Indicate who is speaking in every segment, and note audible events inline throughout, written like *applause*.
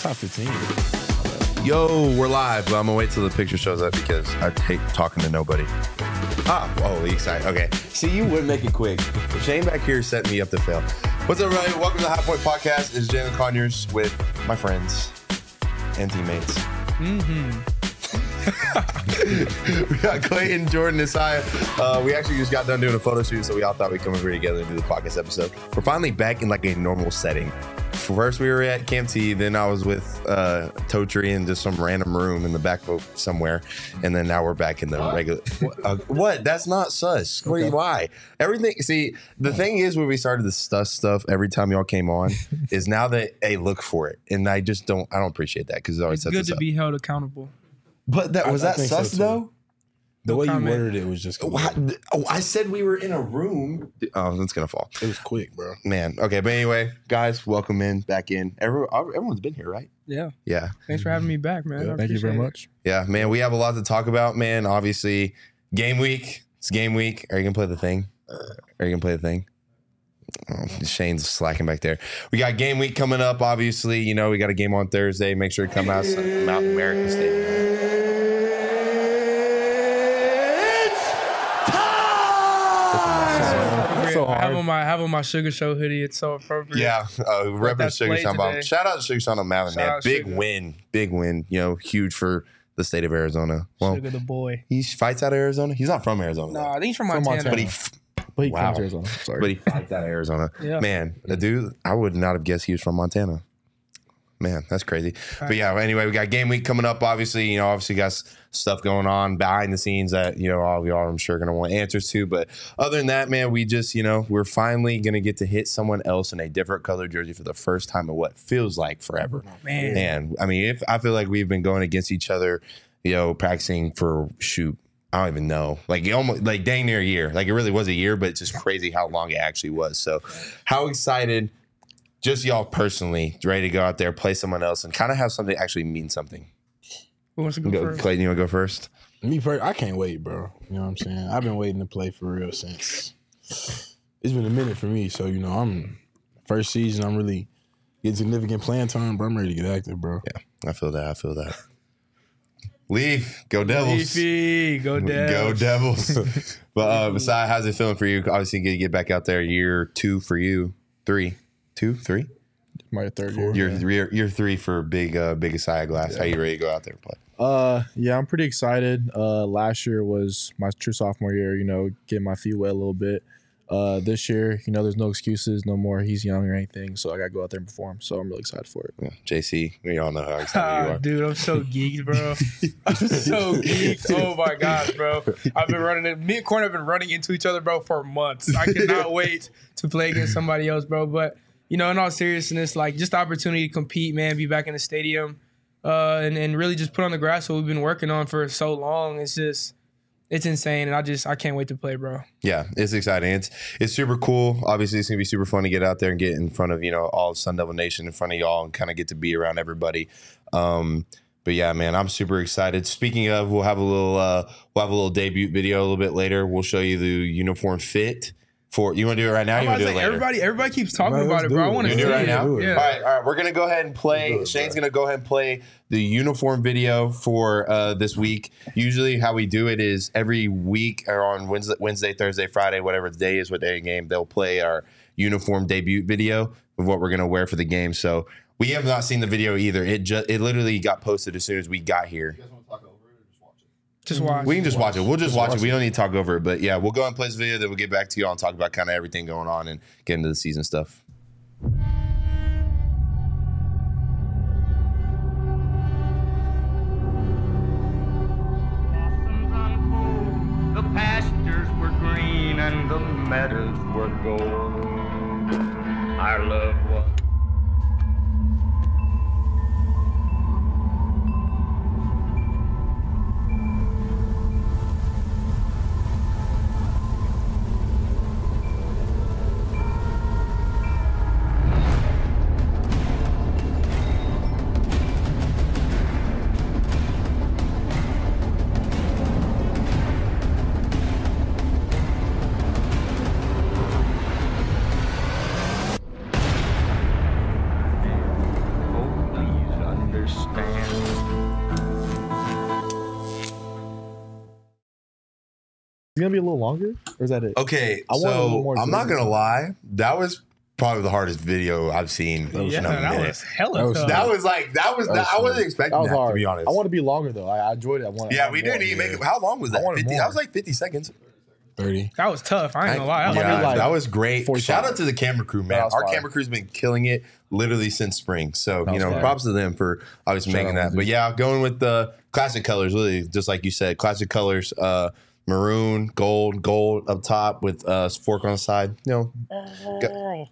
Speaker 1: Top 15.
Speaker 2: Yo, we're live, but I'm gonna wait till the picture shows up because I hate talking to nobody. Ah, oh, East Side. Okay. See, you would make it quick. Shane back here set me up to fail. What's up, everybody? Welcome to the High Point Podcast. It's Jalen Conyers with my friends and teammates. *laughs* we got Clayton, Jordan, Isaiah. Uh, we actually just got done doing a photo shoot, so we all thought we'd come over together and do the podcast episode. We're finally back in like a normal setting. First, we were at Camp T, then I was with uh, Toe Tree in just some random room in the back of somewhere, and then now we're back in the regular. *laughs* What? Uh, what? That's not sus. What- Why? Everything. See, the thing is, when we started the sus stuff, every time y'all came
Speaker 1: *laughs*
Speaker 2: on, is now that they look for it, and I just don't. I don't appreciate that because it always
Speaker 3: It's
Speaker 2: sets
Speaker 3: good
Speaker 2: us
Speaker 3: to
Speaker 2: up.
Speaker 3: be held accountable.
Speaker 2: But that
Speaker 1: I-
Speaker 2: was
Speaker 1: I
Speaker 2: that
Speaker 1: think so,
Speaker 2: sus
Speaker 1: too.
Speaker 2: though.
Speaker 1: The way you
Speaker 3: comment.
Speaker 1: worded it was just
Speaker 2: Why-
Speaker 1: it
Speaker 2: Oh, I said we were in a room. Oh, that's gonna fall,
Speaker 1: was quick, bro.
Speaker 2: man. Okay, but anyway, guys, welcome in, back in. Every, everyone's been here, right?
Speaker 3: Yeah.
Speaker 2: Yeah,
Speaker 3: Thanks for having me back, man. I
Speaker 1: Thank you very
Speaker 3: appreciate it.
Speaker 1: much.
Speaker 2: yeah, man. We have a lot to talk about, man. Obviously, game week. It's game week. Are you gonna play the thing? Are you gonna play the thing? Oh, Shane's slacking back there. We got game week coming up. Obviously, you know we got a game on Thursday. Make sure to come out Mountain America Stadium.
Speaker 3: Great.
Speaker 1: So
Speaker 3: I have
Speaker 1: hard.
Speaker 3: on my I have on my sugar show hoodie. It's so appropriate.
Speaker 2: Yeah, uh, repping
Speaker 3: that
Speaker 2: Sugar
Speaker 3: play
Speaker 2: Sean Bomb.
Speaker 3: today.
Speaker 2: Shout out to Sugar Sean O'Malley,
Speaker 3: Shout
Speaker 2: man.
Speaker 3: out
Speaker 2: Big
Speaker 3: Sugar.
Speaker 2: win, big win. You know, huge for the state of Arizona. Well,
Speaker 3: Sugar the boy.
Speaker 2: he fights out of Arizona. He's not from Arizona,
Speaker 3: Nah, I
Speaker 2: though.
Speaker 3: think he's from
Speaker 1: From
Speaker 3: Montana.
Speaker 1: Montana.
Speaker 2: but he,
Speaker 1: But he
Speaker 2: Wow.
Speaker 1: comes to Arizona. Sorry.
Speaker 2: but he fights out of
Speaker 1: *laughs*
Speaker 2: Arizona.
Speaker 3: Yeah.
Speaker 2: Man, the dude, I would not have guessed he was from Montana. Man, that's crazy. But
Speaker 3: Right.
Speaker 2: yeah, anyway, we got game week coming up. Obviously, you know, obviously got s- stuff going on behind the scenes that you know all of y'all I'm sure gonna want answers to. But other than that, man, we just you know we're finally gonna get to hit someone else in a different color jersey for the first time in what feels like
Speaker 1: Mm-hmm.
Speaker 2: forever.
Speaker 3: man.
Speaker 2: Man, I mean, if I feel like we've been going against each other, you know, practicing for shoot, I don't even know, like it almost like dang near a year. Like it really was a year, but it's just crazy how long it actually was. So, how excited, just y'all personally, ready to go out there, play someone else, and kind of have something actually mean something.
Speaker 3: Who wants to go
Speaker 2: Go,
Speaker 3: first?
Speaker 2: Clayton, you want to go first?
Speaker 1: Me, per- I can't wait, bro. You know what I'm saying? I've been waiting to play for real since it's been a minute for me. So you know, I'm first season. I'm really getting significant playing time, bro. I'm ready to get active, bro.
Speaker 2: I feel that. I feel that. Leave. Go Devils.
Speaker 3: Leafy, go Devils.
Speaker 2: Go
Speaker 3: *laughs*
Speaker 2: Devils. but uh, besides, how's it feeling for you? Obviously, you get back out there. Year two for you. Three, two, three.
Speaker 4: My third year.
Speaker 2: You're you're, you're three for big uh big Asaya glass. How you ready to go out there and play?
Speaker 4: Uh, yeah, I'm pretty excited. Uh, last year was my true sophomore year. You know, getting my feet wet a little bit. Uh, this year, you know, there's no excuses, no more. He's young or anything, so I gotta go out there and perform. So I'm really excited for it.
Speaker 2: Yeah, JC, we all *laughs* know how excited you
Speaker 3: Ah,
Speaker 2: are.
Speaker 3: dude, I'm so
Speaker 2: *laughs*
Speaker 3: geeked, bro. I'm so geeked. Oh my gosh, bro. I've been running it. Me and Corn have been running into each other, bro, for months. I
Speaker 2: *laughs*
Speaker 3: cannot wait to play against somebody else, bro. But you know, in all seriousness, like just the opportunity to compete, man, be back in the stadium, uh, and, and really just put on the grass what we've been working on for so long. It's just it's insane. And I just I can't wait to play, bro.
Speaker 2: Yeah, it's exciting. It's it's super cool. Obviously, it's gonna be super fun to get out there and get in front of you know all of Sun Devil Nation in front of y'all and kind of get to be around everybody. Um, but yeah, man, I'm super excited. Speaking of, we'll have a little uh, we'll have a little debut video a little bit later. We'll show you the uniform fit for you. Want to do it right now? or You
Speaker 3: I
Speaker 2: want to do
Speaker 3: was
Speaker 2: it
Speaker 3: like,
Speaker 2: later?
Speaker 3: everybody, everybody keeps talking
Speaker 1: Right,
Speaker 3: about
Speaker 1: let's
Speaker 3: it,
Speaker 1: do
Speaker 3: bro. I
Speaker 1: it.
Speaker 3: want to
Speaker 2: You
Speaker 3: see
Speaker 2: do it right
Speaker 3: it.
Speaker 2: now?
Speaker 3: Yeah.
Speaker 2: All right, all right. We're gonna go ahead and play. Shane's gonna go ahead and play the uniform video for uh, this week. Usually, how we do it is every week or on Wednesday, Wednesday, Thursday, Friday, whatever the day is, what day of game they'll play our uniform debut video of what we're gonna wear for the game. So we have not seen the video either. It just it literally got posted as soon as we got here.
Speaker 3: Just watch.
Speaker 2: We can just watch it. We'll just, watch, it. We don't need to talk over it. But yeah, we'll go and play this video. Then we'll get back to you all and talk about kind of everything going on and get into the season stuff.
Speaker 5: blossoms unfold, the pastures matters were gold, our loved ones. Oh, please understand.
Speaker 4: It's gonna be a little longer, or is that it?
Speaker 2: Okay,
Speaker 4: I want a little
Speaker 2: so
Speaker 4: more
Speaker 2: I'm not
Speaker 4: clarity.
Speaker 2: gonna lie, that was probably the hardest video I've seen
Speaker 3: Yeah,
Speaker 2: in a minute.
Speaker 3: that was hella
Speaker 1: That was-
Speaker 3: tough.
Speaker 2: That was like that was,
Speaker 1: That was
Speaker 2: I wasn't
Speaker 1: smooth.
Speaker 2: expecting
Speaker 4: that
Speaker 2: that,
Speaker 4: was hard.
Speaker 2: to be honest.
Speaker 4: I want to be longer though. I, I enjoyed it. I want.
Speaker 2: yeah, we didn't even make it. How long was that?
Speaker 4: wanted
Speaker 2: 50,
Speaker 4: more.
Speaker 2: that was like 50 seconds.
Speaker 1: Thirty.
Speaker 3: That was tough. I ain't gonna lie.
Speaker 2: yeah,
Speaker 3: That was-
Speaker 4: like
Speaker 2: that was great.
Speaker 4: 45.
Speaker 2: Shout out to the camera crew, man.
Speaker 4: That was
Speaker 2: Our
Speaker 4: fire.
Speaker 2: camera crew's been killing it literally since spring. So you
Speaker 4: was
Speaker 2: know,
Speaker 4: fire.
Speaker 2: props to them for obviously making that. But yeah, going with the classic colors, really, just like you said, classic colors. Uh, maroon, gold, gold up top with uh, fork on the side. You know,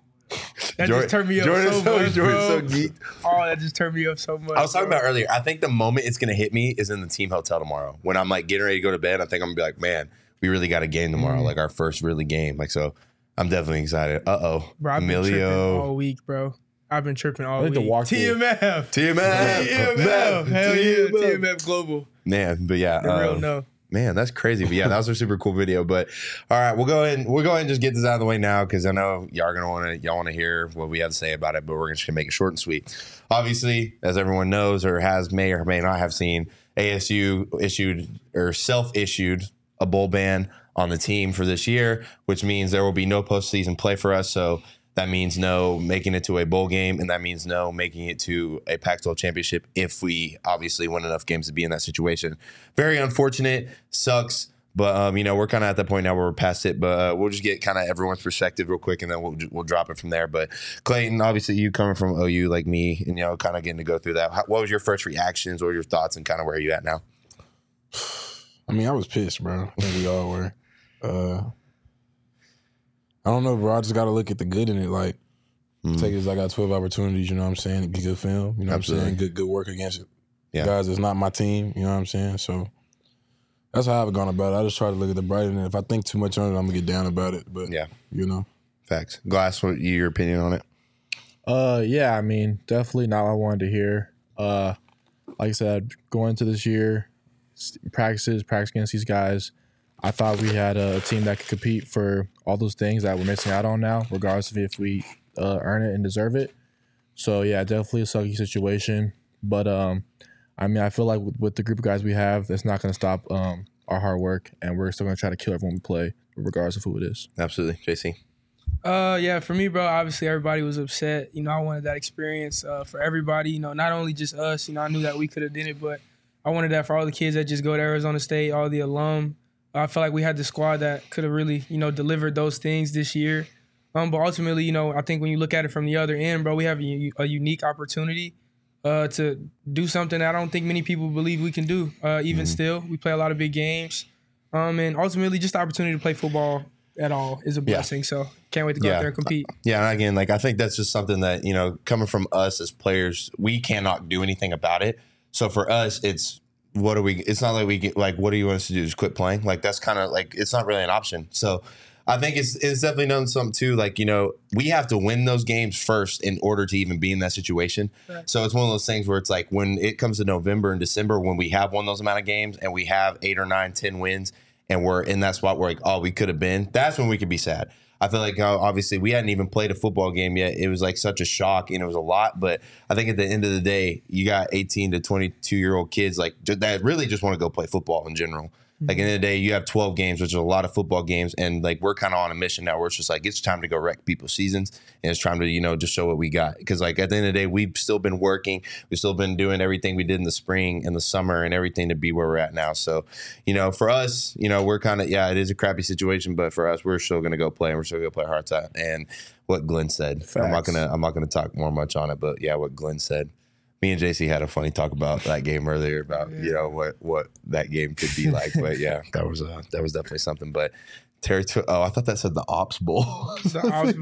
Speaker 3: That
Speaker 2: Jordan-
Speaker 3: just turned me up
Speaker 2: Jordan's
Speaker 3: so much,
Speaker 2: Jordan's
Speaker 3: bro.
Speaker 2: so geeked.
Speaker 3: oh, that just turned me up so much.
Speaker 2: I was talking
Speaker 3: bro.
Speaker 2: about earlier. I think the moment it's gonna hit me is in the team hotel tomorrow. When I'm like getting ready to go to bed, I think I'm gonna be like, man, we really got a game
Speaker 3: Mm.
Speaker 2: tomorrow, like our first really game. Like so, I'm definitely excited. Uh oh,
Speaker 3: Bro, I've been tripping all
Speaker 2: Emilio,
Speaker 3: week, bro. I've been tripping all
Speaker 4: I need
Speaker 3: week.
Speaker 4: to walk through.
Speaker 3: TMF.
Speaker 2: TMF,
Speaker 3: TMF. Hell yeah. TMF Global.
Speaker 2: man. But yeah,
Speaker 3: The real
Speaker 2: um,
Speaker 3: no.
Speaker 2: man, that's crazy. But yeah, that was a super cool video. But all right, we'll go ahead. And, we'll go ahead and just get this out of the way now because I know y'all are gonna want to y'all want to hear what we have to say about it. But we're just gonna make it short and sweet. Obviously, as everyone knows or has may or may not have seen, ASU issued or self issued a bowl ban on the team for this year, which means there will be no postseason play for us. So. That means no making it to a bowl game, and that means no making it to a Pac-12 championship if we obviously win enough games to be in that situation. Very unfortunate, sucks, but um, you know we're kind of at that point now where we're past it. But uh, we'll just get kind of everyone's perspective real quick, and then we'll we'll drop it from there. But Clayton, obviously you coming from OU like me, and you know kind of getting to go through that. How, what was your first reactions or your thoughts, and kind of where are you at now?
Speaker 1: I mean, I was pissed, bro. I think we all were. Uh, I don't know, bro. I just got to look at the good in it. Like,
Speaker 2: Mm.
Speaker 1: take it as I got 12 opportunities, you know what I'm saying? It'd be good film, you
Speaker 2: Absolutely.
Speaker 1: know what I'm saying? Good good work against it.
Speaker 2: Yeah.
Speaker 1: Guys, it's not my team, you know what I'm saying? So that's how I've gone about it. I just try to look at the bright in it. If I think too much on it, I'm going to get down about it. But,
Speaker 2: Yeah.
Speaker 1: you know,
Speaker 2: Facts. Glass, what your opinion on it?
Speaker 4: Uh, yeah, I mean, definitely not what I wanted to hear. Uh, like I said, going into this year, s- practices, practice against these guys. I thought we had a team that could compete for all those things that we're missing out on now, regardless of if we uh, earn it and deserve it. So yeah, definitely a sucky situation, but um, I mean, I feel like with, with the group of guys we have, it's not going to stop um our hard work, and we're still going to try to kill everyone we play, regardless of who it is.
Speaker 2: Absolutely, JC.
Speaker 3: Uh, yeah, for me, bro. Obviously, everybody was upset. You know, I wanted that experience uh, for everybody. You know, not only just us. You know, I knew that we could have did it, but I wanted that for all the kids that just go to Arizona State, all the alum. I felt like we had the squad that could have really, you know, delivered those things this year. Um, but ultimately, you know, I think when you look at it from the other end, bro, we have a, u- a unique opportunity uh, to do something I don't think many people believe we can do. Uh, even still, we play a lot of big games, um, and ultimately, just the opportunity to play football at all is a blessing. So can't wait to go
Speaker 2: Yeah.
Speaker 3: out there and compete.
Speaker 2: Yeah, and again, like I think that's just something that you know, coming from us as players, we cannot do anything about it. So for us, it's what do we? It's not like we get like, what do you want us to do? Just quit playing? Like that's kind of like it's not really an option. So I think it's it's definitely known something too. Like you know, we have to win those games first in order to even be in that situation. So it's one of those things where it's like when it comes to November and December, when we have won those amount of games and we have eight or nine, ten wins, and we're in that spot where like, oh, we could have been. That's when we could be sad. I feel like uh, obviously we hadn't even played a football game yet. It was like such a shock and it was a lot. But I think at the end of the day, you got 18 to 22 year old kids like ju- that really just want to go play football in general. Like in the end of the day, you have 12 games, which is a lot of football games, and like we're kind of on a mission now where it's just like it's time to go wreck people's seasons and it's time to you know just show what we got because like at the end of the day, we've still been working, we've still been doing everything we did in the spring and the summer and everything to be where we're at now. So you know, for us, you know, we're kind of yeah, it is a crappy situation, but for us, we're still gonna go play and we're still gonna play hard time. And what Glenn said, I'm not
Speaker 4: Facts.
Speaker 2: gonna I'm not gonna talk more much on it, but yeah, what Glenn said. Me and JC had a funny talk about that game earlier about you know what what that game could be like, but yeah, that was uh, that was definitely something. But Terry. Tw- oh, I thought that said the Ops Bowl. *laughs*
Speaker 3: The Ops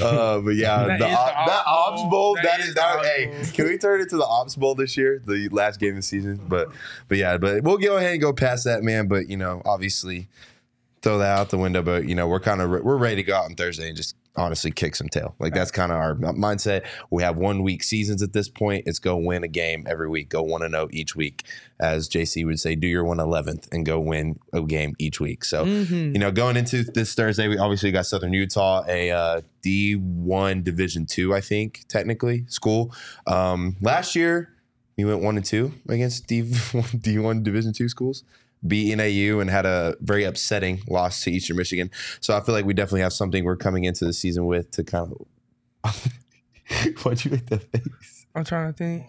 Speaker 3: Bowl.
Speaker 2: uh, but yeah,
Speaker 3: That
Speaker 2: the,
Speaker 3: is the
Speaker 2: op- that
Speaker 3: Ops
Speaker 2: Ops
Speaker 3: Bowl.
Speaker 2: Bowl.
Speaker 3: That
Speaker 2: that
Speaker 3: is
Speaker 2: is
Speaker 3: the
Speaker 2: not.
Speaker 3: Ops
Speaker 2: Hey,
Speaker 3: Bowl.
Speaker 2: can we turn it to the Ops Bowl this year? The last game of the season. But but yeah, but we'll go ahead and go past that, man. But you know, obviously, throw that out the window. But you know, we're kind of re- we're ready to go out on Thursday and just honestly kick some tail. Like that's kind of our m- mindset. We have one week seasons at this point. It's go win a game every week. Go one and zero each week, as JC would say. Do your one eleventh and go win a game each week. So
Speaker 3: Mm-hmm.
Speaker 2: you know, going into this Thursday, we obviously got Southern Utah, a uh, D one Division two, I think technically school. Um, last year. We went one and two against D *laughs* D one Division two schools beat NAU and had a very upsetting loss to Eastern Michigan. So I feel like we definitely have something we're coming into the season with to kind of. *laughs* Why'd you make that face?
Speaker 3: I'm trying to think.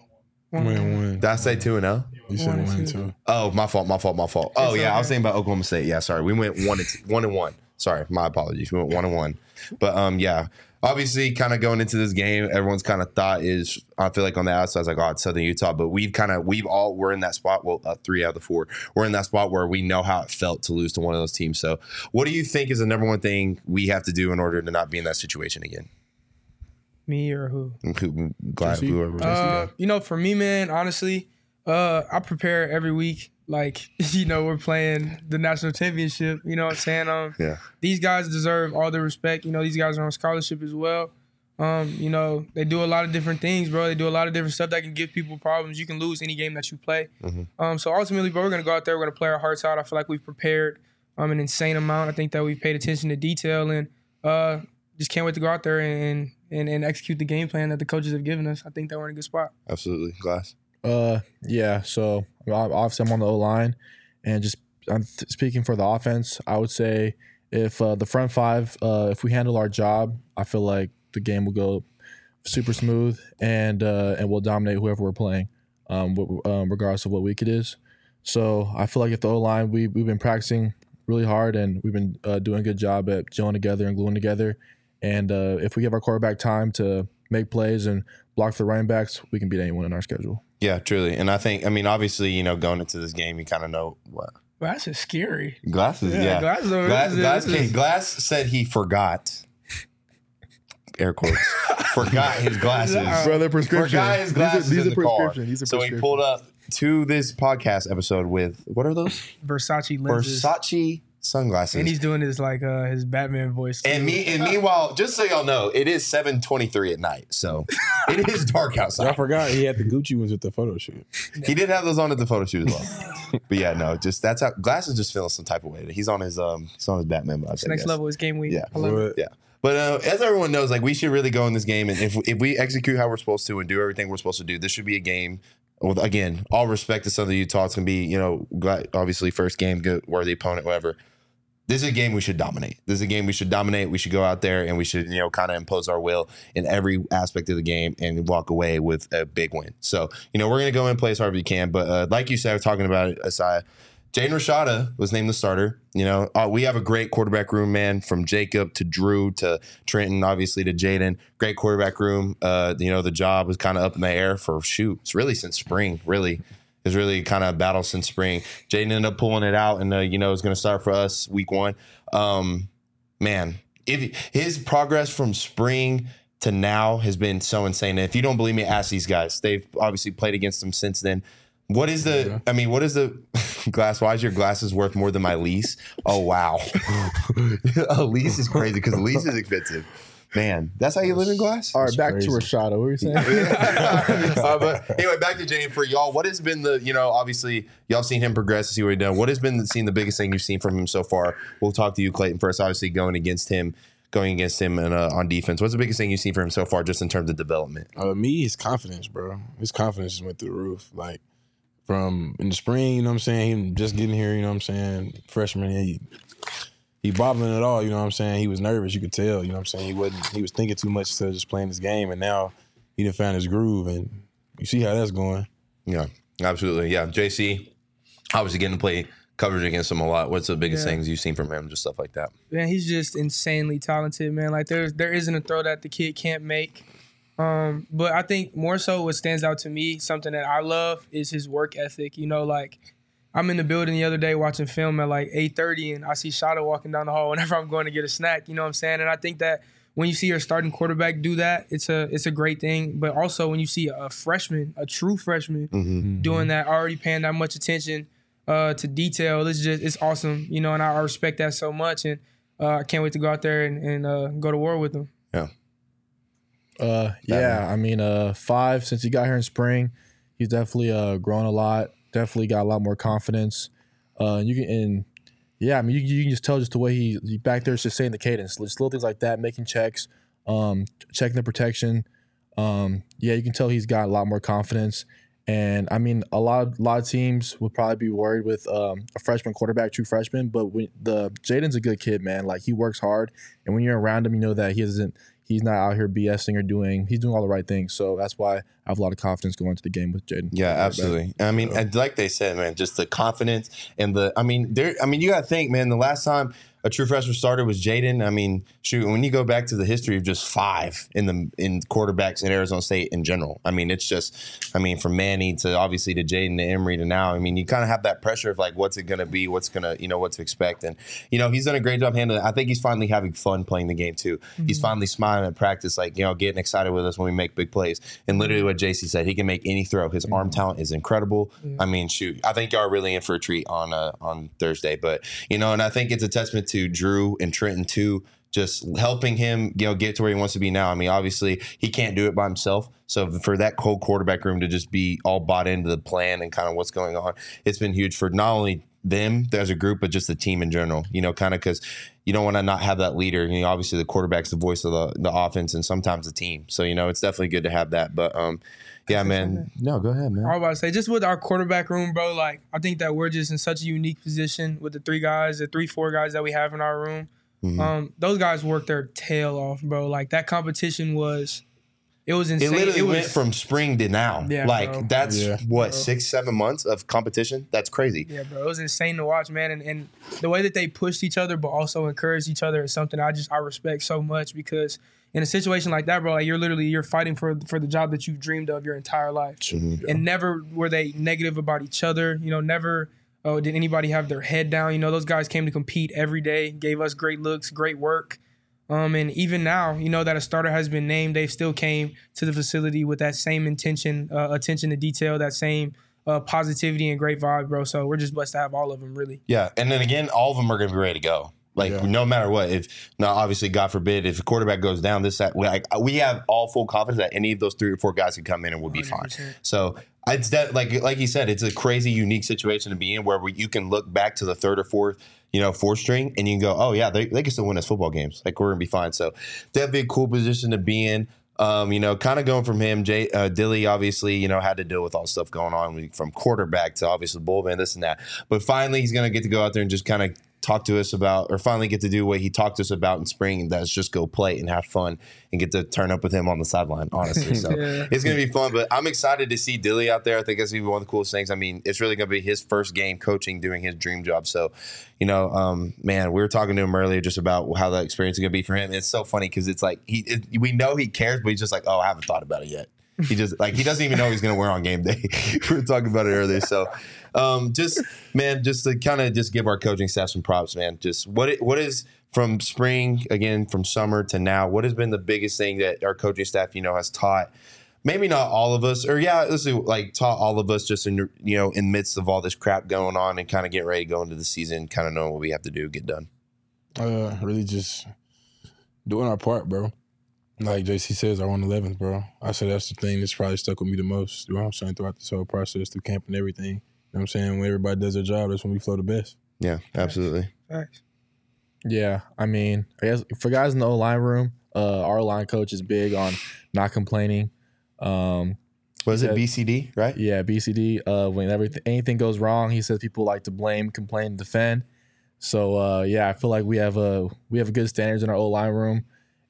Speaker 1: Win win.
Speaker 2: Did I say two and oh? zero?
Speaker 1: You said
Speaker 3: One, two.
Speaker 1: win too.
Speaker 2: Oh, my fault, my fault, my fault. Oh
Speaker 3: It's
Speaker 2: yeah, I was
Speaker 3: okay.
Speaker 2: thinking about Oklahoma State. Yeah, sorry, we went one and two, one and one. Sorry, my apologies. We went one and one, but um, yeah. Obviously, kind of going into this game, everyone's kind of thought is I feel like on the outside, it's like oh, it's Southern Utah, but we've kind of we've all we're in that spot. Well, uh, three out of the four, we're in that spot where we know how it felt to lose to one of those teams. So, what do you think is the number one thing we have to do in order to not be in that situation again?
Speaker 3: Me or who?
Speaker 2: I'm *laughs* who- glad
Speaker 1: JC?
Speaker 2: whoever.
Speaker 3: Uh, you know, for me, man, honestly, uh, I prepare every week. Like, *laughs* you know, we're playing the national championship. You know what I'm saying? Um,
Speaker 2: Yeah.
Speaker 3: These guys deserve all the respect. You know, these guys are on scholarship as well. Um, you know, they do a lot of different things, bro. They do a lot of different stuff that can give people problems. You can lose any game that you play. Um, so ultimately, bro, we're gonna go out there. We're gonna play our hearts out. I feel like we've prepared um, an insane amount. I think that we've paid attention to detail and uh, just can't wait to go out there and, and and execute the game plan that the coaches have given us. I think that we're in a good spot.
Speaker 2: Absolutely, glass.
Speaker 4: Uh, yeah. So ob- obviously, I'm on the O line, and just I'm th- speaking for the offense. I would say if uh, the front five, uh, if we handle our job, I feel like the game will go super smooth, and uh, and we'll dominate whoever we're playing, um, w- um, regardless of what week it is. So I feel like if the O line, we we've been practicing really hard, and we've been uh, doing a good job at gelling together and gluing together. And uh, if we give our quarterback time to make plays and block the running backs, we can beat anyone in our schedule.
Speaker 2: Yeah, truly. And I think, I mean, obviously, you know, going into this game, you kind of know what
Speaker 3: Well, that's just scary.
Speaker 2: glasses. Yeah,
Speaker 3: Glass, over-
Speaker 2: Glass,
Speaker 3: this is-
Speaker 2: Glass,
Speaker 3: this
Speaker 2: came-
Speaker 3: is-
Speaker 2: Glass said he forgot. Air quotes.
Speaker 3: *laughs*
Speaker 2: forgot his glasses.
Speaker 3: Yeah.
Speaker 4: Brother,
Speaker 2: Forgot his glasses in the car.
Speaker 4: These are
Speaker 2: so he pulled up to this podcast episode with what are those
Speaker 3: Versace lenses.
Speaker 2: Versace sunglasses?
Speaker 3: And he's doing his like uh his Batman voice. too.
Speaker 2: And me and meanwhile, just so y'all know, it is 7:23 at night, so it is dark outside.
Speaker 1: I forgot he had the Gucci ones at the photo shoot.
Speaker 2: He did have those on at the photo shoot as well. but yeah, no, just that's how Glass is just feeling some type of way. He's on his um he's on his Batman vibes.
Speaker 3: It's
Speaker 2: I
Speaker 3: next
Speaker 2: guess.
Speaker 3: level is game week.
Speaker 2: Yeah.
Speaker 3: I love it.
Speaker 2: Yeah. But uh, as everyone knows, like we should really go in this game, and if if we execute how we're supposed to and do everything we're supposed to do, this should be a game. With, again, all respect to Southern Utah, it's gonna be you know glad- obviously first game, good worthy opponent, whatever. This is a game we should dominate. This is a game we should dominate. We should go out there and we should you know kind of impose our will in every aspect of the game and walk away with a big win. So you know we're gonna go in and play as hard as we can. But uh, like you said, we're talking about it, Asai. Jaden Rashada was named the starter. You know, uh, we have a great quarterback room, man, from Jacob to Drew to Trenton, obviously to Jaden. Great quarterback room. Uh, you know, the job was kind of up in the air for shoot. It's really since spring, really. It's really kind of a battle since spring. Jaden ended up pulling it out, and uh, you know, it's going to start for us week one. Um, man, if his progress from spring to now has been so insane. And if you don't believe me, ask these guys. They've obviously played against them since then. What is the? I mean, what is the *laughs* glass? Why is your glasses worth more than my lease? Oh wow, *laughs* a lease is crazy because lease is expensive. Man, that's how you live in glass.
Speaker 4: All right, back
Speaker 1: crazy.
Speaker 4: to Rashada. What were
Speaker 2: *laughs*
Speaker 4: you saying?
Speaker 2: Uh, but anyway, back to Jane for y'all. What has been the you know obviously y'all seen him progress to see what he done. What has been the, seen the biggest thing you've seen from him so far? We'll talk to you, Clayton, first. Obviously, going against him, going against him and uh, on defense. What's the biggest thing you've seen from him so far, just in terms of development?
Speaker 1: Uh, me, his confidence, bro. His confidence just went through the roof. Like from in the spring, you know what I'm saying? Him just getting here, you know what I'm saying? Freshman, he he bobbling it all, you know what I'm saying? He was nervous, you could tell, you know what I'm saying? He wasn't he was thinking too much instead of just playing his game and now he done found his groove and you see how that's going.
Speaker 2: Yeah, absolutely. Yeah, JC, obviously getting to play coverage against him a lot. What's the biggest
Speaker 3: Yeah.
Speaker 2: things you've seen from him, just stuff like that?
Speaker 3: man, he's just insanely talented, man. Like there's there isn't a throw that the kid can't make. Um, but I think more so what stands out to me, something that I love is his work ethic. You know, like I'm in the building the other day watching film at like 8:30, and I see Shada walking down the hall *laughs* whenever I'm going to get a snack. You know what I'm saying? And I think that when you see your starting quarterback do that, it's a it's a great thing. But also when you see a freshman, a true freshman, doing that, already paying that much attention uh, to detail, it's just it's awesome. You know, and I respect that so much, and uh, I can't wait to go out there and, and uh, go to war with them.
Speaker 4: Uh, yeah, I mean, uh, five since he got here in spring, he's definitely uh grown a lot. Definitely got a lot more confidence. Uh, you can and yeah, I mean, you, you can just tell just the way he, he back there is just saying the cadence, just little things like that, making checks, um, checking the protection. Um, yeah, you can tell he's got a lot more confidence. And I mean, a lot of lot of teams would probably be worried with um, a freshman quarterback, true freshman. But when the Jaden's a good kid, man. Like he works hard, and when you're around him, you know that he isn't. He's not out here BSing or doing. He's doing all the right things. So that's why I have a lot of confidence going into the game with Jaden.
Speaker 2: Yeah, absolutely. I mean, and like they said, man, just the confidence and the. I mean, there. I mean, you got to think, man. The last time a true freshman started was Jaden. I mean, shoot, when you go back to the history of just five in the in quarterbacks at Arizona State in general. I mean, it's just. I mean, from Manny to obviously to Jaden to Emory to now. I mean, you kind of have that pressure of like, what's it going to be? What's going to you know what to expect? And you know, he's done a great job handling. it. I think he's finally having fun playing the game too. He's finally smiling at practice, like you know, getting excited with us when we make big plays. And literally, what JC said, he can make any throw. His arm talent is incredible. I mean, shoot, I think y'all are really in for a treat on uh, on Thursday. But you know, and I think it's a testament to Drew and Trenton too. Just helping him, you know, get to where he wants to be now. I mean, obviously, he can't do it by himself. So for that whole quarterback room to just be all bought into the plan and kind of what's going on, it's been huge for not only them as a group, but just the team in general. You know, kind of because you don't want to not have that leader. You know, obviously the quarterback's the voice of the, the offense and sometimes the team. So you know, it's definitely good to have that. But um, yeah, man. No, go ahead, man.
Speaker 3: I was about to say, just with our quarterback room, bro, like I think that we're just in such a unique position with the three guys, the three, four guys that we have in our room.
Speaker 2: Mm-hmm.
Speaker 3: Um, those guys worked their tail off, bro. Like that competition was it was
Speaker 2: It
Speaker 3: insane.
Speaker 2: literally
Speaker 3: was
Speaker 2: went from spring to now.
Speaker 3: Yeah,
Speaker 2: like
Speaker 3: bro.
Speaker 2: that's
Speaker 1: Yeah.
Speaker 2: what six, seven months of competition. That's crazy.
Speaker 3: Yeah, bro, it was insane to watch, man, and, and the way that they pushed each other, but also encouraged each other is something I just I respect so much because in a situation like that, bro, like you're literally you're fighting for for the job that you've dreamed of your entire life, and never were they negative about each other. You know, never oh did anybody have their head down. You know, those guys came to compete every day, gave us great looks, great work. Um, and even now, you know that a starter has been named, they still came to the facility with that same intention, uh, attention to detail, that same uh, positivity and great vibe, bro. So we're just blessed to have all of them, really.
Speaker 2: Yeah, and then again, all of them are going to be ready to go. Like no matter what, if now obviously God forbid if a quarterback goes down, this that we, like we have all full confidence that any of those three or four guys can come in and we'll be fine.
Speaker 3: 100%.
Speaker 2: So it's that like like he said, it's a crazy unique situation to be in where we, you can look back to the third or fourth, you know, fourth string, and you can go, oh yeah, they, they can still win us football games. Like we're gonna be fine. So that'd be a cool position to be in. Um, you know, kind of going from him, Jay uh, Dilly obviously, you know, had to deal with all the stuff going on with- from quarterback to obviously bullpen, this and that. But finally, he's gonna get to go out there and just kind of talk to us about, or finally get to do what he talked to us about in spring, and that's just go play and have fun and get to turn up with him on the sideline. Honestly, so
Speaker 3: Yeah.
Speaker 2: it's gonna be fun. But I'm excited to see Dilly out there. I think that's gonna be one of the coolest things. I mean, it's really gonna be his first game coaching, doing his dream job. So, you know, um, man, we were talking to him earlier just about how that experience is gonna be for him. It's so funny because it's like he, it, we know he cares, but he's just like, oh, I haven't thought about it yet. He just like he doesn't even know he's gonna wear on game day. *laughs* we were talking about it earlier, so um, just man, just to kind of just give our coaching staff some props, man. Just what it, what is from spring again, from summer to now, what has been the biggest thing that our coaching staff you know has taught maybe not all of us, or yeah, this is like taught all of us just in you know in midst of all this crap going on and kind of getting ready to go into the season, kind of knowing what we have to do, get done.
Speaker 1: Uh, really just doing our part, bro. Like JC says, I won 11th, bro. I said that's the thing that's probably stuck with me the most. You know what I'm saying? Throughout this whole process, through camp and everything. You know what I'm saying? When everybody does their job, that's when we flow the best.
Speaker 2: Yeah, absolutely.
Speaker 3: Facts.
Speaker 4: Yeah, I mean, I guess for guys in the O line room, uh, our line coach is big on not complaining. Um,
Speaker 2: Was
Speaker 4: Yeah.
Speaker 2: it BCD right?
Speaker 4: yeah, BCD. Uh, when everything anything goes wrong, he says people like to blame, complain, defend. So uh, yeah, I feel like we have a we have good standards in our O line room,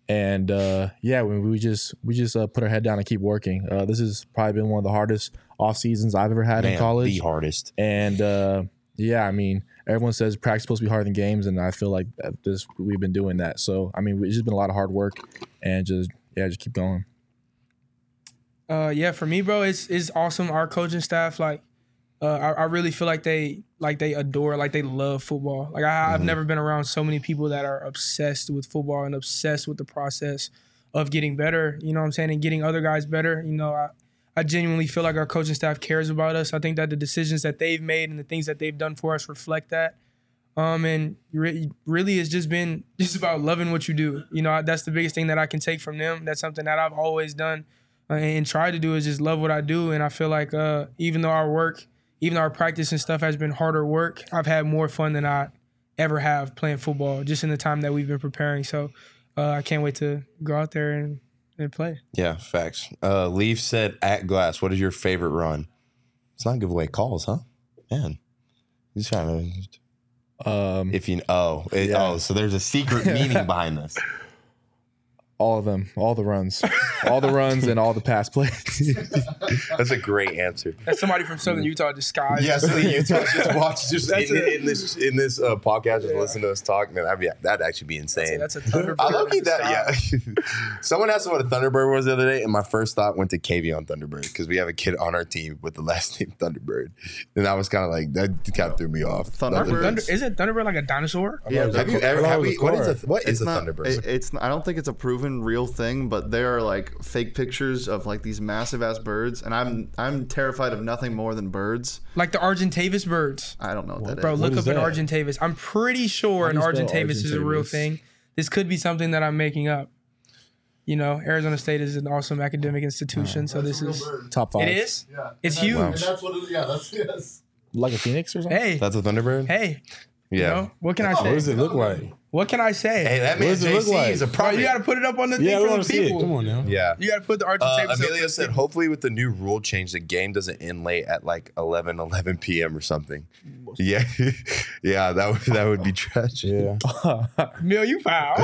Speaker 4: and uh, yeah, we, we just we just uh, put our head down and keep working. Uh, this has probably been one of the hardest off seasons I've ever had
Speaker 2: Man,
Speaker 4: in college.
Speaker 2: the hardest.
Speaker 4: And uh, yeah, I mean, everyone says practice supposed to be harder than games, and I feel like that this we've been doing that. So I mean, it's just been a lot of hard work, and just yeah, just keep going.
Speaker 3: Uh, yeah, for me, bro, it's it's awesome. Our coaching staff, like, Uh, I, I really feel like they like they adore, like they love football. Like I, I've never been around so many people that are obsessed with football and obsessed with the process of getting better. You know what I'm saying, and getting other guys better. You know, I, I genuinely feel like our coaching staff cares about us. I think that the decisions that they've made and the things that they've done for us reflect that. Um, and re- really, it's just been *laughs* just about loving what you do. You know, I, that's the biggest thing that I can take from them. That's something that I've always done uh, and tried to do is just love what I do. And I feel like uh, even though our work, even though our practice and stuff has been harder work, I've had more fun than I ever have playing football just in the time that we've been preparing. So uh, I can't wait to go out there and, and play.
Speaker 2: Yeah, facts. Uh, Leaf said at Glass, what is your favorite run? It's not giveaway calls, huh? Man, he's trying to.
Speaker 4: Um,
Speaker 2: If you oh it,
Speaker 4: Yeah.
Speaker 2: oh, so there's a *laughs* secret meaning behind this.
Speaker 4: all of them, all the runs, all the runs, and all the pass plays.
Speaker 2: That's a great answer.
Speaker 3: That's somebody from Southern Utah disguised.
Speaker 2: *laughs* Yeah, so the Utah just watch just
Speaker 3: That's
Speaker 2: in,
Speaker 3: a-
Speaker 2: in this in this uh, podcast, just listen to us talk. Man, that'd, be, that'd actually be insane.
Speaker 3: That's a Thunderbird.
Speaker 2: I love me
Speaker 3: in the
Speaker 2: that.
Speaker 3: sky.
Speaker 2: Yeah. *laughs* Someone asked what a Thunderbird was the other day, and my first thought went to KV on Thunderbird because we have a kid on our team with the last *laughs* name Thunderbird, and I was kind of like that kind of threw me off.
Speaker 3: Aren't
Speaker 6: Thunderbird.
Speaker 3: Thunder, isn't Thunderbird like a dinosaur?
Speaker 6: Yeah,
Speaker 2: Have you ever?
Speaker 1: I
Speaker 2: Have
Speaker 1: thought
Speaker 2: we,
Speaker 1: it was
Speaker 2: what is a
Speaker 1: a car.
Speaker 2: what is a
Speaker 6: not-
Speaker 2: Thunderbird?
Speaker 6: it- it's. I don't think it's a proven real thing, but there are like fake pictures of like these massive ass birds, and I'm I'm terrified of nothing more than birds.
Speaker 3: Like the Argentavis birds.
Speaker 6: I don't know what that is.
Speaker 3: Bro, look
Speaker 1: is
Speaker 3: up an
Speaker 1: that?
Speaker 3: Argentavis. I'm pretty sure an
Speaker 4: do you spell
Speaker 3: Argentavis is a real
Speaker 4: Argentavis?
Speaker 3: thing. This could be something that I'm making up. You know, Arizona State is an awesome academic institution, so this is
Speaker 4: Top five.
Speaker 3: it is.
Speaker 6: Yeah,
Speaker 3: It's huge.
Speaker 6: that's what. It, yeah, that's yes.
Speaker 4: like a phoenix or something.
Speaker 3: Hey,
Speaker 2: That's a Thunderbird.
Speaker 3: hey, you
Speaker 2: yeah.
Speaker 3: know, what can I
Speaker 1: What does
Speaker 3: say?
Speaker 1: it look like?
Speaker 3: What can I
Speaker 2: Hey,
Speaker 3: say?
Speaker 2: that
Speaker 1: What
Speaker 2: man
Speaker 1: does it look
Speaker 2: JC
Speaker 1: like?
Speaker 2: is a
Speaker 3: Bro,
Speaker 2: prophet.
Speaker 3: you got to put it up on the thing
Speaker 1: Yeah, we
Speaker 3: for
Speaker 1: want
Speaker 3: the
Speaker 1: to see it.
Speaker 3: people.
Speaker 1: Come on now.
Speaker 2: yeah.
Speaker 3: You got to put the
Speaker 2: Uh,
Speaker 3: Argentavis. up
Speaker 2: Amelia
Speaker 3: for
Speaker 2: said,
Speaker 3: the people.
Speaker 2: hopefully with the new rule change, the game doesn't end late at like 11, 11 p.m. or something. Yeah, *laughs* yeah, that would that would be tragic.
Speaker 1: *laughs* Yeah.
Speaker 4: *laughs*
Speaker 3: Mill, you foul.
Speaker 2: *laughs*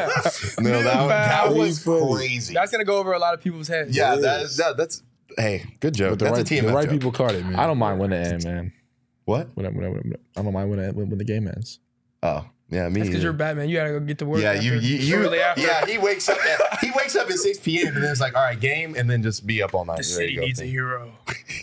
Speaker 2: No, that,
Speaker 3: Man,
Speaker 2: that was
Speaker 1: he's funny.
Speaker 2: crazy.
Speaker 3: That's gonna go over a lot of people's heads.
Speaker 2: yeah,
Speaker 1: It
Speaker 2: that
Speaker 1: is.
Speaker 2: is, that, that's hey, good joke.
Speaker 1: But the
Speaker 2: that's
Speaker 1: right,
Speaker 2: a TMF
Speaker 1: the right
Speaker 2: joke.
Speaker 1: people caught it, man.
Speaker 4: I don't mind when it ends, man.
Speaker 2: What?
Speaker 4: When I, when I, when I, I don't mind when, it, when when the game ends.
Speaker 2: Oh, yeah, me.
Speaker 3: That's because
Speaker 2: either.
Speaker 3: you're Batman. You gotta go get the work.
Speaker 2: yeah, you,
Speaker 3: after-
Speaker 2: you, you
Speaker 3: shortly after.
Speaker 2: yeah. He wakes up. At, he wakes up at six p.m. and then it's like, all right, game, and then just be up all night. There
Speaker 3: The city
Speaker 2: you go.
Speaker 3: needs a hero.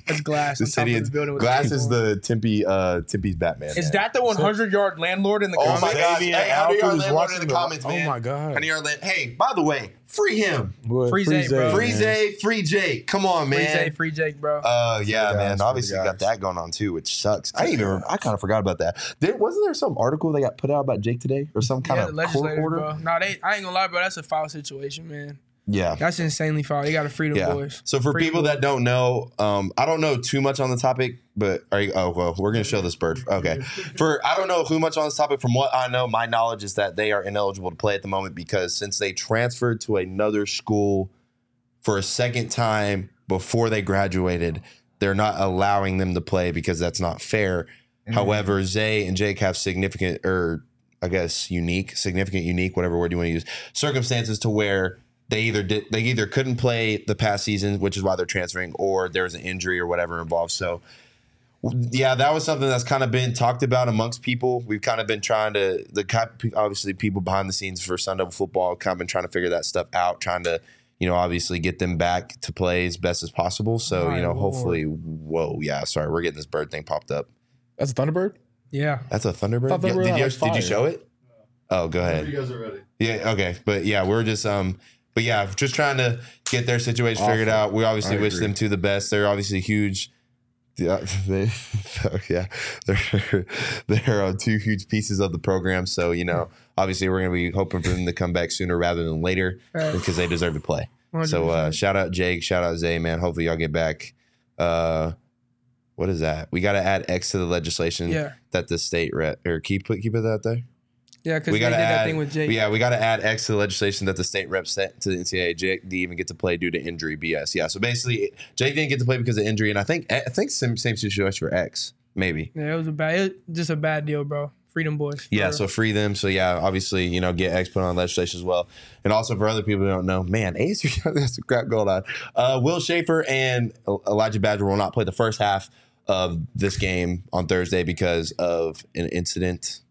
Speaker 3: That's glass.
Speaker 2: The
Speaker 3: on top
Speaker 2: city
Speaker 3: of
Speaker 2: is
Speaker 3: the building with
Speaker 2: glass
Speaker 3: the
Speaker 2: is
Speaker 3: people.
Speaker 2: the Tempe uh Tempe's Batman.
Speaker 3: Is that the 100 yard landlord in the
Speaker 2: Oh
Speaker 3: comic?
Speaker 2: my gosh!
Speaker 1: Xavier
Speaker 2: Hey, how do
Speaker 1: Alpert
Speaker 2: y'all
Speaker 1: is
Speaker 2: landlord in
Speaker 1: watching
Speaker 2: the
Speaker 1: the-
Speaker 2: comments,
Speaker 1: oh
Speaker 2: man?
Speaker 1: my God.
Speaker 2: How do y'all land? Hey, by the way, free him,
Speaker 1: Boy,
Speaker 3: Freeze
Speaker 1: Freeze
Speaker 3: Zay, bro.
Speaker 1: Zay,
Speaker 2: free
Speaker 1: man.
Speaker 2: Zay, free Jake. Come on,
Speaker 3: Free Jay,
Speaker 2: man.
Speaker 3: free Jake, bro.
Speaker 2: Uh, yeah,
Speaker 1: guys,
Speaker 2: man.
Speaker 1: free
Speaker 2: Obviously, you got
Speaker 1: guys.
Speaker 2: that going on too, which sucks. I didn't even. I kind of forgot about that. There wasn't there some article they got put out about Jake today or some kind
Speaker 3: yeah, the
Speaker 2: of court
Speaker 3: legislators,
Speaker 2: order?
Speaker 3: bro. Nah, they. I ain't gonna lie, bro. That's a foul situation, man.
Speaker 2: Yeah.
Speaker 3: That's insanely foul. They got a freedom
Speaker 2: Yeah.
Speaker 3: voice.
Speaker 2: So for
Speaker 3: Free
Speaker 2: people that don't know, um, I don't know too much on the topic, but are you, oh well, we're gonna show this bird. Okay. For I don't know who much on this topic. From what I know, my knowledge is that they are ineligible to play at the moment because since they transferred to another school for a second time before they graduated, they're not allowing them to play because that's not fair. However, Zay and Jake have significant er, or I guess unique, significant, unique, whatever word you want to use, circumstances to where they either did they either couldn't play the past season, which is why they're transferring, or there was an injury or whatever involved. So yeah, that was something that's kind of been talked about amongst people. We've kind of been trying to the co- obviously people behind the scenes for Sun Devil football kind of been trying to figure that stuff out, trying to you know obviously get them back to play as best as possible. So
Speaker 3: My
Speaker 2: you know
Speaker 3: lord.
Speaker 2: hopefully, whoa, yeah, sorry, we're getting this bird thing popped up.
Speaker 4: That's a Thunderbird.
Speaker 3: Yeah.
Speaker 2: That's a
Speaker 4: Thought
Speaker 2: Thunderbird.
Speaker 4: they
Speaker 2: Yeah,
Speaker 4: were
Speaker 2: did, you,
Speaker 4: on
Speaker 2: did you
Speaker 4: fire.
Speaker 2: show it? Oh, go ahead.
Speaker 6: guys are ready.
Speaker 2: Yeah, okay. But yeah, we're just um but yeah, just trying to get their situation figured out. We obviously
Speaker 4: I
Speaker 2: wish
Speaker 4: agree.
Speaker 2: them to the best. They're obviously huge. Yeah, *laughs* they, yeah, they're *laughs* they're uh, two huge pieces of the program. So you know, obviously, we're gonna be hoping for them to come back sooner rather than later
Speaker 3: Right.
Speaker 2: because they deserve to play. So uh, shout out Jake, shout out Zay, man. Hopefully, y'all get back. Uh, what is that? We got to add X to the legislation
Speaker 3: Yeah.
Speaker 2: that the state rep or keep put keep it out there.
Speaker 3: yeah, because
Speaker 2: We
Speaker 3: they did
Speaker 2: gotta
Speaker 3: that
Speaker 2: add,
Speaker 3: thing with Jake.
Speaker 2: yeah, we gotta add X to the legislation that the state rep sent to the NCAA. Jake didn't even get to play due to injury BS. Yeah, so basically, Jake didn't get to play because of injury, and I think I think same same situation for X maybe.
Speaker 3: Yeah, it was a bad, it was just a bad deal, bro. Freedom boys. for
Speaker 2: Yeah,
Speaker 3: real.
Speaker 2: so free them. So yeah, obviously, you know, get X put on legislation as well, and also for other people who don't know, man, Ace, *laughs* that's some crap going on. Uh, Will Schaefer and El- Elijah Badger will not play the first half of this game on Thursday because of an incident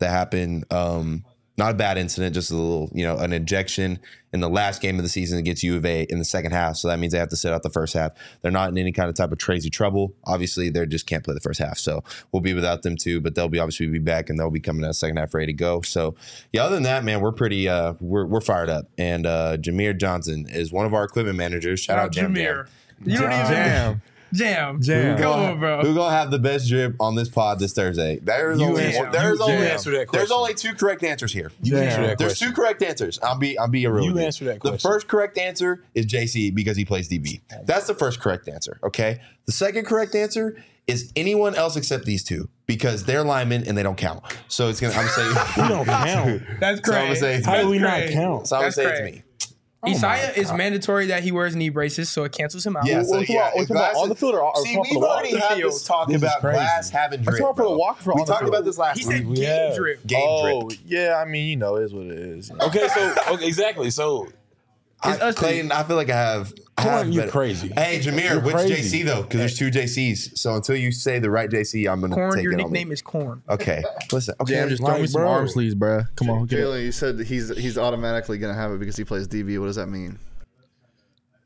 Speaker 2: that happened. Um, Not a bad incident, just a little, you know, an injection in the last game of the season against U of A in the second half. So that means they have to sit out the first half. They're not in any kind of type of crazy trouble. Obviously, they just can't play the first half. So we'll be without them too, but they'll be obviously be back and they'll be coming out second half ready to go. So yeah, other than that, man, we're pretty uh we're we're fired up. And uh Jameer Johnson is one of our equipment managers. Shout out Jam Jam.
Speaker 3: Jameer. You don't even jam. *laughs* Jam.
Speaker 4: Jam.
Speaker 3: Come
Speaker 2: Who
Speaker 3: on, bro.
Speaker 2: Who gonna have the best drip on this pod this Thursday? There's
Speaker 1: You
Speaker 2: only
Speaker 1: answer-
Speaker 2: there's
Speaker 1: you
Speaker 2: only
Speaker 1: answer that
Speaker 2: there's
Speaker 1: question.
Speaker 2: only two correct answers here.
Speaker 1: You
Speaker 4: Damn.
Speaker 1: answer that
Speaker 2: There's
Speaker 1: question.
Speaker 2: two correct answers. I'll be I'll be a real.
Speaker 1: You
Speaker 2: dude.
Speaker 1: answer that
Speaker 2: The
Speaker 1: question.
Speaker 2: first correct answer is JC because he plays DB. That's the first correct answer. Okay. The second correct answer is anyone else except these two because they're linemen and they don't count. So it's gonna. I'm
Speaker 1: *laughs* We
Speaker 2: saying. *laughs*
Speaker 1: don't count.
Speaker 3: That's
Speaker 2: So I'ma
Speaker 3: crazy.
Speaker 2: say it's-
Speaker 1: How do we not
Speaker 3: That's
Speaker 1: count? Oh
Speaker 2: so I'm gonna
Speaker 3: That's
Speaker 2: say it's
Speaker 3: crazy.
Speaker 2: me.
Speaker 3: Isaiah is mandatory that he wears knee braces, so it cancels him out.
Speaker 2: Yeah.
Speaker 1: We're
Speaker 2: So
Speaker 1: talking
Speaker 2: yeah.
Speaker 1: about- we're
Speaker 2: if
Speaker 1: talking about
Speaker 2: Glass
Speaker 1: on the
Speaker 2: is-
Speaker 1: field or off-
Speaker 2: See,
Speaker 1: off the
Speaker 2: we've
Speaker 1: walk?
Speaker 2: already
Speaker 3: The
Speaker 2: had
Speaker 3: field.
Speaker 2: this talk
Speaker 1: This is
Speaker 2: about
Speaker 1: crazy.
Speaker 2: glass having
Speaker 1: That's
Speaker 2: drip.
Speaker 1: not for the
Speaker 2: bro.
Speaker 1: walk for
Speaker 2: We
Speaker 1: on the
Speaker 2: talked
Speaker 1: field.
Speaker 2: about this last
Speaker 3: He
Speaker 2: week.
Speaker 3: said game
Speaker 1: Yeah.
Speaker 3: drip.
Speaker 2: Game drip.
Speaker 4: Oh yeah, I mean you know it is what it is. you know.
Speaker 1: Okay, so okay, exactly. So
Speaker 2: I,
Speaker 3: It's us
Speaker 2: Clayton, I feel like I have. I
Speaker 1: Come on,
Speaker 2: have
Speaker 1: you
Speaker 2: better-
Speaker 1: crazy.
Speaker 2: Hey,
Speaker 1: You're
Speaker 2: Jameer, which JC
Speaker 1: crazy.
Speaker 2: though? Because there's two JCs. So until you say the right JC, I'm gonna
Speaker 3: Corn,
Speaker 2: take
Speaker 3: your
Speaker 2: it on me.
Speaker 3: nickname is Corn.
Speaker 2: Okay, listen. Okay,
Speaker 4: Jam, just throw me
Speaker 1: like,
Speaker 4: some
Speaker 1: bro.
Speaker 4: arm sleeves, bruh. Come on, get it.
Speaker 6: Jalen, you said he's he's automatically gonna have it because he plays DB. What does that mean?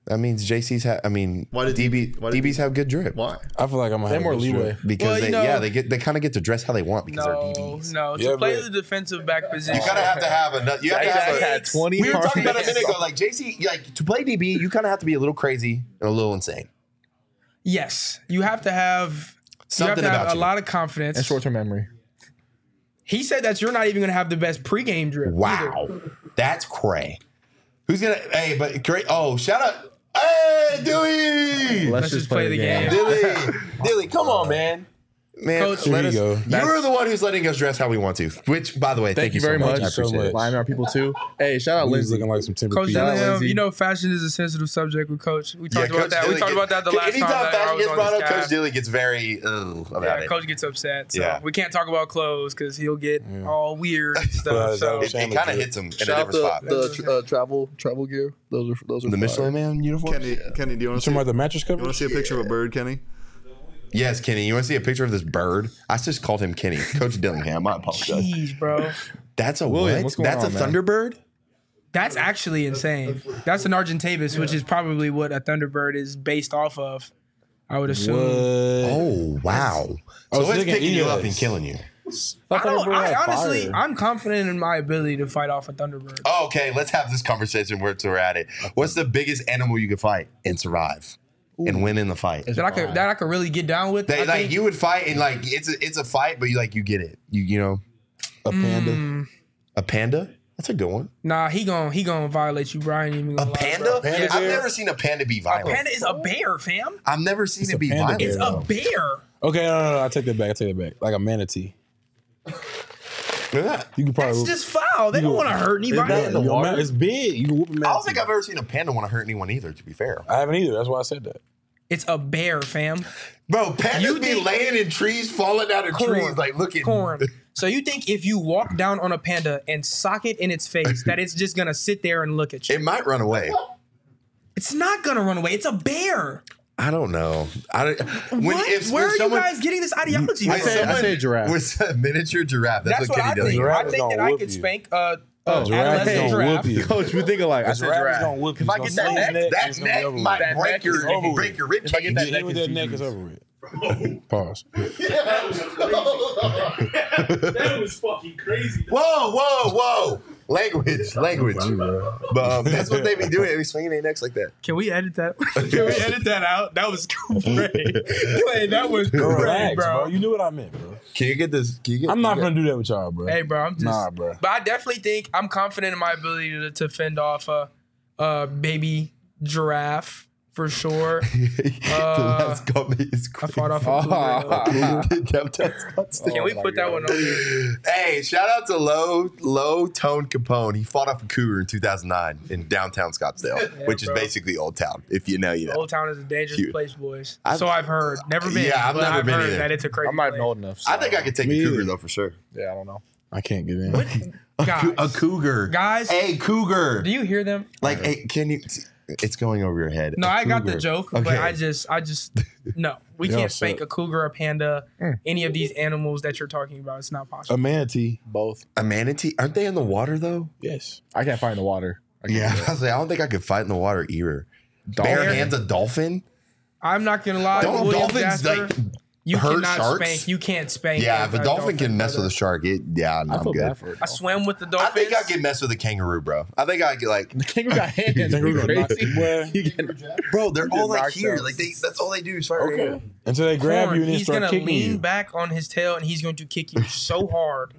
Speaker 2: that means JCs have. I mean,
Speaker 6: Why did
Speaker 2: DB,
Speaker 6: DB why did
Speaker 2: DBs have good drip
Speaker 6: Why?
Speaker 1: I feel like I'm gonna
Speaker 4: They
Speaker 1: have
Speaker 4: have more
Speaker 1: this
Speaker 4: leeway.
Speaker 1: drip.
Speaker 2: because
Speaker 3: Well, you
Speaker 2: they,
Speaker 3: know-
Speaker 2: yeah, they get they kind of get to dress how they want because they're
Speaker 3: No,
Speaker 2: DBs.
Speaker 3: no. To
Speaker 1: Yeah,
Speaker 3: play
Speaker 1: but-
Speaker 3: the defensive back position,
Speaker 2: You kind of have to have enough. You have to have a-
Speaker 4: twenty.
Speaker 2: We were talking about
Speaker 4: *laughs*
Speaker 2: a minute ago, like JC, like to play DB, you kind of have to be a little crazy and a little insane.
Speaker 3: Yes, you have to have.
Speaker 2: Something
Speaker 3: you have to
Speaker 2: about
Speaker 3: have
Speaker 2: you.
Speaker 3: a lot of confidence.
Speaker 4: and short term memory.
Speaker 3: He said that you're not even going to have the best pregame drip. either.
Speaker 2: Wow, that's cray. Who's gonna? Hey, but cray. Oh, shout out. Hey, Dewey.
Speaker 3: Let's just play the game.
Speaker 2: *laughs* Dilly, Dilly, come on, man. Man,
Speaker 3: Coach,
Speaker 2: let
Speaker 1: Here you
Speaker 2: us,
Speaker 1: go.
Speaker 2: you're the one who's letting us dress how we want to. Which, by the way, thank,
Speaker 4: Thank, you very
Speaker 2: so
Speaker 4: much.
Speaker 2: I appreciate it.
Speaker 4: Lineman, our people too. Hey, shout out
Speaker 1: He's
Speaker 4: Lindsay.
Speaker 1: looking like some Timber
Speaker 3: Coach
Speaker 1: Pete.
Speaker 3: Dillingham,
Speaker 4: Lindsey.
Speaker 3: you know, fashion is a sensitive subject with Coach. We
Speaker 2: Yeah,
Speaker 3: talked about
Speaker 2: Coach
Speaker 3: that.
Speaker 2: Dilly
Speaker 3: we talked
Speaker 2: get-
Speaker 3: about that the last
Speaker 2: anytime
Speaker 3: time that I
Speaker 2: fashion
Speaker 3: was
Speaker 2: gets
Speaker 3: on
Speaker 2: brought
Speaker 3: this
Speaker 2: up,
Speaker 3: guy.
Speaker 2: Coach Dilly gets very ugh, about
Speaker 3: yeah,
Speaker 2: it.
Speaker 3: Coach gets upset. So
Speaker 2: Yeah.
Speaker 3: we can't talk about clothes because he'll get all
Speaker 2: *laughs*
Speaker 3: weird and stuff.
Speaker 1: Well,
Speaker 3: so
Speaker 2: it
Speaker 1: Family
Speaker 2: kind of
Speaker 1: Jewel.
Speaker 2: hits him in a different spot. The,
Speaker 3: the tr- uh,
Speaker 4: travel travel gear. Those are those are
Speaker 2: Michelin Man uniform.
Speaker 6: Kenny, Kenny, do you want to
Speaker 1: Talking
Speaker 6: see?
Speaker 1: about the mattress
Speaker 6: You want
Speaker 1: cover?
Speaker 6: to see a picture of a bird, Kenny?
Speaker 2: Yes, Kenny. You want to see a picture of this bird? I just called him Kenny. Coach Dillingham. I apologize.
Speaker 3: jeez, bro,
Speaker 2: That's a
Speaker 4: William,
Speaker 2: what?
Speaker 4: what's going
Speaker 2: That's
Speaker 4: on,
Speaker 2: a
Speaker 4: man?
Speaker 2: Thunderbird.
Speaker 3: that's actually insane. That's an Argentavis, which is probably what a Thunderbird is based off of. I would assume.
Speaker 2: Oh wow!
Speaker 1: Oh,
Speaker 2: so it's
Speaker 1: so they can
Speaker 2: picking
Speaker 1: eat
Speaker 2: you up
Speaker 1: us.
Speaker 2: and killing you.
Speaker 3: I don't. I honestly, I'm confident in my ability to fight off a Thunderbird.
Speaker 2: Okay, let's have this conversation where we're at it. What's the biggest animal you could fight and survive and win in the fight?
Speaker 3: that I could that I could really get down with.
Speaker 2: They,
Speaker 3: I
Speaker 2: like
Speaker 3: think-
Speaker 2: you would fight and like it's a it's a fight, but you like you get it. You you know Mm.
Speaker 1: a panda.
Speaker 2: a panda. That's a good one.
Speaker 3: nah, he gon' he gonna violate you, Brian. You even
Speaker 2: A
Speaker 3: gonna lie,
Speaker 2: panda.
Speaker 3: bro. Yeah.
Speaker 2: I've never seen a panda be violent.
Speaker 3: Panda is a bear, fam.
Speaker 2: I've never seen it be
Speaker 1: panda
Speaker 2: violent.
Speaker 1: bear,
Speaker 3: It's a bear.
Speaker 1: Okay, no, no, no. I take that back. I take that back. Like a manatee.
Speaker 2: Look at that.
Speaker 1: You can probably.
Speaker 3: It's just foul. They don't want to hurt
Speaker 1: That-
Speaker 3: anybody.
Speaker 1: you know, man- it's big. You can whoop a
Speaker 2: *laughs*
Speaker 1: manatee.
Speaker 2: I don't think I've ever seen a panda want to hurt anyone either. To be fair,
Speaker 1: I haven't either. That's why I said that.
Speaker 3: It's a bear, fam.
Speaker 2: bro, pandas
Speaker 3: You
Speaker 2: be
Speaker 3: think-
Speaker 2: laying in trees, falling out of trees. Like look at
Speaker 3: corn. So you think if you walk down on a panda and sock it in its face, that it's just gonna sit there and look at you?
Speaker 2: *laughs* It might run away.
Speaker 3: It's not gonna run away. It's a bear.
Speaker 2: I don't know. I don't, when,
Speaker 3: what?
Speaker 2: if-
Speaker 3: Where
Speaker 2: when
Speaker 3: are
Speaker 2: someone-
Speaker 3: you guys getting this ideology?
Speaker 2: when
Speaker 3: from?
Speaker 4: said- I
Speaker 2: someone
Speaker 4: said giraffe.
Speaker 2: Was a miniature giraffe. That's,
Speaker 3: That's
Speaker 2: what
Speaker 3: what I
Speaker 2: Kenny does.
Speaker 3: think.
Speaker 1: Giraffe
Speaker 3: I
Speaker 1: is
Speaker 3: think
Speaker 1: gonna
Speaker 3: that I
Speaker 1: who'p
Speaker 3: could
Speaker 1: you.
Speaker 3: spank uh, uh,
Speaker 1: Giraffe
Speaker 3: adolescent
Speaker 1: is gonna
Speaker 3: giraffe.
Speaker 1: whoop
Speaker 3: *laughs*
Speaker 1: you.
Speaker 4: *laughs* Coach, we think alike. I said
Speaker 1: Giraffe is
Speaker 4: giraffe.
Speaker 1: gonna whoop you.
Speaker 3: If I
Speaker 1: It's
Speaker 3: get
Speaker 1: gonna
Speaker 3: that
Speaker 1: be
Speaker 3: neck-
Speaker 2: That
Speaker 1: it's gonna be
Speaker 2: neck
Speaker 1: over
Speaker 2: might
Speaker 1: with.
Speaker 3: That
Speaker 2: break
Speaker 3: neck
Speaker 2: your
Speaker 3: is over with.
Speaker 2: break your rib cage.
Speaker 1: You hit
Speaker 2: *laughs*
Speaker 1: with that neck is over with. Pause.
Speaker 7: That was fucking crazy.
Speaker 2: Whoa, whoa, whoa! Language, language. But um, that's what they be doing. They be swinging their necks like that.
Speaker 3: Can we edit that? Can we edit that out? That was great. Clay, that was
Speaker 1: Relax,
Speaker 3: great,
Speaker 1: bro.
Speaker 3: bro.
Speaker 1: You knew what I meant, bro.
Speaker 2: Can you get this? Can you get?
Speaker 1: I'm not gonna do that with y'all, bro.
Speaker 3: Hey, bro, I'm just.
Speaker 1: Nah, bro.
Speaker 3: But I definitely think I'm confident in my ability to, to fend off a, a baby giraffe for
Speaker 2: *laughs*
Speaker 3: sure.
Speaker 2: the last comment is
Speaker 3: Uh, I
Speaker 2: crazy.
Speaker 3: fought off
Speaker 2: *laughs*
Speaker 3: a cougar.
Speaker 4: *laughs*
Speaker 3: *laughs* Can we
Speaker 2: Oh
Speaker 4: my
Speaker 3: put that one on here?
Speaker 2: hey, shout out to Low Low Tone Capone. He fought off a cougar in 2009 in downtown Scottsdale, which
Speaker 3: bro.
Speaker 2: is basically Old Town, if you know you know.
Speaker 3: Old Town is a dangerous
Speaker 2: Cute.
Speaker 3: place, boys.
Speaker 2: I've-
Speaker 3: so I've heard. Never been.
Speaker 2: Yeah, I've
Speaker 3: but
Speaker 2: never been
Speaker 3: heard
Speaker 2: either.
Speaker 3: that it's a crazy.
Speaker 4: I'm not even
Speaker 3: place.
Speaker 4: old enough.
Speaker 2: I think I could take
Speaker 1: Me
Speaker 2: a cougar
Speaker 1: either.
Speaker 2: though for sure.
Speaker 4: Yeah, I don't know.
Speaker 1: I can't get in.
Speaker 3: Guys,
Speaker 2: A cougar.
Speaker 3: guys,
Speaker 2: Hey, cougar.
Speaker 3: do you hear them?
Speaker 2: Like, hey, can you? It's going over your head.
Speaker 3: No,
Speaker 2: I
Speaker 3: I got the joke, but I just, I just, no. We
Speaker 1: Y'all
Speaker 3: can't
Speaker 1: suck.
Speaker 3: fake a cougar, a panda,
Speaker 2: Mm.
Speaker 3: any of these animals that you're talking about. It's not
Speaker 1: A
Speaker 2: Um,
Speaker 3: possible.
Speaker 1: manatee.
Speaker 4: Both.
Speaker 2: a manatee. Aren't they in the water though?
Speaker 1: Yes.
Speaker 4: I can't find the water. I can't
Speaker 2: Yeah,
Speaker 4: do it.
Speaker 2: I was like, I don't think I could fight in the water either. Bare
Speaker 3: Dolphin?
Speaker 2: hands a dolphin?
Speaker 3: I'm not gonna lie.
Speaker 2: Don't
Speaker 3: William
Speaker 2: dolphins,
Speaker 3: Jasper,
Speaker 2: like,
Speaker 3: you
Speaker 2: hurt
Speaker 3: cannot
Speaker 2: sharks?
Speaker 3: spank. You can't spank.
Speaker 2: Yeah, if a dolphin can mess with a
Speaker 3: a
Speaker 2: shark, it yeah, no,
Speaker 4: I
Speaker 2: I'm
Speaker 4: feel
Speaker 2: good.
Speaker 4: bad for it.
Speaker 3: I swim with the
Speaker 2: I
Speaker 3: dolphins.
Speaker 2: think I could mess with a kangaroo, bro. I think I could like,
Speaker 4: The kangaroo got hands.
Speaker 1: Kangaroo
Speaker 4: You
Speaker 1: got
Speaker 4: crazy?
Speaker 1: knocked-
Speaker 4: You get-
Speaker 2: bro, they're all like
Speaker 4: knocked
Speaker 2: here,
Speaker 4: out.
Speaker 2: like they that's all they do. Is fight right here.
Speaker 1: Okay. Until they grab
Speaker 3: Corn,
Speaker 1: you and then
Speaker 3: he's
Speaker 1: start
Speaker 3: gonna
Speaker 1: kicking
Speaker 3: lean
Speaker 1: you.
Speaker 3: back on his tail and he's going to kick you so hard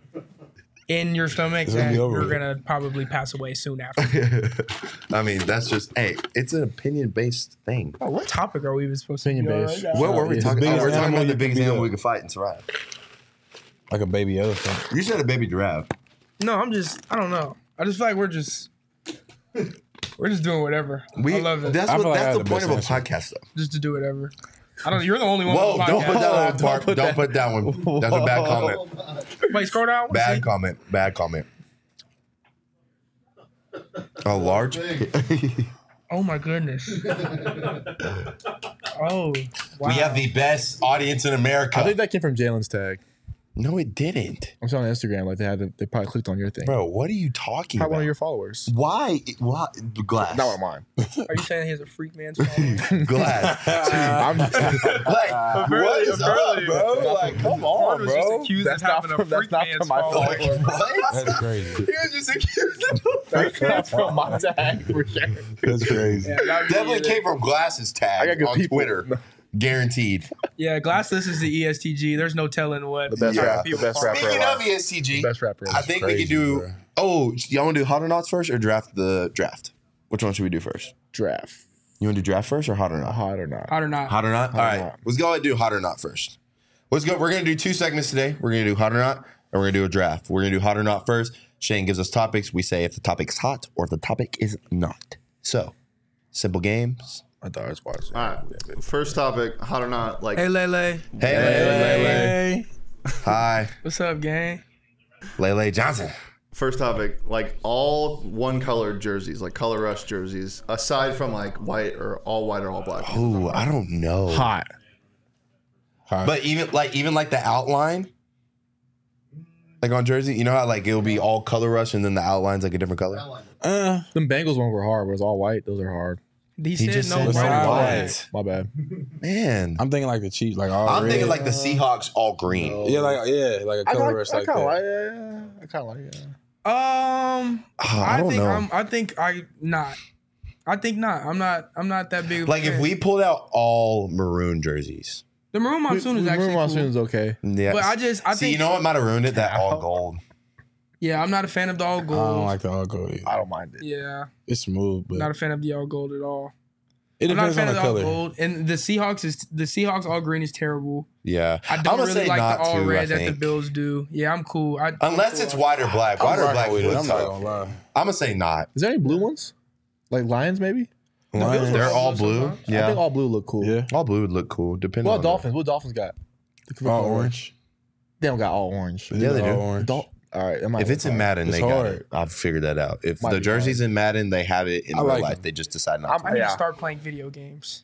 Speaker 3: in your stomach
Speaker 1: It's gonna
Speaker 3: that
Speaker 1: be over
Speaker 3: you're
Speaker 1: with.
Speaker 3: gonna probably pass away soon after.
Speaker 1: *laughs*
Speaker 2: I mean, that's just hey, it's an opinion based thing.
Speaker 3: Oh, what topic are we even supposed to
Speaker 4: Opinion
Speaker 3: be on
Speaker 4: based.
Speaker 3: right now?
Speaker 2: What were we
Speaker 1: yeah.
Speaker 2: talking
Speaker 1: The
Speaker 2: about?
Speaker 1: biggest
Speaker 2: We're talking
Speaker 1: animal
Speaker 2: about the
Speaker 1: you
Speaker 2: biggest
Speaker 1: can beat
Speaker 2: animal we
Speaker 1: up.
Speaker 2: could fight and survive.
Speaker 1: Like a baby elephant.
Speaker 2: You said a baby giraffe.
Speaker 3: No, I'm just. I don't know. I just feel like we're just. We're just doing whatever.
Speaker 2: We
Speaker 3: I love it.
Speaker 2: That's
Speaker 1: I
Speaker 2: what
Speaker 1: feel like I
Speaker 2: that's
Speaker 1: had
Speaker 2: the
Speaker 1: the
Speaker 2: point of a
Speaker 1: best
Speaker 2: podcast though.
Speaker 3: just to do whatever. I don't. You're the only one.
Speaker 2: Whoa,
Speaker 3: on the
Speaker 2: don't put
Speaker 3: podcast.
Speaker 2: that
Speaker 1: *laughs*
Speaker 2: one, Mark. Don't put that one. That's a bad comment.
Speaker 3: Wait, scroll down.
Speaker 2: Bad
Speaker 3: See?
Speaker 2: comment. Bad comment. A large
Speaker 3: Oh
Speaker 2: *laughs*
Speaker 3: my goodness. oh. Wow.
Speaker 2: We have the best audience in
Speaker 4: I think
Speaker 2: America.
Speaker 4: that came from Jalen's tag.
Speaker 2: No, it didn't.
Speaker 4: I'm on Instagram. Like they had, the, they probably clicked on your thing.
Speaker 2: Bro, what are you talking about?
Speaker 4: Probably one of your followers.
Speaker 2: Why? Why? Glass.
Speaker 4: Not one of mine.
Speaker 3: Are you saying he's a freak man's following?
Speaker 2: *laughs* Glass.
Speaker 4: *laughs* *laughs* I'm
Speaker 2: like, what
Speaker 3: Apparently-
Speaker 2: is up,
Speaker 3: apparently-
Speaker 2: bro? Like, come
Speaker 4: *laughs*
Speaker 2: on,
Speaker 3: was just
Speaker 2: bro.
Speaker 3: accused
Speaker 4: That's
Speaker 3: of
Speaker 4: not
Speaker 3: having a
Speaker 4: from- that's
Speaker 3: freak
Speaker 4: not
Speaker 3: man's
Speaker 4: from my
Speaker 2: Like,
Speaker 3: following.
Speaker 2: what?
Speaker 1: That's crazy.
Speaker 3: He was just accused of
Speaker 4: that's not from my tag *laughs* for sure.
Speaker 2: *laughs*
Speaker 1: That's crazy.
Speaker 2: Definitely came from Glass's tag
Speaker 4: I got good
Speaker 2: on
Speaker 4: people.
Speaker 2: Twitter. Guaranteed.
Speaker 3: Yeah, Glass listens to ESTG. There's no telling what.
Speaker 4: The best
Speaker 2: Yeah.
Speaker 4: rapper.
Speaker 3: People
Speaker 4: The best
Speaker 3: follow.
Speaker 4: rapper.
Speaker 2: Speaking of
Speaker 4: alive.
Speaker 2: ESTG,
Speaker 4: Best rapper.
Speaker 2: I
Speaker 4: alive.
Speaker 2: think we
Speaker 1: crazy,
Speaker 2: can do.
Speaker 1: bro.
Speaker 2: Oh, y'all want to do hot or nots first or draft the draft? Which one should we do first?
Speaker 4: Draft.
Speaker 2: You want to do draft first or hot or not?
Speaker 4: Hot or not?
Speaker 3: Hot or not?
Speaker 2: Hot or not? All
Speaker 4: or
Speaker 2: right.
Speaker 4: not.
Speaker 2: Let's go ahead and do hot or not first. Let's go. We're going to do two segments today. We're going to do hot or not, and we're going to do a draft. We're going to do hot or not first. Shane gives us topics. We say if the topic's hot or if the topic is not. So, simple games.
Speaker 4: I thought I was watching.
Speaker 6: All right. First topic, hot or not? Like
Speaker 3: Hey Lele,
Speaker 2: Hey, Lele. Hi,
Speaker 3: what's up, gang?
Speaker 2: Lele Johnson.
Speaker 6: first topic, like all one colored jerseys, like color rush jerseys, aside from like white or all white or all black.
Speaker 4: Oh.
Speaker 2: Ooh, I don't know.
Speaker 4: Hot.
Speaker 2: But even like even like the outline, like on jersey, you know how like it'll be all color rush and then the outline's like a different color.
Speaker 1: Uh,
Speaker 4: Them Bengals one were hard. Was all white. Those are hard.
Speaker 3: He,
Speaker 2: He
Speaker 3: said
Speaker 2: just
Speaker 3: no
Speaker 2: said
Speaker 1: no
Speaker 3: right
Speaker 1: white.
Speaker 3: away.
Speaker 4: My bad.
Speaker 2: Man, I'm,
Speaker 1: I'm thinking like the Chiefs, like all red.
Speaker 2: thinking like the Seahawks all green.
Speaker 3: Oh.
Speaker 1: yeah, like yeah, like a color rush like that.
Speaker 4: Yeah, I kind of like it.
Speaker 3: Um,
Speaker 2: Ah, I
Speaker 3: I,
Speaker 2: don't
Speaker 3: think
Speaker 2: know.
Speaker 3: I'm. I think I not. I think not. I'm not. I'm not that big. Of a
Speaker 2: Like if
Speaker 3: fan.
Speaker 2: we pulled out all maroon jerseys.
Speaker 3: the maroon monsoon is actually
Speaker 4: Monsoon
Speaker 3: cool.
Speaker 4: is okay.
Speaker 2: Yeah.
Speaker 3: But I just- I
Speaker 2: See,
Speaker 3: think-
Speaker 2: you know what might have ruined it? That all gold.
Speaker 3: Yeah, I'm not a fan of the all
Speaker 1: I
Speaker 3: gold.
Speaker 1: don't like the all gold. either.
Speaker 4: I don't mind it.
Speaker 3: yeah,
Speaker 1: It's smooth,
Speaker 3: not
Speaker 1: but
Speaker 3: a fan of the all gold at all.
Speaker 1: it
Speaker 3: I'm not a
Speaker 1: depends
Speaker 3: fan
Speaker 1: on
Speaker 3: of
Speaker 1: the
Speaker 3: the all
Speaker 1: color.
Speaker 3: gold. And the Seahawks is the Seahawks all green is terrible.
Speaker 2: Yeah.
Speaker 3: I
Speaker 2: I'ma
Speaker 3: don't really like the all
Speaker 2: to, I
Speaker 3: red that the
Speaker 2: think.
Speaker 3: Bills do. Yeah, I'm cool. I,
Speaker 2: Unless it's white or black. White
Speaker 1: I'm
Speaker 2: or
Speaker 1: rocking
Speaker 2: black
Speaker 1: with
Speaker 2: would
Speaker 1: it. I'm not
Speaker 2: suck.
Speaker 1: gonna lie.
Speaker 2: I'm gonna say not.
Speaker 4: Is there any blue ones? Like lions, maybe.
Speaker 1: Lions.
Speaker 2: They're all blue.
Speaker 3: sometimes.
Speaker 4: I
Speaker 2: Yeah.
Speaker 4: think all blue look cool.
Speaker 1: yeah,
Speaker 2: All blue would look cool, depending
Speaker 4: What
Speaker 2: on
Speaker 4: dolphins? What dolphins got? The
Speaker 1: all orange.
Speaker 4: They don't got all orange.
Speaker 2: Yeah, they
Speaker 1: All
Speaker 2: do.
Speaker 1: Orange.
Speaker 4: Dol- all right. it might
Speaker 2: If
Speaker 4: be
Speaker 2: it's in
Speaker 4: fine.
Speaker 2: Madden,
Speaker 1: It's
Speaker 2: they got
Speaker 1: hard.
Speaker 2: it. I've figured that out. If
Speaker 4: Might
Speaker 2: the
Speaker 4: be
Speaker 2: jersey's in Madden, they have it in
Speaker 1: I
Speaker 2: real
Speaker 1: like
Speaker 2: life.
Speaker 1: it.
Speaker 2: They just decide not
Speaker 4: I'm-
Speaker 3: I need
Speaker 4: Yeah.
Speaker 3: to start playing video games.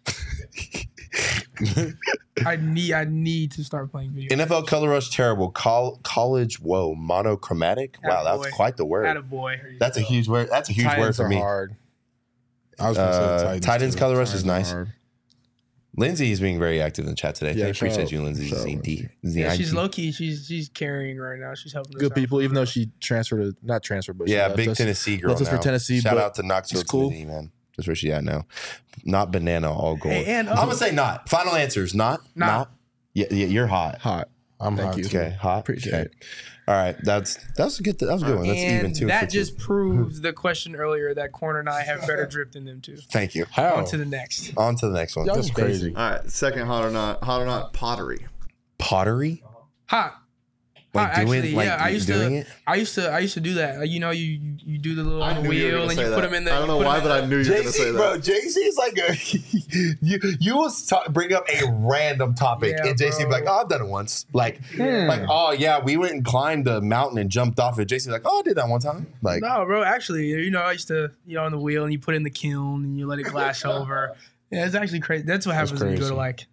Speaker 3: I need I need to start playing video.
Speaker 2: to.
Speaker 3: games.
Speaker 2: NFL color rush terrible. Col- college whoa monochromatic. Wow,
Speaker 3: Attaboy.
Speaker 2: that's quite the word.
Speaker 3: Attaboy.
Speaker 2: That's a huge word. That's a huge word
Speaker 4: Titans
Speaker 2: for
Speaker 4: are
Speaker 2: me.
Speaker 4: hard.
Speaker 1: I was gonna
Speaker 2: Uh,
Speaker 1: say
Speaker 2: Titans,
Speaker 1: Titans. too.
Speaker 2: color rush is
Speaker 4: Titans are
Speaker 2: nice.
Speaker 4: hard.
Speaker 2: Lindsay is being very active in the chat today.
Speaker 4: Yeah,
Speaker 2: I
Speaker 4: shout
Speaker 2: appreciate
Speaker 4: out-
Speaker 2: you, Lindsay.
Speaker 4: shout out
Speaker 2: ZD.
Speaker 4: Lindsay.
Speaker 3: Yeah, she's
Speaker 2: ZID.
Speaker 3: low key. She's she's carrying right now. She's helping. us
Speaker 4: Good
Speaker 3: out.
Speaker 4: people, even though she transferred to not transferred, but she
Speaker 2: Yeah,
Speaker 4: left
Speaker 2: big
Speaker 4: us.
Speaker 2: Tennessee girl.
Speaker 4: left us for
Speaker 2: now.
Speaker 4: Tennessee,
Speaker 2: Shout
Speaker 4: but
Speaker 2: out to Knoxville,
Speaker 4: it's cool.
Speaker 2: Tennessee, man. That's where she at now. Not banana, all gold.
Speaker 3: Hey, and
Speaker 2: I'm
Speaker 3: oh.
Speaker 2: gonna say not. Final answers, not,
Speaker 3: Not.
Speaker 2: not. Yeah, yeah, you're hot.
Speaker 4: Hot.
Speaker 1: I'm
Speaker 4: Thank
Speaker 1: hot.
Speaker 4: you.
Speaker 1: too.
Speaker 2: Okay, hot.
Speaker 4: Appreciate
Speaker 2: okay.
Speaker 4: it.
Speaker 2: All right, that's that's a good. That was a good one. That's
Speaker 3: and
Speaker 2: even too.
Speaker 3: that just proves the question earlier that Corn and I have
Speaker 2: *laughs*
Speaker 3: better drip than them two.
Speaker 2: Thank you.
Speaker 1: How?
Speaker 3: On to the next.
Speaker 2: On to the next one.
Speaker 1: Y'all just crazy.
Speaker 6: All right. Second, hot or not? Hot or not? Pottery.
Speaker 2: Pottery.
Speaker 3: Hot.
Speaker 2: Like
Speaker 3: I
Speaker 2: doing,
Speaker 3: actually,
Speaker 2: like
Speaker 3: yeah, I used
Speaker 2: doing
Speaker 3: to,
Speaker 2: it.
Speaker 3: I used to, I used to do that. Like, you know, you you- you do the little
Speaker 6: I knew you were
Speaker 3: wheel
Speaker 6: gonna
Speaker 3: and
Speaker 6: say
Speaker 3: you
Speaker 6: that.
Speaker 3: put them in the.
Speaker 6: I don't know why, but I knew you were
Speaker 2: Jay
Speaker 6: gonna say
Speaker 2: Z,
Speaker 6: that.
Speaker 2: bro, Jay Z is like a *laughs* you. You was ta- bring up a random topic,
Speaker 3: Yeah,
Speaker 2: and Jay Z be
Speaker 3: bro. Hmm.
Speaker 2: like, "Oh, I've done it once." Like, like, oh yeah, we went and climbed the mountain and jumped off it. Jay Z like, "Oh, I did that one time." Like,
Speaker 3: No, bro. Actually, you know, I used to, you know, on the wheel and you put it in the kiln and you let it
Speaker 2: *laughs*
Speaker 3: glass over. Yeah, it's actually crazy. That's what
Speaker 1: That's
Speaker 3: happens when you go to
Speaker 1: crazy.
Speaker 3: like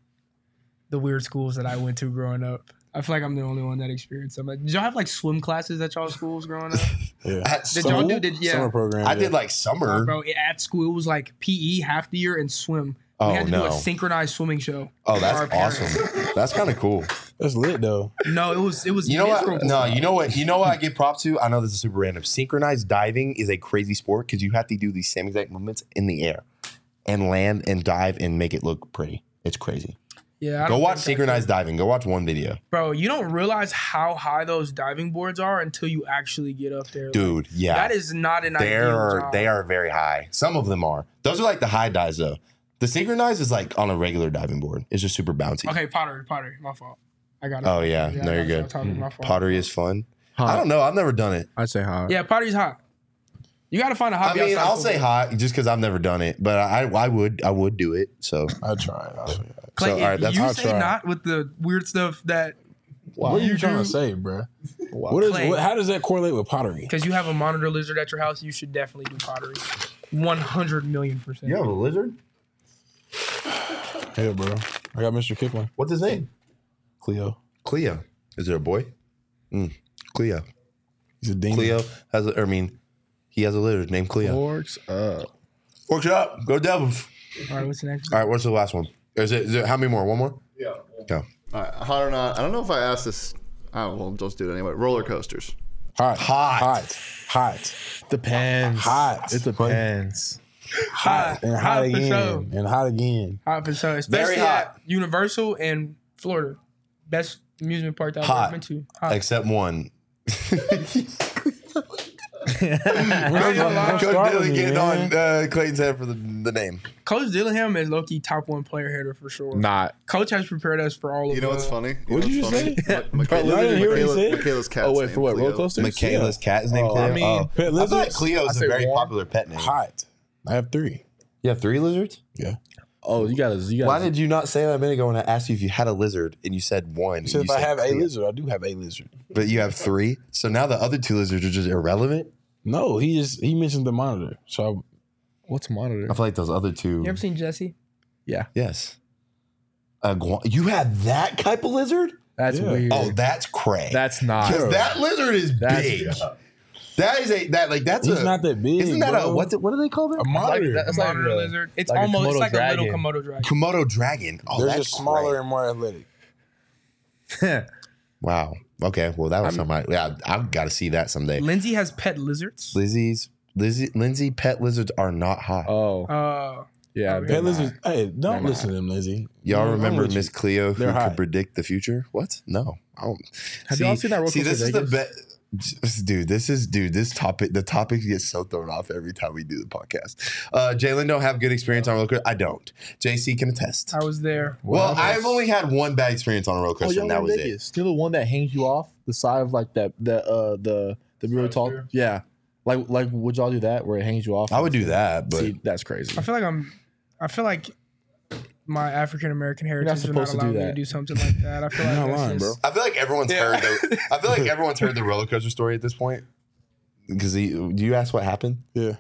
Speaker 3: the weird schools that I went to growing up. I feel like I'm the only one that experienced them. Like, did y'all have like swim classes at y'all schools growing up?
Speaker 1: Yeah.
Speaker 2: at
Speaker 3: Did
Speaker 2: school,
Speaker 3: y'all do? Did yeah,
Speaker 1: Summer program.
Speaker 2: I
Speaker 1: yeah.
Speaker 2: did like summer.
Speaker 3: bro? it- At school it was like PE half the year and swim. We
Speaker 2: Oh,
Speaker 3: had to do a
Speaker 2: no.
Speaker 3: synchronized swimming show.
Speaker 2: Oh,
Speaker 3: for our
Speaker 2: that's
Speaker 3: parents.
Speaker 2: awesome. That's kind of cool.
Speaker 1: That's lit though.
Speaker 3: No, it was it was
Speaker 2: You know what?
Speaker 3: miserable.
Speaker 2: No, you know what? You know what? I give props to. I know this is super random. Synchronized diving is a crazy sport because you have to do these same exact movements in the air, and land and dive and make it look pretty. It's crazy.
Speaker 3: Yeah, I
Speaker 2: Go watch
Speaker 3: don't think I could.
Speaker 2: synchronized diving. Go watch one video,
Speaker 3: bro. You don't realize how high those diving boards are until you actually get up there, Like,
Speaker 2: dude. Yeah,
Speaker 3: That is not an
Speaker 2: they
Speaker 3: ideal
Speaker 2: are
Speaker 3: job.
Speaker 2: they are very high. Some of them are. Those are like the high dives though. The synchronized is like on a regular diving board. It's just super bouncy.
Speaker 3: Okay, pottery, pottery. My fault. I got it.
Speaker 2: Oh yeah,
Speaker 3: Yeah,
Speaker 2: no, you're
Speaker 3: that's what I'm
Speaker 2: good.
Speaker 3: talking about.
Speaker 2: Pottery is fun. I
Speaker 4: Hot.
Speaker 2: don't know. I've never done it.
Speaker 4: I'd say hot.
Speaker 3: yeah, pottery's hot. You got to find a
Speaker 2: I
Speaker 3: hobby.
Speaker 2: mean,
Speaker 3: outside
Speaker 2: I'll
Speaker 3: of
Speaker 2: say
Speaker 3: football.
Speaker 2: hot just because I've never done it, but I, I would I would do it. So
Speaker 1: I tried. I tried.
Speaker 3: Clay,
Speaker 2: so, all right,
Speaker 3: if
Speaker 2: that's
Speaker 3: you
Speaker 1: hot
Speaker 3: say
Speaker 1: try.
Speaker 3: not with the weird stuff that
Speaker 1: What are you
Speaker 3: You
Speaker 1: trying
Speaker 3: do-
Speaker 1: to say, bro? What is?
Speaker 3: Clay.
Speaker 1: What, how does that correlate with pottery?
Speaker 3: because you have a monitor lizard at your house, you should definitely do pottery. One hundred million percent.
Speaker 2: a lizard?
Speaker 1: Yeah, bro. I got Mr. Kipling,
Speaker 2: What's his name?
Speaker 1: Cleo.
Speaker 2: Cleo. Is there a boy? Mm. Cleo.
Speaker 1: He's a demon.
Speaker 2: Cleo has. A, or I mean, he has a lizard named Cleo.
Speaker 4: Forks up.
Speaker 2: Works it up. Go Devils.
Speaker 3: All right, what's the next?
Speaker 2: All right. What's the last one? Is it, is it how many more? One more.
Speaker 7: Yeah.
Speaker 2: Go.
Speaker 6: All right, hot or not? I don't know if I asked this. I don't, well, just do it anyway. Roller coasters.
Speaker 1: Hot.
Speaker 2: Hot.
Speaker 1: Hot. Hot.
Speaker 4: Depends.
Speaker 1: Hot.
Speaker 4: It depends.
Speaker 1: Hot. And hot,
Speaker 3: Hot for
Speaker 1: again.
Speaker 3: sure.
Speaker 1: And hot again.
Speaker 3: Hot for sure, especially
Speaker 2: hot.
Speaker 3: at Universal and Florida. Best amusement park that
Speaker 2: Hot.
Speaker 3: I've ever been to. Hot.
Speaker 2: Except one.
Speaker 1: Don't-
Speaker 3: gonna lie.
Speaker 1: don't
Speaker 3: Coach
Speaker 1: start with
Speaker 2: Dilly
Speaker 1: me,
Speaker 2: getting
Speaker 1: man.
Speaker 2: on uh, Clayton's head for the, the name.
Speaker 3: Coach Dillingham is low key top one player hitter for sure.
Speaker 4: Not.
Speaker 3: Coach has prepared us for all of
Speaker 6: You know
Speaker 3: those.
Speaker 6: what's funny?
Speaker 1: What'd you
Speaker 6: what's
Speaker 1: just
Speaker 6: funny? Ma-
Speaker 4: Bro, I didn't hear what you
Speaker 6: Michaela-
Speaker 4: said.
Speaker 6: Michaela's cat's
Speaker 4: Oh wait,
Speaker 6: name,
Speaker 4: for what? Roller
Speaker 6: Cleo.
Speaker 4: coasters.
Speaker 2: Michaela's cat is named
Speaker 1: Oh,
Speaker 2: Cleo.
Speaker 1: I
Speaker 3: mean,
Speaker 2: oh.
Speaker 1: Pet
Speaker 2: I
Speaker 1: lizards.
Speaker 2: feel like Cleo
Speaker 1: I
Speaker 2: is a
Speaker 1: say
Speaker 2: very
Speaker 1: warm.
Speaker 2: popular pet name.
Speaker 1: Hot. I have three.
Speaker 2: You have three lizards?
Speaker 1: Yeah.
Speaker 4: Oh, you got to You got.
Speaker 2: Why did you not say that a minute ago when I asked you if you had a lizard and you said one?
Speaker 1: So
Speaker 2: and
Speaker 1: if
Speaker 2: you
Speaker 1: I
Speaker 2: said
Speaker 1: have a
Speaker 2: Cleo,
Speaker 1: lizard, I do have a lizard.
Speaker 2: But you have three. So now the other two lizards are just irrelevant.
Speaker 1: No, he just he mentioned the monitor. So
Speaker 4: What's monitor?
Speaker 2: I feel like those other two.
Speaker 3: You ever seen Jesse?
Speaker 2: yes. A guan- you have that type of lizard?
Speaker 4: That's
Speaker 1: Yeah.
Speaker 4: weird.
Speaker 2: Oh, that's cray.
Speaker 4: that's not.
Speaker 2: Because that lizard is
Speaker 4: That's-
Speaker 2: big. That is a that like that's
Speaker 1: he's
Speaker 2: a
Speaker 1: not that big.
Speaker 2: isn't that
Speaker 1: bro.
Speaker 2: a what's it, what do they call that?
Speaker 1: a monitor?
Speaker 4: that- That's like
Speaker 3: monitor
Speaker 4: a-
Speaker 3: lizard. It's
Speaker 4: like a
Speaker 3: almost
Speaker 4: Komodo
Speaker 3: it's like a little
Speaker 4: dragon.
Speaker 3: Komodo dragon.
Speaker 2: *laughs* Komodo dragon. Oh,
Speaker 1: They're
Speaker 2: that's
Speaker 1: just smaller
Speaker 2: great.
Speaker 1: and more athletic.
Speaker 2: Wow. Okay. Well, that was somebody. Yeah, I've got to see that someday.
Speaker 3: Lindsay has pet lizards.
Speaker 2: Lizzie's Lizzie Lindsay pet lizards are not hot.
Speaker 4: *laughs* oh,
Speaker 3: Uh,
Speaker 4: yeah.
Speaker 3: They're
Speaker 1: Pet
Speaker 4: they're
Speaker 1: lizards. Hey, don't
Speaker 4: not.
Speaker 1: listen to them, Lizzie.
Speaker 2: Y'all
Speaker 1: I'm
Speaker 2: remember
Speaker 1: with you.
Speaker 2: Miss Cleo who
Speaker 1: They're hot.
Speaker 2: could predict the future? What? No. I don't.
Speaker 4: Have y'all seen that roller
Speaker 2: See,
Speaker 4: coaster
Speaker 2: this is the best. Dude, this is dude. This topic, the topic gets so thrown off every time we do the podcast. Uh, Jalen don't have good experience on roller coaster. I don't. JC can attest.
Speaker 3: I was there.
Speaker 2: Well, I've only had one bad experience on a
Speaker 4: Oh,
Speaker 2: roller coaster, and that was it.
Speaker 4: Still the one that hangs you off the side of like that that uh the the really tall.
Speaker 7: Stratosphere?
Speaker 4: Yeah. Like like would y'all do that where it hangs you off?
Speaker 2: I would do that, but
Speaker 4: See, that's crazy.
Speaker 3: I feel like I'm. I feel like my African American
Speaker 4: not
Speaker 3: heritage would not
Speaker 4: supposed to
Speaker 3: allow
Speaker 4: do
Speaker 3: me to
Speaker 4: that.
Speaker 3: do something like that. I feel like
Speaker 1: You're not
Speaker 3: that's
Speaker 1: lying,
Speaker 3: just-
Speaker 2: I feel like everyone's
Speaker 3: Yeah.
Speaker 2: heard. The, I feel like everyone's heard the roller coaster story at this point. Because you asked what happened.
Speaker 1: Yeah.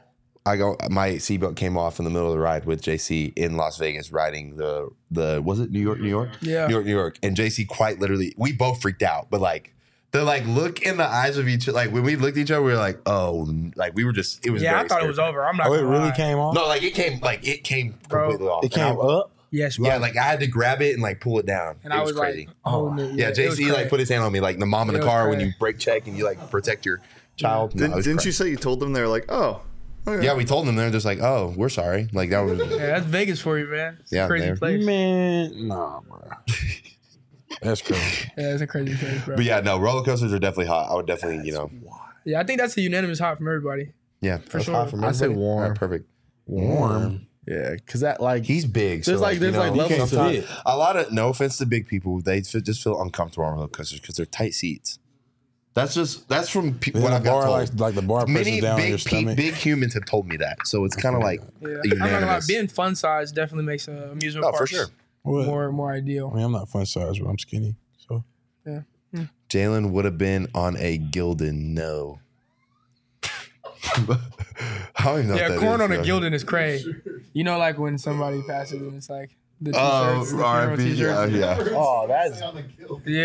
Speaker 2: I go. My seatbelt came off in the middle of the ride with JC in Las Vegas, riding the the was it New York, New York,
Speaker 3: Yeah.
Speaker 2: New York, New York, and JC quite literally. We both freaked out, but like the like look in the eyes of each like when we looked at each other, we were like, oh, like we were just it was.
Speaker 3: Yeah, I
Speaker 2: very
Speaker 3: thought it was
Speaker 2: scary.
Speaker 3: over. I'm not.
Speaker 1: Oh, it
Speaker 3: gonna
Speaker 1: really
Speaker 3: lie.
Speaker 1: came off.
Speaker 2: No, like it came like it came
Speaker 3: Bro,
Speaker 2: completely off.
Speaker 1: it
Speaker 2: And I-
Speaker 1: came up.
Speaker 3: Yes, bro.
Speaker 2: Yeah, like I had to grab it and like pull it down.
Speaker 3: and
Speaker 2: it
Speaker 3: I
Speaker 2: was,
Speaker 3: was,
Speaker 2: crazy.
Speaker 3: like, oh,
Speaker 2: yeah, JC like put his hand on me, like the mom in
Speaker 3: It
Speaker 2: the
Speaker 3: was
Speaker 2: car when
Speaker 3: cray.
Speaker 2: you brake check and you like protect your child. No,
Speaker 6: Did,
Speaker 2: it was
Speaker 6: didn't
Speaker 2: cray.
Speaker 6: you say you told them they were like, oh,
Speaker 2: *laughs*
Speaker 6: okay.
Speaker 2: Yeah, we told them they're just like, oh, we're sorry. Like
Speaker 3: *laughs*
Speaker 2: that was.
Speaker 3: Yeah, that's Vegas for you, man. It's
Speaker 2: Yeah,
Speaker 3: a crazy
Speaker 2: man.
Speaker 3: place.
Speaker 1: Man, nah, *laughs* bro. That's crazy.
Speaker 3: Yeah, it's a crazy place, bro.
Speaker 2: But yeah, no, roller coasters are definitely hot. I would definitely, you know,
Speaker 3: yeah, I think that's a unanimous hot from everybody.
Speaker 2: yeah, for
Speaker 3: sure.
Speaker 4: I'd say warm.
Speaker 2: perfect.
Speaker 1: Warm.
Speaker 4: yeah, cause that like
Speaker 2: He's big.
Speaker 4: There's
Speaker 2: so,
Speaker 4: like- there's
Speaker 2: you know,
Speaker 4: like
Speaker 2: can't
Speaker 4: levels to
Speaker 2: talk-
Speaker 4: it.
Speaker 2: A lot of no offense to big people, they f- just feel uncomfortable on roller coasters because they're tight seats. That's just that's from pe-
Speaker 1: Then
Speaker 2: what
Speaker 1: the
Speaker 2: I've got
Speaker 1: bar,
Speaker 2: told.
Speaker 1: like, like the bar
Speaker 2: Many
Speaker 1: presses down on your
Speaker 2: big pe-
Speaker 1: stomach.
Speaker 2: big humans have told me that, so it's kind of like
Speaker 3: Yeah. I'm not gonna lie,
Speaker 2: unanimous.
Speaker 3: being fun size definitely makes uh, amusement
Speaker 2: Oh, for
Speaker 3: parks
Speaker 2: sure.
Speaker 1: What?
Speaker 3: more more
Speaker 1: I
Speaker 3: ideal.
Speaker 1: mean, I'm not fun size, but I'm skinny. So
Speaker 2: Jalen would have been on a Gildan. No. *laughs* I don't even know. what
Speaker 3: yeah,
Speaker 2: that
Speaker 3: corn
Speaker 2: is,
Speaker 3: on a
Speaker 2: bro.
Speaker 3: gildan is crazy. You know, like when somebody passes and it's like the
Speaker 6: Oh,
Speaker 3: t-shirts, the funeral
Speaker 6: RIP. Yeah,
Speaker 3: t-shirts.
Speaker 6: yeah.
Speaker 4: Oh, that's
Speaker 3: Yeah,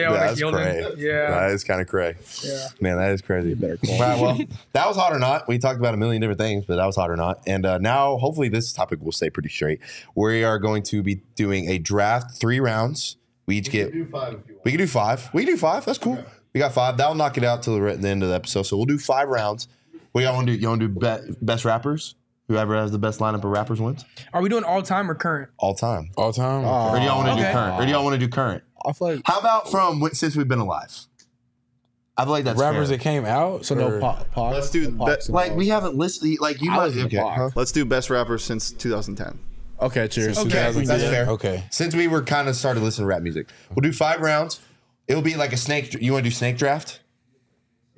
Speaker 3: on
Speaker 2: That's
Speaker 3: a gildan.
Speaker 2: cray.
Speaker 3: Yeah,
Speaker 2: That is kind of cray.
Speaker 3: yeah.
Speaker 2: Man, that is crazy.
Speaker 4: better call.
Speaker 2: Wow, well, *laughs* that was hot or not. We talked about a million different things, but that was hot or not. And uh, now, hopefully, this topic will stay pretty straight. We are going to be doing a draft, three rounds. We each get. We can do five. We can do five. That's cool. We got five. That'll knock it out till the, re- the end of the episode. So we'll do five rounds. What y'all want to do? You want to do be- best rappers? Whoever has the best lineup of rappers wins
Speaker 3: Are we doing all time or current?
Speaker 2: all time.
Speaker 1: all time.
Speaker 2: Or do y'all want to
Speaker 3: Okay.
Speaker 2: do current? Or do y'all want to do current?
Speaker 4: I feel like
Speaker 2: How about from wh- since we've been alive? I feel like that's
Speaker 1: rappers
Speaker 2: fair.
Speaker 1: that came out.
Speaker 4: so no
Speaker 1: or-
Speaker 4: pop. pop
Speaker 6: Let's do
Speaker 4: pop's
Speaker 6: that-
Speaker 2: like we
Speaker 4: involved.
Speaker 2: haven't listened. Like you
Speaker 4: I
Speaker 2: might
Speaker 4: was in the
Speaker 2: okay.
Speaker 4: box.
Speaker 2: huh?
Speaker 6: Let's do best rappers since 2010.
Speaker 4: Okay, cheers.
Speaker 3: Okay,
Speaker 1: 2010.
Speaker 2: that's fair.
Speaker 1: Okay,
Speaker 2: since we were kind of started listening to rap music, we'll do five rounds. It'll be like a snake. You want to do snake draft?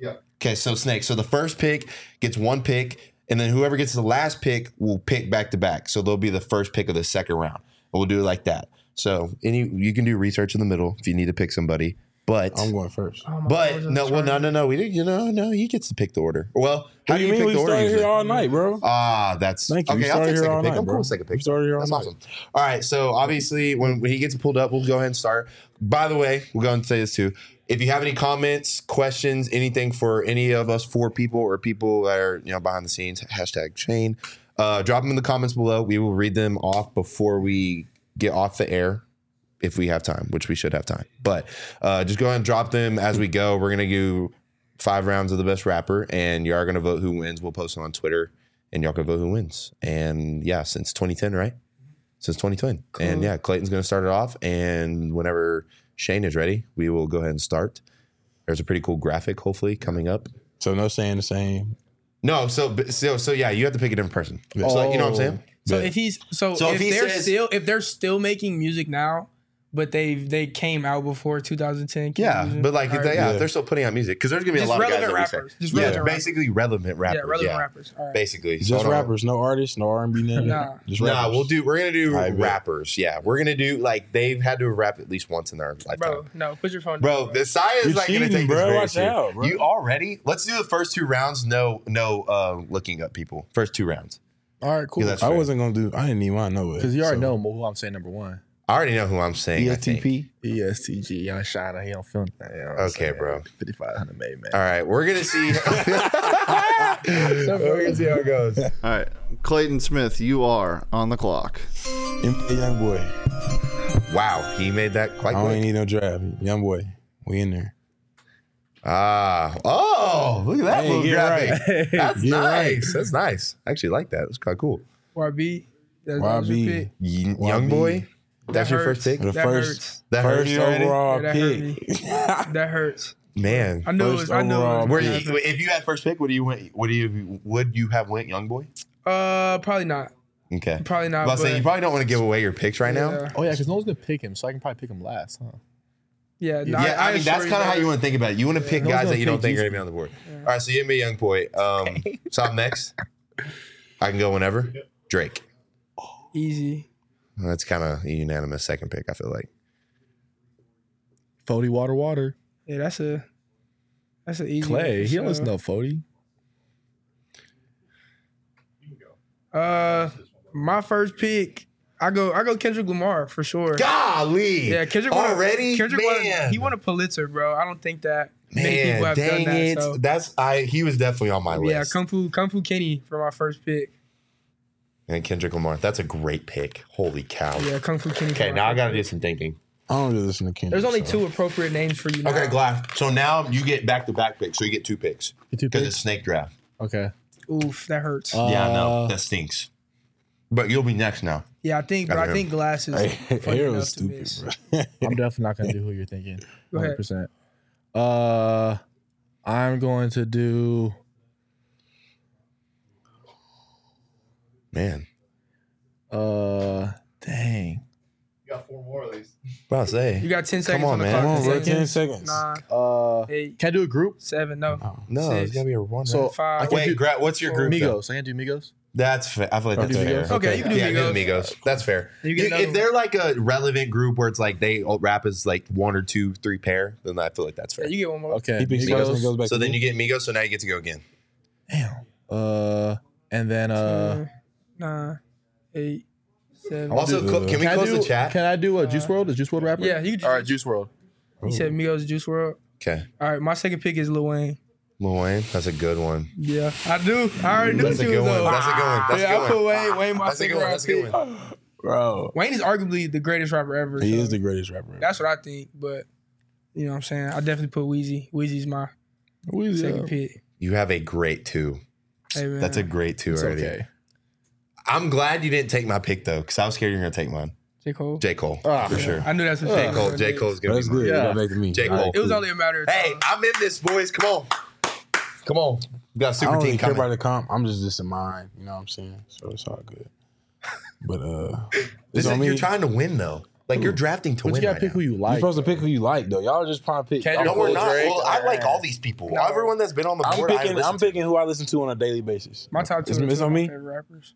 Speaker 6: Yeah.
Speaker 2: Okay, so snake. So the first pick gets one pick, and then whoever gets the last pick will pick back to back. So they'll be the first pick of the second round. And we'll do it like that. So any you can do research in the middle if you need to pick somebody. But
Speaker 1: I'm going first.
Speaker 3: Oh my God,
Speaker 2: but
Speaker 3: was it
Speaker 2: no, well, no,
Speaker 3: Charger?
Speaker 2: no, no. We didn't. You know, no. He gets to pick the order. Well, how
Speaker 1: What
Speaker 2: do you, pick
Speaker 1: we
Speaker 2: the order?
Speaker 1: started
Speaker 2: usually?
Speaker 1: here all night, bro?
Speaker 2: Ah, that's
Speaker 1: Thank you. We
Speaker 2: okay. I'll
Speaker 1: started
Speaker 2: take
Speaker 1: here
Speaker 2: second
Speaker 1: all
Speaker 2: pick. I'm
Speaker 1: night,
Speaker 2: cool
Speaker 1: bro.
Speaker 2: with second
Speaker 1: We
Speaker 2: pick.
Speaker 1: started here all
Speaker 2: That's
Speaker 1: night.
Speaker 2: awesome. All right, so obviously when he gets pulled up, we'll go ahead and start. By the way, we'll go ahead and say this too. If you have any comments, questions, anything for any of us four people or people that are you know behind the scenes, hashtag chain, uh, drop them in the comments below. We will read them off before we get off the air if we have time, which we should have time. But uh, just go ahead and drop them as we go. We're gonna do five rounds of the best rapper, and you are gonna vote who wins. We'll post it on Twitter, and y'all can vote who wins. And yeah, since 2010, right? Since 2010, and yeah, Clayton's gonna start it off, and whenever Shane is ready, we will go ahead and start. There's a pretty cool graphic, hopefully, coming up.
Speaker 1: So no saying the same.
Speaker 2: No, so so so yeah, you have to pick a different person. So like, you know what I'm saying?
Speaker 3: So
Speaker 1: Yeah.
Speaker 3: if he's so,
Speaker 2: So
Speaker 3: if,
Speaker 2: if he
Speaker 3: they're
Speaker 2: says-
Speaker 3: still if they're still making music now, but they they came out before 2010. keep
Speaker 2: Yeah,
Speaker 3: using-
Speaker 2: but like if
Speaker 3: All
Speaker 2: they,
Speaker 3: right.
Speaker 2: yeah,
Speaker 1: Yeah.
Speaker 2: if they're still putting out music because there's gonna be
Speaker 3: Just
Speaker 2: a lot of guys
Speaker 3: relevant
Speaker 2: that
Speaker 3: rappers.
Speaker 2: we say,
Speaker 3: Just
Speaker 2: yeah,
Speaker 3: relevant rappers.
Speaker 2: basically relevant rappers.
Speaker 3: yeah, relevant
Speaker 2: yeah.
Speaker 3: rappers. All right.
Speaker 2: Basically,
Speaker 1: Just
Speaker 2: So-
Speaker 1: rappers, no artists, no R and B, nothing.
Speaker 3: Nah.
Speaker 1: Just rappers.
Speaker 2: Nah, we'll do. We're gonna do
Speaker 1: I bet.
Speaker 2: rappers. Yeah, we're gonna do like they've had to rap at least once in their
Speaker 3: Bro,
Speaker 2: lifetime.
Speaker 3: no, put your phone
Speaker 2: Bro,
Speaker 3: down.
Speaker 2: the science
Speaker 1: You're
Speaker 2: is not gonna
Speaker 1: cheating,
Speaker 2: take
Speaker 1: bro.
Speaker 2: this very
Speaker 1: Watch
Speaker 2: serious.
Speaker 1: out, bro.
Speaker 2: You already? Let's do the first two rounds. No, no, uh, looking up people. First two rounds.
Speaker 4: All right, cool.
Speaker 2: Yeah, that's
Speaker 1: I
Speaker 2: fair.
Speaker 1: wasn't gonna do. I didn't even want to know it
Speaker 4: Because you
Speaker 1: *laughs*
Speaker 4: already know who I'm saying number one. E
Speaker 2: I already know who I'm saying.
Speaker 1: E
Speaker 2: I think.
Speaker 4: ESTG, Young Shiner, he don't feel nothing. you know what I'm
Speaker 2: Okay,
Speaker 4: saying?
Speaker 2: bro.
Speaker 4: 5500 made, man.
Speaker 2: All right, we're gonna
Speaker 1: *laughs*
Speaker 2: see. *laughs* we're gonna see how it goes.
Speaker 6: All right, Clayton Smith, you are on the clock.
Speaker 1: NBA young boy.
Speaker 2: Wow, he made that quite.
Speaker 1: I don't
Speaker 2: quick.
Speaker 1: even need no draft. Young boy, we in there.
Speaker 2: Ah, oh, look at that
Speaker 1: Hey,
Speaker 2: little
Speaker 1: get
Speaker 2: graphic.
Speaker 1: *laughs*
Speaker 2: That's
Speaker 1: Get right.
Speaker 2: nice. That's nice. I actually like that. It's kind of cool.
Speaker 3: YB. That's That
Speaker 1: YB.
Speaker 2: Y-
Speaker 1: Why
Speaker 2: young
Speaker 1: me?
Speaker 2: boy, that's your first
Speaker 3: hurts.
Speaker 2: pick.
Speaker 1: The
Speaker 3: That
Speaker 1: first,
Speaker 3: hurts.
Speaker 2: That hurt
Speaker 1: first
Speaker 2: you already?
Speaker 1: overall
Speaker 3: Yeah, that hurt me.
Speaker 2: *laughs*
Speaker 1: pick.
Speaker 3: That hurts.
Speaker 2: Man,
Speaker 3: I knew it
Speaker 1: First
Speaker 3: was. I knew it
Speaker 1: overall
Speaker 3: was.
Speaker 2: Where
Speaker 1: Yeah.
Speaker 2: you, if you had first pick, would you went? Would you would you have went young boy?
Speaker 3: Uh, probably not.
Speaker 2: Okay,
Speaker 3: Probably not.
Speaker 2: Well, I say you
Speaker 3: but-
Speaker 2: probably don't want to give away your picks right now.
Speaker 3: Yeah.
Speaker 4: Oh, yeah, because no one's going to pick him, so I can probably pick him last, huh?
Speaker 3: Yeah, no,
Speaker 2: Yeah, I, mean that's
Speaker 3: assure
Speaker 2: kind of how you want to think about it. You want to pick
Speaker 4: No one's
Speaker 2: guys that
Speaker 4: gonna
Speaker 2: you don't
Speaker 4: pick
Speaker 2: think are
Speaker 4: you.
Speaker 2: gonna be on the board. All right, so you me young boy. Um, so I'm next. I can go whenever. Drake.
Speaker 3: easy.
Speaker 2: That's kind of a unanimous second pick. I feel like.
Speaker 4: Fody Water Water.
Speaker 3: Yeah, that's a that's an easy. one
Speaker 4: Clay,
Speaker 3: for
Speaker 4: he don't
Speaker 3: sure.
Speaker 4: listen to Fody.
Speaker 3: Uh, my first pick, I go, I go Kendrick Lamar for sure.
Speaker 2: Golly.
Speaker 3: Yeah, Kendrick won a-
Speaker 2: already.
Speaker 3: Kendrick won a-
Speaker 2: Man.
Speaker 3: he won a Pulitzer, bro. I don't think that many
Speaker 2: Man,
Speaker 3: people have
Speaker 2: dang
Speaker 3: done that.
Speaker 2: it.
Speaker 3: so.
Speaker 2: That's I. He was definitely on my
Speaker 3: yeah,
Speaker 2: list.
Speaker 3: Kung Fu Kung Fu Kenny for my first pick.
Speaker 2: and Kendrick Lamar. That's a great pick. Holy cow.
Speaker 3: Yeah, Kung Fu Kenny. for
Speaker 2: Okay,
Speaker 3: my
Speaker 2: now I
Speaker 3: first
Speaker 2: gotta
Speaker 3: pick.
Speaker 2: do some thinking.
Speaker 1: I don't really listen to Kendrick.
Speaker 3: There's only
Speaker 1: so.
Speaker 3: two appropriate names for you. Now.
Speaker 2: Okay, Glass. So now you get back to back picks. So you get two picks
Speaker 4: Get two
Speaker 2: because
Speaker 4: picks.
Speaker 2: it's snake draft.
Speaker 4: Okay.
Speaker 3: Oof, that hurts.
Speaker 2: yeah, I know.
Speaker 4: Uh,
Speaker 2: That stinks. But you'll be next now.
Speaker 3: yeah, I think, but
Speaker 2: I
Speaker 3: I
Speaker 2: hear
Speaker 3: think Glass is
Speaker 2: *laughs*
Speaker 1: Hey,
Speaker 3: funny enough
Speaker 1: Arrow's
Speaker 3: to
Speaker 1: stupid,
Speaker 3: miss.
Speaker 1: bro.
Speaker 4: I'm definitely not going to do who you're thinking.
Speaker 3: Go ahead.
Speaker 4: 100%. Uh, I'm going to do.
Speaker 2: Man.
Speaker 4: Uh, dang.
Speaker 2: What I say?
Speaker 3: You got ten seconds
Speaker 2: on,
Speaker 3: on, the
Speaker 2: man.
Speaker 3: clock.
Speaker 2: Come
Speaker 1: Come on, bro.
Speaker 3: Ten
Speaker 1: Ten
Speaker 3: seconds.
Speaker 1: seconds.
Speaker 3: Nah,
Speaker 4: Uh, uh,
Speaker 3: Eight.
Speaker 4: can I do a group?
Speaker 3: Seven, no.
Speaker 2: No,
Speaker 3: Six.
Speaker 2: it's gonna be a one.
Speaker 4: So
Speaker 2: right?
Speaker 3: Five.
Speaker 4: I can
Speaker 2: wait,
Speaker 4: do
Speaker 2: Gra- what's your group? though?
Speaker 4: Migos. I can do Migos.
Speaker 2: That's fair. I feel like
Speaker 4: Or
Speaker 2: that's
Speaker 4: do
Speaker 2: fair.
Speaker 4: Migos?
Speaker 3: Okay, you can do
Speaker 2: yeah,
Speaker 3: Migos.
Speaker 2: Migos. That's fair.
Speaker 3: You get
Speaker 2: You-
Speaker 3: another
Speaker 2: if they're like a relevant group where it's like they rap as like one or two, three pair, then I feel like that's fair.
Speaker 3: Yeah, you get one more.
Speaker 4: Okay.
Speaker 1: He picks Migos and goes back.
Speaker 2: so
Speaker 1: to
Speaker 2: then
Speaker 1: me.
Speaker 2: you get Migos. So now you get to go again.
Speaker 4: Damn. Uh, and then uh,
Speaker 3: Ten, nine, eight, seven.
Speaker 2: Also, clo- can we
Speaker 4: I
Speaker 2: close
Speaker 4: do,
Speaker 2: the chat?
Speaker 4: Can I do a Uh, Juice World? Is Juice World rapper?
Speaker 3: yeah, you can
Speaker 4: All right, Juice World.
Speaker 3: You said Migos Juice World.
Speaker 2: okay,
Speaker 3: All right, my second pick is Lil Wayne.
Speaker 2: Lil Wayne. That's a good one.
Speaker 3: Yeah, I do. I already knew
Speaker 2: That's a
Speaker 3: you
Speaker 2: good
Speaker 3: was
Speaker 2: one.
Speaker 3: up.
Speaker 2: That's a good one. That's
Speaker 3: yeah,
Speaker 2: a
Speaker 3: I
Speaker 2: good
Speaker 3: put
Speaker 2: one.
Speaker 3: Wayne. Wayne, my
Speaker 2: That's a
Speaker 3: second
Speaker 2: good one.
Speaker 3: round
Speaker 2: That's a good
Speaker 3: pick.
Speaker 2: one.
Speaker 1: bro.
Speaker 3: Wayne is arguably the greatest rapper ever.
Speaker 1: He
Speaker 3: so
Speaker 1: is the greatest rapper. ever.
Speaker 3: That's what I think. But you know what I'm saying. I definitely put Wheezy. Wheezy's my second pick.
Speaker 2: You have a great two.
Speaker 3: Hey, man.
Speaker 2: That's a great two
Speaker 4: It's
Speaker 2: already.
Speaker 4: okay.
Speaker 2: I'm glad you didn't take my pick though, because I was scared you were gonna take mine.
Speaker 3: J Cole.
Speaker 2: J Cole
Speaker 4: Ah.
Speaker 2: for sure.
Speaker 3: I knew that's what
Speaker 2: J Cole. J Cole's gonna
Speaker 1: That's
Speaker 2: be mine.
Speaker 1: good.
Speaker 4: Yeah.
Speaker 1: Got back to me.
Speaker 2: J. Cole.
Speaker 1: All right,
Speaker 3: It was
Speaker 1: cool.
Speaker 3: only a matter of time.
Speaker 2: Hey, I'm in this, boys. Come on, come on. We got a
Speaker 1: I
Speaker 2: super
Speaker 1: don't
Speaker 2: team
Speaker 1: really care about
Speaker 2: coming.
Speaker 1: the comp. I'm just just in mine. You know what I'm saying? So it's all good. But
Speaker 3: *laughs*
Speaker 1: uh,
Speaker 2: This
Speaker 1: it's on
Speaker 2: is,
Speaker 1: me.
Speaker 2: you're trying to win though. Like you're drafting to
Speaker 4: But you
Speaker 2: win.
Speaker 4: gotta
Speaker 2: right
Speaker 4: pick
Speaker 2: now.
Speaker 4: who you
Speaker 1: You're
Speaker 4: like.
Speaker 1: supposed to pick who you like, though. Y'all just trying to pick.
Speaker 3: uh, Kendrick
Speaker 2: No, we're
Speaker 3: Cole,
Speaker 2: not.
Speaker 3: Drake,
Speaker 2: Well, I like all these people.
Speaker 3: No.
Speaker 2: Everyone that's been on the
Speaker 1: I'm
Speaker 2: board,
Speaker 1: picking.
Speaker 2: I
Speaker 1: I'm picking who I listen to on a daily basis.
Speaker 3: My top two.
Speaker 1: It's,
Speaker 3: are
Speaker 1: it's
Speaker 3: two of
Speaker 1: on
Speaker 3: my
Speaker 1: me.
Speaker 3: favorite rappers.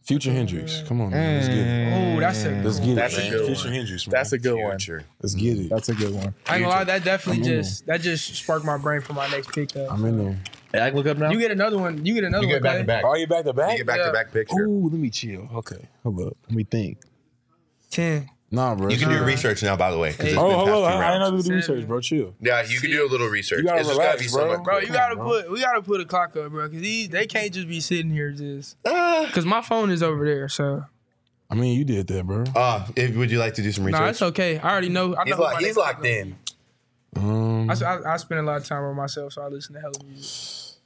Speaker 1: Future
Speaker 3: Mm.
Speaker 1: Hendrix. Come on, man. let's get it.
Speaker 3: Oh, that's a.
Speaker 1: Let's get
Speaker 4: That's
Speaker 1: it.
Speaker 4: a
Speaker 1: man.
Speaker 4: good
Speaker 1: Future
Speaker 4: one.
Speaker 1: Hendrix. Man.
Speaker 4: That's a good one.
Speaker 2: Future.
Speaker 1: Let's get it.
Speaker 4: That's a good one.
Speaker 3: I ain't gonna lie, that definitely
Speaker 1: I'm in
Speaker 3: just that just sparked my brain for my next pick. Though.
Speaker 1: I'm in there.
Speaker 4: Hey, I can look up now.
Speaker 3: You get another one. You get another
Speaker 2: You
Speaker 3: one.
Speaker 2: get back to
Speaker 3: Clay.
Speaker 2: back.
Speaker 1: Are you Uh-huh. back to
Speaker 2: You
Speaker 1: back?
Speaker 2: get back to back picture.
Speaker 1: Ooh, let me chill. Okay, hold up. Let me think.
Speaker 3: Ten.
Speaker 1: Nah, bro.
Speaker 2: You can do research now, by the way. 'cause it's
Speaker 1: Oh,
Speaker 2: been
Speaker 1: hold
Speaker 2: past
Speaker 1: up.
Speaker 2: two
Speaker 1: I, I
Speaker 2: rounds.
Speaker 1: didn't know to do
Speaker 3: Seven.
Speaker 1: research, bro. Chill.
Speaker 2: Yeah, you can do a little research.
Speaker 1: You gotta
Speaker 2: It's just gotta
Speaker 1: relax,
Speaker 2: be
Speaker 1: bro.
Speaker 2: somewhat
Speaker 3: Bro,
Speaker 2: quick.
Speaker 3: you gotta
Speaker 1: bro.
Speaker 3: put we gotta put a clock up, bro, because these they can't just be sitting here just because my phone is over there. So
Speaker 1: I mean, you did that, bro.
Speaker 2: Uh, if, would you like to do some
Speaker 3: no,
Speaker 2: research?
Speaker 3: it's okay. I already know. I know
Speaker 2: He's,
Speaker 3: who my
Speaker 2: locked, he's
Speaker 3: next
Speaker 2: locked
Speaker 3: pick is.
Speaker 2: in.
Speaker 1: Um,
Speaker 3: I, s- I- I spend a lot of time on myself, so I listen to hell music.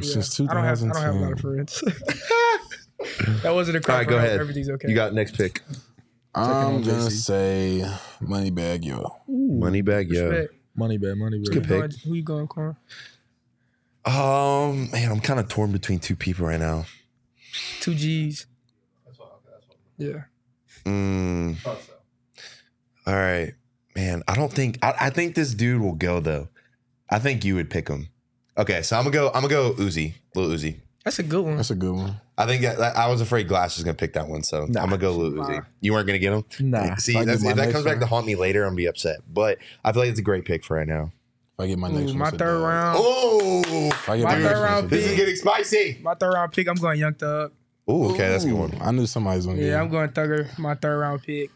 Speaker 3: Yeah.
Speaker 1: since
Speaker 3: I don't have I don't have a lot of
Speaker 1: 2010.
Speaker 3: friends. *laughs* that wasn't a
Speaker 2: All
Speaker 3: crime.
Speaker 2: right, go ahead.
Speaker 3: Everything's okay.
Speaker 2: You got next pick.
Speaker 1: I'm gonna say Moneybag Yo.
Speaker 2: Moneybag,
Speaker 3: Respect.
Speaker 4: money bet, money bet.
Speaker 2: Good
Speaker 3: Who
Speaker 2: pick.
Speaker 3: going- Who you going, Corn?
Speaker 2: Um, man, I'm kind of torn between two people right now.
Speaker 3: Two G's. Yeah.
Speaker 2: Mm. All right, man. I don't think I, I think this dude will go though. I think you would pick him. Okay, so I'm gonna go. I'm gonna go Uzi, little Uzi.
Speaker 3: That's a good one.
Speaker 1: That's a good one.
Speaker 2: I think that, that- I was afraid Glass was gonna pick that one, so I'm gonna go Lil Uzi. You weren't gonna get him.
Speaker 4: Nah.
Speaker 2: See,
Speaker 1: I get
Speaker 2: that's,
Speaker 1: my
Speaker 2: if that
Speaker 1: next
Speaker 2: comes back
Speaker 1: one.
Speaker 2: to haunt me later, I'm gonna be upset. But I feel like it's a great pick for right now.
Speaker 1: If I get my
Speaker 3: Ooh,
Speaker 1: next one,
Speaker 3: my
Speaker 1: it's a
Speaker 3: third
Speaker 1: dub.
Speaker 3: round.
Speaker 2: Oh,
Speaker 1: If I get
Speaker 3: My
Speaker 1: next
Speaker 3: third
Speaker 1: one, it's
Speaker 3: round
Speaker 1: a
Speaker 2: this is
Speaker 1: dub.
Speaker 2: getting spicy.
Speaker 3: My third round pick, I'm going Young Thug.
Speaker 2: Oh, okay, that's a good one.
Speaker 1: I knew somebody's gonna
Speaker 3: Yeah,
Speaker 1: get.
Speaker 3: I'm going Thugger. My third round pick.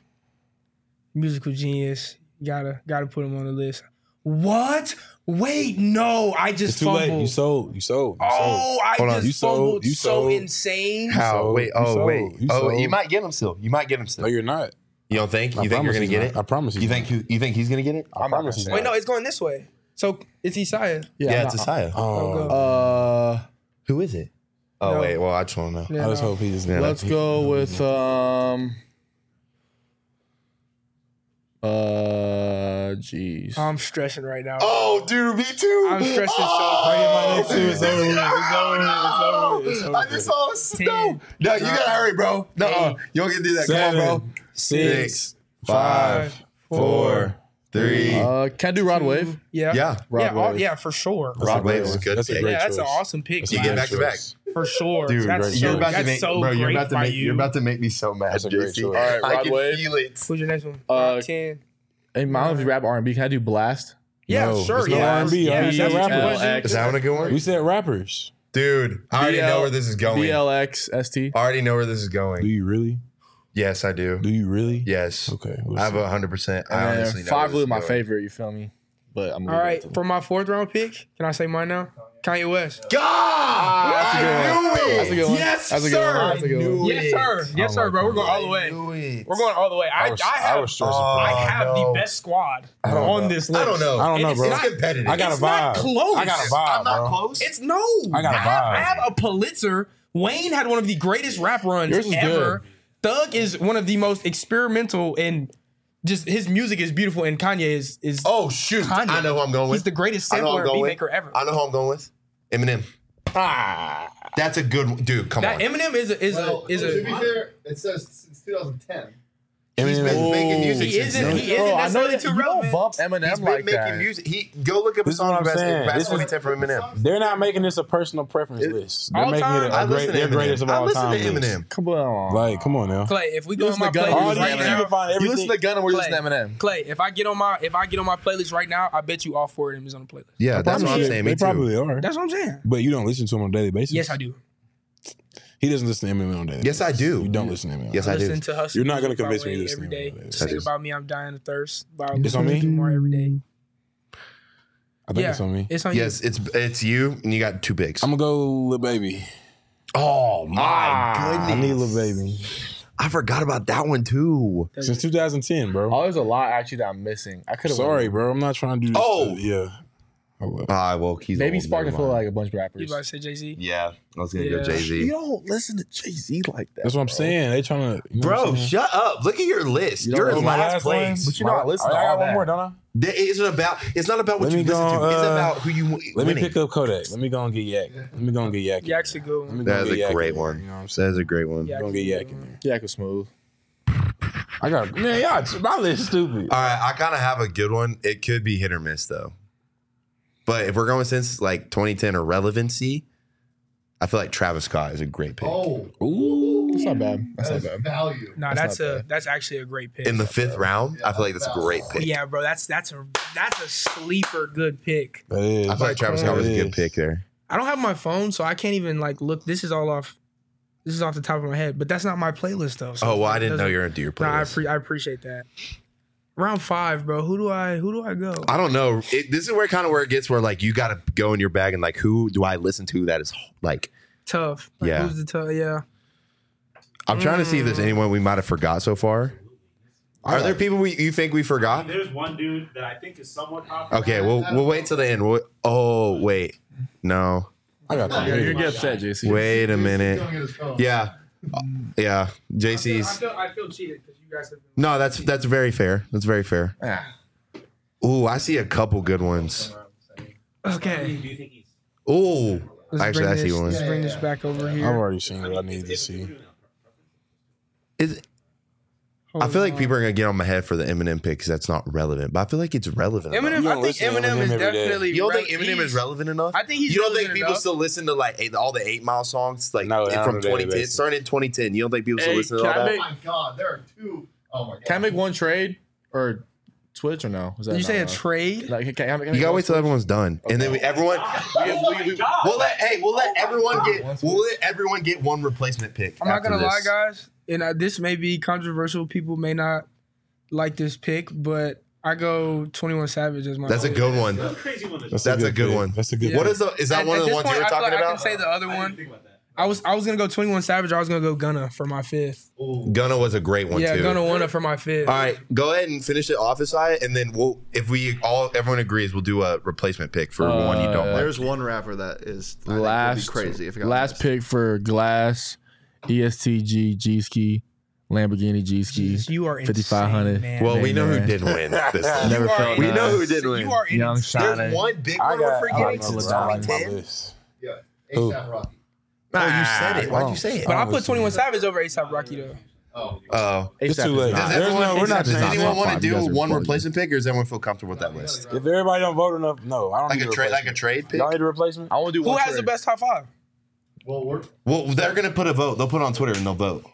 Speaker 3: Musical genius. Gotta gotta put him on the list. What? Wait, no. I just
Speaker 1: It's too
Speaker 3: fumbled.
Speaker 1: late. You sold. You sold. You sold.
Speaker 3: oh, I
Speaker 2: Hold on.
Speaker 3: just
Speaker 1: You sold.
Speaker 3: fumbled
Speaker 1: You
Speaker 3: so
Speaker 1: sold.
Speaker 3: insane.
Speaker 2: How?
Speaker 1: sold.
Speaker 2: wait.
Speaker 1: You
Speaker 2: Oh,
Speaker 1: sold.
Speaker 2: wait.
Speaker 1: You
Speaker 2: oh,
Speaker 1: sold.
Speaker 2: you might get him still. You might get him
Speaker 1: No,
Speaker 2: still.
Speaker 1: you're not.
Speaker 2: You don't think?
Speaker 1: I
Speaker 2: You think you're
Speaker 1: promise
Speaker 2: gonna
Speaker 1: he's
Speaker 2: get
Speaker 1: not.
Speaker 2: it?
Speaker 1: I promise he's
Speaker 2: You think you, you think he's gonna get it?
Speaker 1: I promise he's
Speaker 3: Wait,
Speaker 1: not.
Speaker 3: no, it's going this way. So it's Isaiah.
Speaker 2: Yeah,
Speaker 4: nah.
Speaker 2: it's Asaya.
Speaker 1: Oh,
Speaker 3: go.
Speaker 4: Uh,
Speaker 2: Who is it? Oh
Speaker 3: No.
Speaker 2: wait. Well, I just want to know.
Speaker 3: Yeah,
Speaker 1: I just
Speaker 3: no.
Speaker 1: hope he just.
Speaker 2: Yeah.
Speaker 4: let's go with um. Uh, jeez.
Speaker 3: I'm stressing right now.
Speaker 2: Oh, dude, me too.
Speaker 3: I'm stressing so
Speaker 2: Oh,
Speaker 3: hard. My next two is
Speaker 2: dude,
Speaker 3: over with. It's
Speaker 2: no,
Speaker 3: over with. It's over with. It's
Speaker 2: no.
Speaker 3: over
Speaker 2: I just saw us.
Speaker 3: Ten,
Speaker 2: No, no, you
Speaker 3: nine,
Speaker 2: gotta hurry, bro. No, uh, you don't get to do that. Come on, bro.
Speaker 1: Seven, six, five, four.
Speaker 2: three.
Speaker 4: Uh, can I do Rod Wave?
Speaker 3: Yeah.
Speaker 2: yeah,
Speaker 4: Rod
Speaker 3: yeah, all,
Speaker 4: Wave.
Speaker 3: yeah, for sure.
Speaker 1: That's a
Speaker 2: Rod
Speaker 1: great
Speaker 2: Wave is a
Speaker 1: one.
Speaker 2: good
Speaker 1: That's a
Speaker 2: pick.
Speaker 1: great
Speaker 3: yeah, that's an
Speaker 1: choice.
Speaker 3: awesome pick.
Speaker 1: That's a
Speaker 2: you
Speaker 3: man.
Speaker 2: get
Speaker 1: great
Speaker 2: back to back.
Speaker 1: choice.
Speaker 3: For sure.
Speaker 2: Dude,
Speaker 3: that's
Speaker 1: great
Speaker 3: so,
Speaker 1: choice.
Speaker 3: that's so
Speaker 2: bro. You're
Speaker 3: great
Speaker 2: about to
Speaker 3: by
Speaker 2: make.
Speaker 3: you.
Speaker 2: You're about to make me so mad,
Speaker 1: That's a great
Speaker 2: JC.
Speaker 1: choice.
Speaker 4: All right,
Speaker 2: I
Speaker 4: Rod
Speaker 2: can
Speaker 4: Wave.
Speaker 2: feel it.
Speaker 3: Who's your next one?
Speaker 4: Uh,
Speaker 3: Uh, 10.
Speaker 4: Hey, my if you rap R and B. Can I do Blast?
Speaker 3: Yeah,
Speaker 1: No,
Speaker 3: sure.
Speaker 1: it's
Speaker 3: Yeah,
Speaker 1: no R&B,
Speaker 3: yeah,
Speaker 1: R&B,
Speaker 3: that's
Speaker 1: yeah,
Speaker 3: what you
Speaker 1: rap.
Speaker 3: wanna do.
Speaker 4: LX.
Speaker 2: Is that one a good
Speaker 1: We
Speaker 2: one?
Speaker 1: said rappers.
Speaker 2: Dude, I already
Speaker 4: BL
Speaker 2: know where this is going.
Speaker 4: BLXST.
Speaker 2: I already know where this is
Speaker 1: Do
Speaker 2: going.
Speaker 1: you really?
Speaker 2: Yes, I do.
Speaker 1: Do you really?
Speaker 2: Yes,
Speaker 1: Okay. we'll
Speaker 2: I have
Speaker 1: see.
Speaker 2: a hundred percent. I
Speaker 4: And
Speaker 2: honestly
Speaker 4: then
Speaker 2: know.
Speaker 4: five
Speaker 2: where
Speaker 4: Blue,
Speaker 2: this
Speaker 4: my
Speaker 2: is going.
Speaker 4: favorite. You feel me? But I'm
Speaker 3: All right, for my fourth round pick, can I say mine now? Kanye West.
Speaker 2: God, I knew it.
Speaker 4: That's a good one.
Speaker 2: Yes,
Speaker 4: That's a good
Speaker 2: sir.
Speaker 4: one. That's a good
Speaker 2: I
Speaker 4: one.
Speaker 2: knew
Speaker 3: Yes,
Speaker 2: it.
Speaker 3: sir. Yes, sir, bro. We're going all the
Speaker 2: I
Speaker 3: way.
Speaker 2: knew it.
Speaker 3: We're going all the way. I,
Speaker 1: was-
Speaker 3: I
Speaker 1: I
Speaker 3: have,
Speaker 1: was stressing
Speaker 2: for
Speaker 3: I
Speaker 2: that.
Speaker 3: have
Speaker 2: oh, No.
Speaker 3: the best squad
Speaker 1: I don't
Speaker 3: on
Speaker 1: know.
Speaker 3: this list.
Speaker 2: I don't know.
Speaker 1: I don't know,
Speaker 3: It's
Speaker 1: bro.
Speaker 3: not
Speaker 2: It's competitive.
Speaker 1: I got a
Speaker 3: It's
Speaker 1: vibe.
Speaker 3: not close.
Speaker 1: I got a vibe.
Speaker 2: I'm not
Speaker 1: bro.
Speaker 2: close.
Speaker 3: It's no.
Speaker 1: I got a
Speaker 3: have,
Speaker 1: vibe.
Speaker 3: I have a Pulitzer. Wayne had one of the greatest rap runs
Speaker 4: Yours is
Speaker 3: ever. Thug is one of the most experimental and just his music is beautiful. And Kanye is is
Speaker 2: oh shoot!
Speaker 3: Kanye.
Speaker 2: I know who I'm going with.
Speaker 3: he's the greatest
Speaker 2: I know who I'm
Speaker 3: sampler and
Speaker 2: going
Speaker 3: beat
Speaker 2: with.
Speaker 3: maker ever.
Speaker 2: I know who I'm going with. Eminem. Ah, that's a good one, dude. Come
Speaker 3: That
Speaker 2: on.
Speaker 3: Eminem is a is a is a
Speaker 6: fair, it says since 2010.
Speaker 2: He's
Speaker 1: Eminem-
Speaker 2: been making music
Speaker 3: He
Speaker 2: since
Speaker 3: isn't-
Speaker 2: then.
Speaker 3: he isn't necessarily too
Speaker 4: you
Speaker 3: relevant.
Speaker 4: don't bump Eminem
Speaker 2: He's been
Speaker 4: like
Speaker 2: making
Speaker 4: that.
Speaker 2: music. He go look up a
Speaker 1: This is
Speaker 2: song
Speaker 1: what I'm
Speaker 2: best,
Speaker 1: saying.
Speaker 2: best
Speaker 1: This is-
Speaker 2: 2010 from Eminem.
Speaker 1: They're not making this a personal preference list. They're
Speaker 3: all
Speaker 1: making
Speaker 3: time.
Speaker 1: it
Speaker 2: I
Speaker 1: a
Speaker 2: listen
Speaker 1: great,
Speaker 2: to
Speaker 1: their
Speaker 2: Eminem.
Speaker 1: greatest of
Speaker 2: I
Speaker 1: all
Speaker 2: listen
Speaker 1: time.
Speaker 2: to Eminem.
Speaker 1: list.
Speaker 4: Come on.
Speaker 1: Like, come on now.
Speaker 3: Clay, if we
Speaker 4: You
Speaker 3: go on
Speaker 4: listen
Speaker 3: my
Speaker 4: to Gunna, you
Speaker 3: playlist
Speaker 4: listen
Speaker 3: right
Speaker 4: to
Speaker 3: now,
Speaker 4: Eminem. You listen to Gunna, we're listening to
Speaker 3: Clay,
Speaker 4: Eminem.
Speaker 3: Clay, if I get on my if I get on my playlist right now, I bet you all four of them is on the playlist.
Speaker 2: Yeah, that's what I'm
Speaker 1: They-
Speaker 2: saying.
Speaker 1: They
Speaker 2: Me too.
Speaker 1: probably are.
Speaker 3: That's what I'm saying.
Speaker 1: But you don't listen to him on a daily basis.
Speaker 3: Yes, I do.
Speaker 1: He doesn't listen to Eminem on a daily
Speaker 2: Yes,
Speaker 1: basis.
Speaker 2: I do.
Speaker 1: You don't listen to Eminem.
Speaker 2: Yes,
Speaker 3: I
Speaker 2: I
Speaker 3: listen
Speaker 2: do.
Speaker 3: to Hustle.
Speaker 1: You're not gonna
Speaker 3: Music by
Speaker 1: convince me to
Speaker 3: Wayne every
Speaker 1: listen to Eminem
Speaker 3: day.
Speaker 1: on that.
Speaker 3: Sing
Speaker 2: That is-
Speaker 3: about me, I'm dying of thirst. By
Speaker 1: It's on
Speaker 3: Lil
Speaker 1: me?
Speaker 3: Uzi Vert every day.
Speaker 1: I think
Speaker 3: Yeah,
Speaker 1: it's on me.
Speaker 3: It's on you.
Speaker 2: Yes, it's it's you and you got two bigs.
Speaker 1: I'm gonna go Lil Baby.
Speaker 2: oh my
Speaker 1: Ah, I
Speaker 2: goodness.
Speaker 1: need Lil Baby.
Speaker 2: I forgot about that one too.
Speaker 1: Since 2010, bro.
Speaker 4: Oh, there's a lot actually that I'm missing. I could have.
Speaker 1: Sorry, bro. I'm not trying to do this.
Speaker 2: Oh!
Speaker 1: to- yeah. I will.
Speaker 2: Ah, well, he's
Speaker 4: Maybe
Speaker 2: old,
Speaker 4: Spark
Speaker 2: never
Speaker 4: can feel
Speaker 2: mind.
Speaker 4: like a bunch of
Speaker 3: You
Speaker 4: rappers.
Speaker 3: about to say Jay Z?
Speaker 2: Yeah, I was gonna go
Speaker 3: Yeah.
Speaker 2: Jay Z.
Speaker 4: don't listen to Jay Z like that.
Speaker 1: That's what I'm saying. They trying to. You know what
Speaker 2: Oh. Bro,
Speaker 1: I'm saying?
Speaker 2: shut up! Look at your list.
Speaker 4: You don't
Speaker 2: You're
Speaker 4: know
Speaker 2: in
Speaker 4: my
Speaker 2: last place.
Speaker 4: But you know I listen to
Speaker 1: I got
Speaker 4: all
Speaker 1: one
Speaker 4: that.
Speaker 1: more, don't I?
Speaker 2: That isn't about. It's not about what
Speaker 1: Let
Speaker 2: you
Speaker 1: me
Speaker 2: listen
Speaker 1: go,
Speaker 2: to. It's
Speaker 1: uh,
Speaker 2: about who you. w-
Speaker 1: Let
Speaker 2: winning.
Speaker 1: me pick up Kodak. Let me go and get Yak. Let me go and get Yak. in
Speaker 3: Yak's a
Speaker 1: there.
Speaker 3: good
Speaker 1: Let me
Speaker 3: one.
Speaker 1: go
Speaker 2: That
Speaker 1: and
Speaker 2: is
Speaker 1: get
Speaker 2: a
Speaker 1: Yak
Speaker 2: great
Speaker 1: in there,
Speaker 2: one.
Speaker 1: You know what I'm saying?
Speaker 2: That is a great one.
Speaker 3: Yak's a
Speaker 1: Gonna get
Speaker 3: good
Speaker 1: Yak in
Speaker 3: one.
Speaker 1: there.
Speaker 4: Yeah, it was smooth.
Speaker 1: I got man, y'all. My list stupid.
Speaker 2: All right, I kind of have a good one. It could be hit or miss though. But if we're going since like 2010 or relevancy, I feel like Travis Scott is a great pick.
Speaker 7: Oh,
Speaker 4: That's not bad. That's not
Speaker 7: that's
Speaker 4: bad.
Speaker 7: value.
Speaker 3: Nah,
Speaker 4: That's
Speaker 3: that's,
Speaker 4: not
Speaker 3: a
Speaker 4: bad.
Speaker 3: that's actually a great pick.
Speaker 2: In the fifth round, I feel like that's a great pick.
Speaker 3: yeah, bro, that's that's a that's a sleeper good pick.
Speaker 1: That is.
Speaker 2: I feel like Travis Scott was a good pick there.
Speaker 3: I don't have my phone, so I can't even like look. This is all off. This is off the top of my head, but that's not my playlist though. so
Speaker 2: Oh well, I
Speaker 3: it
Speaker 2: didn't know
Speaker 3: doesn't-
Speaker 2: you were into your
Speaker 3: Nah, I,
Speaker 2: playlist.
Speaker 3: appre I appreciate that. Round five, bro. Who do I? Who do I go?
Speaker 2: I don't know. It, this is where kind of where it gets where like you got to go in your bag and like who do I listen to that is like
Speaker 3: tough. Like,
Speaker 2: Yeah.
Speaker 3: Who's the tough? Yeah.
Speaker 2: I'm trying to see if there's
Speaker 3: Mm.
Speaker 2: anyone we might have forgot so far. Are there people we, you think we forgot?
Speaker 7: There's one dude that I think is somewhat popular.
Speaker 2: Okay, we'll we'll wait till the end. We'll, oh wait, no,
Speaker 1: I got that.
Speaker 4: Yeah, you're get upset, JC.
Speaker 2: wait a minute. Yeah, Uh, yeah. JC's
Speaker 3: feel, I feel cheated because you guys have.
Speaker 2: no. That's that's very fair. That's very fair. Ooh, I see a couple good ones.
Speaker 3: Okay.
Speaker 2: Ooh,
Speaker 3: Let's
Speaker 2: actually,
Speaker 3: bring
Speaker 2: I
Speaker 3: this,
Speaker 2: see
Speaker 3: Let's
Speaker 2: one.
Speaker 3: bring this back over
Speaker 1: I've
Speaker 3: here.
Speaker 1: already seen what I need to see.
Speaker 2: Is, I feel like people are gonna get on my head for the Eminem pick because that's not relevant. But I feel like it's relevant. enough.
Speaker 3: Eminem.
Speaker 1: You
Speaker 3: I
Speaker 1: don't
Speaker 3: think
Speaker 1: listen to
Speaker 3: Eminem,
Speaker 1: Eminem
Speaker 3: is
Speaker 1: every day.
Speaker 3: definitely.
Speaker 2: You don't think
Speaker 3: rele-
Speaker 2: Eminem is
Speaker 3: he's-
Speaker 2: relevant enough?
Speaker 3: I think he's
Speaker 2: You don't think
Speaker 3: relevant
Speaker 2: people
Speaker 3: enough.
Speaker 2: still listen to like eight- all the Eight Mile songs like
Speaker 1: No, not on
Speaker 2: from
Speaker 1: a daily
Speaker 2: 2010,
Speaker 1: basis.
Speaker 2: starting in 2010? You don't think people still
Speaker 4: Hey,
Speaker 2: listen to
Speaker 4: can
Speaker 2: all
Speaker 4: I
Speaker 2: that?
Speaker 7: Oh my god, there are two. Oh my god.
Speaker 4: Can I make one trade or Twitch or no? Is that
Speaker 3: Did you
Speaker 4: not
Speaker 3: say a
Speaker 4: allowed?
Speaker 3: trade?
Speaker 4: Like, can- can I make- can I
Speaker 2: You
Speaker 4: make
Speaker 2: gotta
Speaker 4: one
Speaker 2: wait till everyone's done, and then we, everyone.
Speaker 7: oh my god.
Speaker 2: We'll let hey, we'll let everyone get we'll let everyone get one replacement pick.
Speaker 3: I'm not
Speaker 2: after
Speaker 3: gonna
Speaker 2: this.
Speaker 3: lie, guys. And I, this may be controversial. People may not like this pick, but I go 21 Savage as my.
Speaker 2: That's a
Speaker 3: pick.
Speaker 2: good one.
Speaker 7: Crazy one. That's
Speaker 2: That's a good
Speaker 1: pick.
Speaker 2: one.
Speaker 1: That's a good.
Speaker 3: Yeah.
Speaker 2: What is the is that
Speaker 3: At-
Speaker 2: one
Speaker 3: at
Speaker 2: of the
Speaker 3: this
Speaker 2: ones
Speaker 3: point,
Speaker 2: you were
Speaker 3: I feel
Speaker 2: talking
Speaker 3: like I
Speaker 2: about?
Speaker 3: can say the other one.
Speaker 7: think about that.
Speaker 3: I was I was gonna go 21 Savage. I was gonna go Gunna for my fifth.
Speaker 7: Ooh.
Speaker 2: Gunna was a great one
Speaker 3: yeah,
Speaker 2: too.
Speaker 3: Gunna Wanna for my fifth.
Speaker 2: all right, go ahead and finish it off side, and then we'll if we all everyone agrees, we'll do a replacement pick for
Speaker 4: Uh,
Speaker 2: one you don't like.
Speaker 6: There's one rapper that is I think, would
Speaker 4: last
Speaker 6: be crazy if it got
Speaker 4: last
Speaker 6: passed.
Speaker 4: pick for Glass, ESTG G Ski, Lamborghini G Ski,
Speaker 3: Jeez, you are
Speaker 4: 5500.
Speaker 3: insane, man.
Speaker 2: Well, we know who
Speaker 4: man.
Speaker 2: did win.
Speaker 3: *laughs*
Speaker 2: This
Speaker 3: You
Speaker 2: time.
Speaker 4: Never
Speaker 3: are
Speaker 4: felt
Speaker 3: insane.
Speaker 4: We know
Speaker 2: who did win.
Speaker 3: You are
Speaker 4: Young
Speaker 3: insane.
Speaker 4: Shana.
Speaker 2: There's one big
Speaker 1: I
Speaker 2: one we're
Speaker 1: got. I
Speaker 2: forgetting.
Speaker 1: like my
Speaker 2: It's
Speaker 1: list. I like my
Speaker 2: 2010.
Speaker 1: list.
Speaker 7: Yeah.
Speaker 1: Who?
Speaker 7: ASAP Rocky.
Speaker 2: Oh, you said it. Why'd you say it?
Speaker 3: But I
Speaker 1: Listen.
Speaker 3: put 21 Savage over ASAP Rocky though.
Speaker 7: Oh.
Speaker 2: Oh.
Speaker 1: It's too late.
Speaker 2: Does
Speaker 1: Nah,
Speaker 2: everyone,
Speaker 1: there's no- we're not
Speaker 2: does
Speaker 1: just-
Speaker 2: anyone
Speaker 1: top
Speaker 2: want to
Speaker 1: five.
Speaker 2: do
Speaker 1: You guys are
Speaker 2: one
Speaker 1: bugging.
Speaker 2: replacement pick, or does everyone feel comfortable with that list?
Speaker 1: If everybody don't vote enough, no, I don't
Speaker 2: Like
Speaker 1: need
Speaker 2: a trade, like a trade pick.
Speaker 1: Y'all need a replacement.
Speaker 4: I want to do
Speaker 3: Who
Speaker 4: one
Speaker 3: has the
Speaker 4: trade.
Speaker 3: best top five?
Speaker 7: Well, we're
Speaker 2: Well, they're gonna put a vote. They'll put it on Twitter and they'll vote.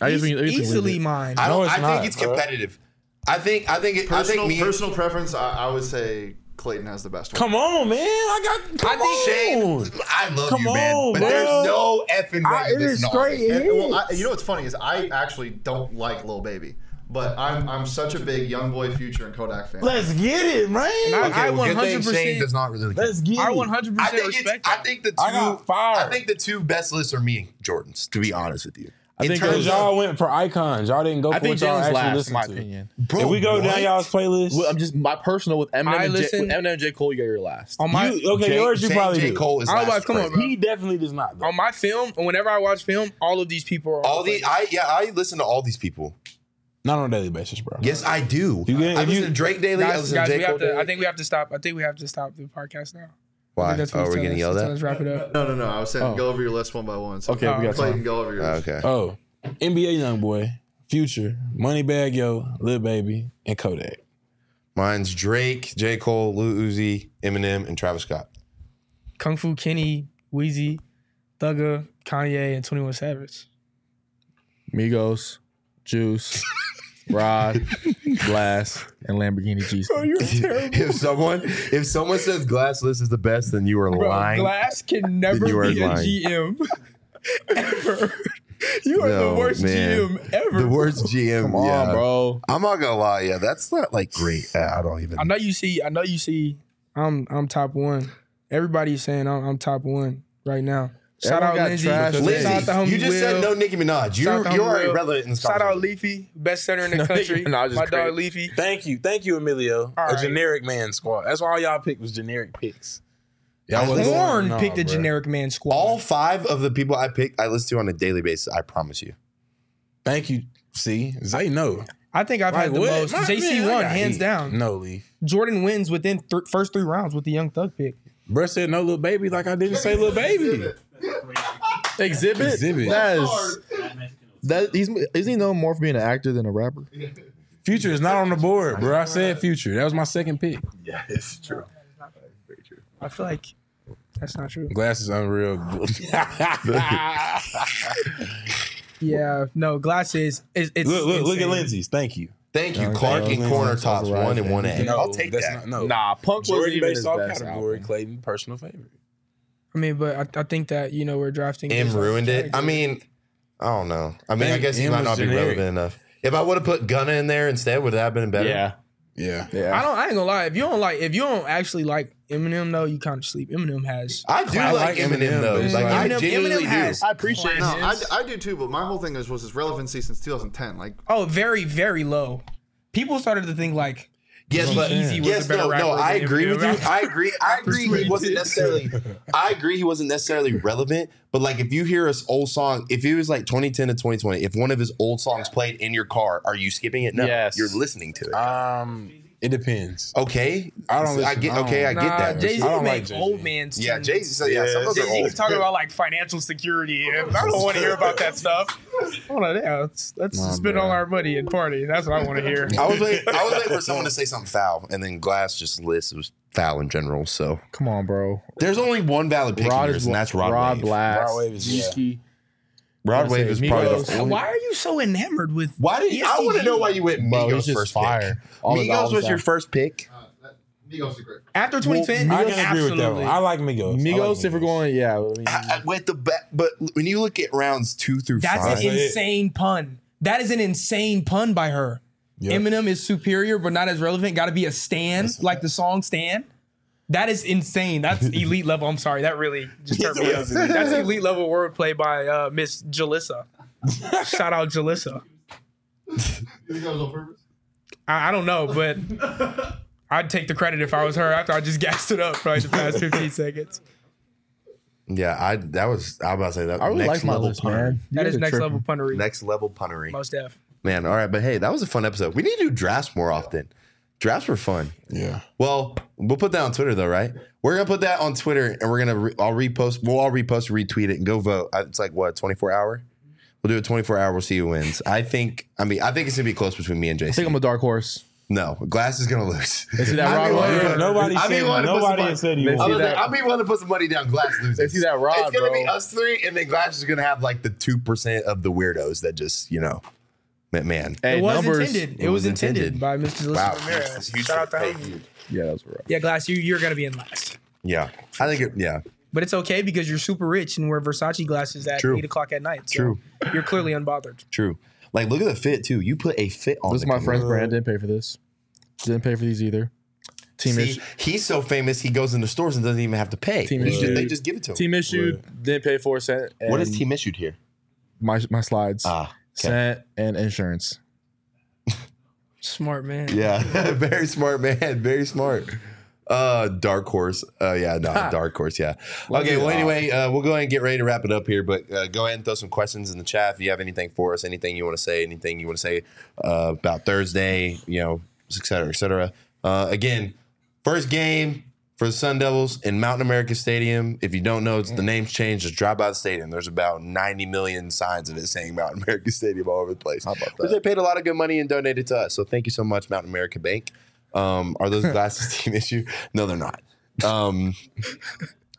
Speaker 4: I just
Speaker 3: Eas-
Speaker 4: mean- I just mean-
Speaker 3: easily mine.
Speaker 2: I
Speaker 1: No,
Speaker 2: don't.
Speaker 1: it's
Speaker 2: I think
Speaker 1: not,
Speaker 2: it's
Speaker 1: bro.
Speaker 2: competitive. I think. I think. It, I
Speaker 6: personal,
Speaker 2: think. Me,
Speaker 6: personal preference. I, I would say Clayton has the best one.
Speaker 1: Come on, man. I got. Come
Speaker 2: Shane,
Speaker 1: on.
Speaker 2: I love
Speaker 1: Come
Speaker 2: you, man.
Speaker 1: on,
Speaker 2: but
Speaker 1: bro.
Speaker 2: there's no effing way.
Speaker 1: I-
Speaker 2: you
Speaker 1: it
Speaker 2: listen
Speaker 1: is
Speaker 2: to all
Speaker 1: straight.
Speaker 2: this.
Speaker 1: It
Speaker 6: And, well,
Speaker 1: is.
Speaker 6: I, you know what's funny is I actually don't like Lil Baby, but I'm I'm such a big Young Boy Future and Kodak fan.
Speaker 1: Let's get it, man.
Speaker 3: I-
Speaker 2: Okay, well, good thing
Speaker 3: 100%
Speaker 2: Shane does not really. Care.
Speaker 1: Let's get
Speaker 3: I
Speaker 1: it.
Speaker 3: 100
Speaker 2: I
Speaker 3: percent
Speaker 2: think. It's,
Speaker 3: respect.
Speaker 2: I
Speaker 3: that.
Speaker 2: think the two.
Speaker 1: I got fired.
Speaker 2: I think the two best lists are me and Jordan's. To be honest with you,
Speaker 4: I think
Speaker 1: Because
Speaker 4: Jalen's-
Speaker 1: y'all went for icons. Y'all didn't go for
Speaker 4: I
Speaker 1: what
Speaker 4: think
Speaker 1: y'all
Speaker 4: Jalen's
Speaker 1: actually
Speaker 4: last, in
Speaker 1: listened
Speaker 4: my
Speaker 1: to.
Speaker 4: opinion.
Speaker 2: bro.
Speaker 1: If we go
Speaker 2: Oh, what?
Speaker 1: down y'all's playlist,
Speaker 4: Well, I'm just my personal with Eminem.
Speaker 3: I
Speaker 4: and J,
Speaker 3: listen-
Speaker 4: with Eminem and J Cole, you got your last.
Speaker 3: on my
Speaker 1: you, okay, yours you
Speaker 2: Shane
Speaker 1: probably
Speaker 2: J.
Speaker 1: do.
Speaker 2: Cole is
Speaker 3: I was
Speaker 2: last.
Speaker 3: like, come on,
Speaker 2: crazy.
Speaker 3: bro.
Speaker 1: He definitely does not. Though.
Speaker 3: on my film, and whenever I watch film, all of these people are
Speaker 2: All
Speaker 3: the
Speaker 2: the I yeah, I listen to all these people.
Speaker 1: Not on a daily basis, bro.
Speaker 2: Yes, I do.
Speaker 1: You get-
Speaker 2: I
Speaker 1: if
Speaker 2: listen
Speaker 1: you-
Speaker 2: to Drake daily. I
Speaker 3: guys.
Speaker 2: listen
Speaker 3: guys
Speaker 2: to
Speaker 3: we
Speaker 2: J Cole.
Speaker 3: have to, I
Speaker 2: daily.
Speaker 3: think we have to stop. I think we have to stop the podcast now. I
Speaker 2: Why?
Speaker 3: think that's what
Speaker 2: Oh,
Speaker 3: he's
Speaker 2: we're
Speaker 3: telling
Speaker 2: getting
Speaker 3: us.
Speaker 2: yelled
Speaker 3: He's telling
Speaker 2: at.
Speaker 3: us wrap it up.
Speaker 6: No, no, no. I was saying go over your list one by one. So
Speaker 4: Okay,
Speaker 3: Oh,
Speaker 4: we
Speaker 3: Clayton.
Speaker 4: got
Speaker 2: Ah,
Speaker 4: time.
Speaker 6: Clayton, go over your list.
Speaker 2: Okay.
Speaker 1: Oh, NBA YoungBoy, Future, Moneybag Yo, Lil Baby, and Kodak.
Speaker 2: Mine's Drake, J. Cole, Lil Uzi, Eminem, and Travis Scott. *laughs*
Speaker 3: Kung Fu Kenny, Wheezy, Thugger, Kanye, and 21 Savage.
Speaker 4: Migos, *laughs* Juice, Rod, Glass, and Lamborghini G.
Speaker 2: if someone if someone says glass list is the best, then you are
Speaker 3: Bro,
Speaker 2: lying.
Speaker 3: Glass can never
Speaker 2: You are
Speaker 3: be a
Speaker 2: lying.
Speaker 3: GM *laughs* ever. You are
Speaker 2: No,
Speaker 3: the worst
Speaker 2: man.
Speaker 3: GM ever.
Speaker 2: the worst GM.
Speaker 4: Come on,
Speaker 2: yeah.
Speaker 4: bro.
Speaker 2: I'm not gonna lie, yeah, that's not like great. I don't even.
Speaker 3: I know you see. I know you see. I'm I'm top one. Everybody's saying I'm, I'm top one right now. Shout
Speaker 4: Everyone
Speaker 3: out
Speaker 4: got
Speaker 3: Lindsey.
Speaker 4: trash
Speaker 3: Shout out the homie
Speaker 2: Lindsay, you just said
Speaker 3: Will.
Speaker 2: no Nicki Minaj.
Speaker 3: Shout out
Speaker 2: You're you're
Speaker 3: to homie Will.
Speaker 2: already relevant in this
Speaker 3: Shout out
Speaker 2: conversation.
Speaker 3: Leafy, best center in the
Speaker 1: No,
Speaker 3: country.
Speaker 1: no, I was
Speaker 3: My
Speaker 1: just
Speaker 3: dog
Speaker 1: crazy.
Speaker 3: Leafy.
Speaker 1: Thank you, thank you, Emilio.
Speaker 3: All
Speaker 1: a
Speaker 3: right.
Speaker 1: generic man squad. That's why all y'all picked was generic picks.
Speaker 2: I
Speaker 1: wasn't-
Speaker 2: listen-
Speaker 3: Horn
Speaker 1: Nah,
Speaker 3: picked a
Speaker 1: bro.
Speaker 3: generic man squad.
Speaker 2: All five of the people I picked, I listen to on a daily basis. I promise you.
Speaker 1: Thank you. See, Zay, no.
Speaker 3: I think I've had the most. JC won hands down.
Speaker 1: No, Lee.
Speaker 3: Jordan wins within th- first three rounds with the Young Thug pick.
Speaker 1: Bruh said no, little baby. Like I
Speaker 2: *laughs*
Speaker 1: didn't say, little baby.
Speaker 4: Exhibit.
Speaker 1: Exhibit.
Speaker 4: That is. That he's isn't he known more for being an actor than a rapper?
Speaker 1: Future is not on the board, bro. I said future. That was my second pick.
Speaker 2: Yeah, it's true.
Speaker 3: I feel like that's not true.
Speaker 1: Glass is *laughs* unreal.
Speaker 3: Yeah, no glasses. It's, it's
Speaker 1: look, look, look at
Speaker 3: insane.
Speaker 1: Lindsay's. Thank you.
Speaker 2: Thank you,
Speaker 4: No,
Speaker 2: Clark
Speaker 4: that
Speaker 2: and
Speaker 4: was-
Speaker 2: Corner
Speaker 4: that's
Speaker 2: Tops
Speaker 4: a lie.
Speaker 2: one and one A.
Speaker 1: No,
Speaker 2: I'll take
Speaker 1: that's
Speaker 2: that.
Speaker 1: Not, no,
Speaker 4: Punk
Speaker 1: Jordan based off category. Clayton personal favorite.
Speaker 3: I mean, but I, I think that you know we're drafting.
Speaker 2: M
Speaker 3: based on
Speaker 2: ruined it. I
Speaker 3: category.
Speaker 2: mean, I don't know. I mean, I
Speaker 1: M-
Speaker 2: guess he
Speaker 1: M
Speaker 2: might
Speaker 1: was
Speaker 2: not be
Speaker 1: generic.
Speaker 2: relevant enough. If I would have put Gunna in there instead, would that have been better?
Speaker 4: Yeah,
Speaker 1: Yeah.
Speaker 4: yeah.
Speaker 3: I don't. I ain't gonna lie. If you don't like, if you don't actually like Eminem, though, you kind of sleep. Eminem has.
Speaker 2: I do
Speaker 1: I
Speaker 2: like
Speaker 1: like
Speaker 2: Eminem,
Speaker 1: Eminem,
Speaker 2: though.
Speaker 1: but it's
Speaker 2: Like,
Speaker 1: like-
Speaker 2: I
Speaker 3: Eminem-
Speaker 2: genuinely do.
Speaker 3: Eminem has-
Speaker 4: I appreciate
Speaker 6: No, I, I do too, but my whole thing is was his relevancy since 2010. Like,
Speaker 3: Oh, very very low. People started to think like
Speaker 2: Yes, but
Speaker 3: Easy was a
Speaker 2: yes,
Speaker 3: better
Speaker 2: no,
Speaker 3: rapper
Speaker 2: no.
Speaker 3: than
Speaker 2: I agree
Speaker 3: Eminem.
Speaker 2: with you. I
Speaker 1: *laughs*
Speaker 2: agree. I agree. He wasn't necessarily. I agree. He wasn't necessarily relevant. But like, if you hear his old song, if it was like 2010 to 2020, if one of his old songs played in your car, are you skipping it? No,
Speaker 4: Yes.
Speaker 2: you're listening to it.
Speaker 1: Um, it depends.
Speaker 2: okay,
Speaker 1: I don't
Speaker 2: I
Speaker 1: listen-
Speaker 2: get.
Speaker 1: I don't-
Speaker 2: Okay, I get that.
Speaker 3: Jay Z
Speaker 1: I don't like
Speaker 3: makes
Speaker 1: Jay-Z.
Speaker 3: old man.
Speaker 2: yeah, Jay Z. So yeah, some of those are
Speaker 3: Jay-Z
Speaker 2: old.
Speaker 3: was talking about like financial
Speaker 2: *laughs*
Speaker 3: security. and I don't want to hear about that stuff. Hold on, yeah, let's, let's
Speaker 1: Nah,
Speaker 3: spend
Speaker 1: bro.
Speaker 3: all our money and party. That's what I want to hear.
Speaker 2: I was waiting. I was
Speaker 3: *laughs*
Speaker 2: waiting for someone to say something foul, and then Glass just lists it was foul in general. So
Speaker 4: Come on, bro.
Speaker 2: there's only one valid pick of yours, and that's Rod, Wave.
Speaker 4: Black.
Speaker 1: Rod Wave is-
Speaker 2: Rod Wave is probably
Speaker 4: Migos.
Speaker 2: the
Speaker 3: Why are you so enamored with? E
Speaker 2: Why did I want to
Speaker 3: ESTG?
Speaker 2: know why you went
Speaker 4: Bro,
Speaker 2: Migos
Speaker 4: he's just
Speaker 2: first
Speaker 4: fire.
Speaker 2: pick?
Speaker 4: All his
Speaker 2: Migos
Speaker 4: albums
Speaker 2: was your
Speaker 4: out.
Speaker 2: first pick.
Speaker 7: Uh, that, Migos are great.
Speaker 3: After 2010,
Speaker 1: I can agree with that one. I like Migos. I
Speaker 4: Migos,
Speaker 1: like
Speaker 4: if we're going, yeah. I mean,
Speaker 2: I- I- With the ba- but when you look at rounds two through
Speaker 3: That's
Speaker 2: five,
Speaker 3: an insane pun. That is an insane pun by her.
Speaker 1: Yep.
Speaker 3: Eminem is superior, but not as relevant. Got to be a stan, like the song "Stan." That is insane.
Speaker 4: *laughs*
Speaker 3: That's elite level. I'm sorry. That really just turned me up. That's elite level wordplay by uh, Miss Jalissa. Shout out Jalissa.
Speaker 7: You think that was on purpose?
Speaker 3: I, I don't know, but I'd take the credit if I was her. After I just *laughs* gassed it up for like the
Speaker 4: *laughs*
Speaker 3: past 15 seconds.
Speaker 2: yeah, I that was I was about to say that.
Speaker 4: I really
Speaker 2: next
Speaker 4: like my
Speaker 2: level
Speaker 4: list,
Speaker 2: punner.
Speaker 4: man. You
Speaker 3: That
Speaker 4: guys
Speaker 3: is
Speaker 4: are
Speaker 3: next
Speaker 4: tripping.
Speaker 3: level punnery.
Speaker 2: Next level punnery,
Speaker 3: Most def.
Speaker 2: man. All right, but hey, that was a fun episode. We need to do drafts more often. Drafts were fun.
Speaker 1: Yeah.
Speaker 2: Well, we'll put that on Twitter though, right? We're gonna put that on Twitter, and we're gonna re- I'll repost. We'll all repost, retweet it, and go vote. Uh, It's like what twenty four hour. We'll do a twenty four hour. We'll see who wins. I think. I mean, I think it's gonna be close between me and
Speaker 4: I think
Speaker 2: Jason.
Speaker 4: I'm a dark horse.
Speaker 2: No, Glass is gonna lose. *laughs*
Speaker 4: See that
Speaker 2: I
Speaker 4: Rod
Speaker 2: mean,
Speaker 4: Wave?
Speaker 2: whatever.
Speaker 1: Yeah, nobody
Speaker 2: I mean,
Speaker 1: said
Speaker 2: why the
Speaker 1: nobody
Speaker 2: pussy-
Speaker 1: had said you
Speaker 4: They
Speaker 2: I
Speaker 4: see
Speaker 2: was
Speaker 1: won.
Speaker 2: like,
Speaker 4: that-
Speaker 2: I'm be willing to put some money down. Glass loses.
Speaker 4: They see that rod,
Speaker 2: It's gonna be
Speaker 4: bro.
Speaker 2: us three, and then Glass is gonna have like the two percent of the weirdos that just you know, man. man.
Speaker 4: Hey,
Speaker 3: it was
Speaker 4: numbers.
Speaker 3: intended. It,
Speaker 2: It
Speaker 3: was
Speaker 2: was
Speaker 3: intended,
Speaker 2: intended.
Speaker 3: by Mr. Jalissa
Speaker 2: Wow,
Speaker 3: Ramirez.
Speaker 2: huge
Speaker 3: Shout out to
Speaker 2: hey,
Speaker 3: him.
Speaker 4: Yeah, that's right.
Speaker 3: Yeah, Glass, you, you're going to be in last.
Speaker 2: Yeah, I think it. Yeah,
Speaker 3: But it's okay because you're super rich and wear Versace glasses at
Speaker 2: True.
Speaker 3: eight o'clock at night. So
Speaker 2: True.
Speaker 3: You're clearly unbothered.
Speaker 2: true. Like, look at the fit too. You put a fit on.
Speaker 4: This is
Speaker 2: the
Speaker 4: my
Speaker 2: Camaro.
Speaker 4: friend's brand. Didn't pay for this. Didn't pay for these either. Team
Speaker 2: See,
Speaker 4: issue.
Speaker 2: he's so famous, he goes into stores and doesn't even have to pay.
Speaker 4: Team
Speaker 2: He just-
Speaker 4: issued.
Speaker 2: they just give it to him.
Speaker 4: Team issued. Didn't pay for sent. And
Speaker 2: what is team issued here?
Speaker 4: My my slides.
Speaker 2: Ah, okay.
Speaker 4: Sent and insurance.
Speaker 3: Smart man.
Speaker 2: yeah, *laughs* very smart man, very smart. Uh, dark horse. Uh, yeah, no, dark horse. Yeah. Okay. Well, anyway, uh, we'll go ahead and get ready to wrap it up here. But uh, go ahead and throw some questions in the chat if you have anything for us, anything you want to say, anything you want to say uh, about Thursday, you know, et cetera, et cetera. Uh, again, first game, for the Sun Devils in Mountain America Stadium. If you don't know, it's, the name's changed. Just drive by the stadium. There's about 90 million signs of it saying Mountain *laughs* America Stadium all over the place.
Speaker 6: How about
Speaker 2: But
Speaker 6: that?
Speaker 2: they paid a lot of good money and donated to us. So thank you so much, Mountain America Bank. Um, are
Speaker 4: *laughs*
Speaker 2: those glasses team issue? No, they're not. Um,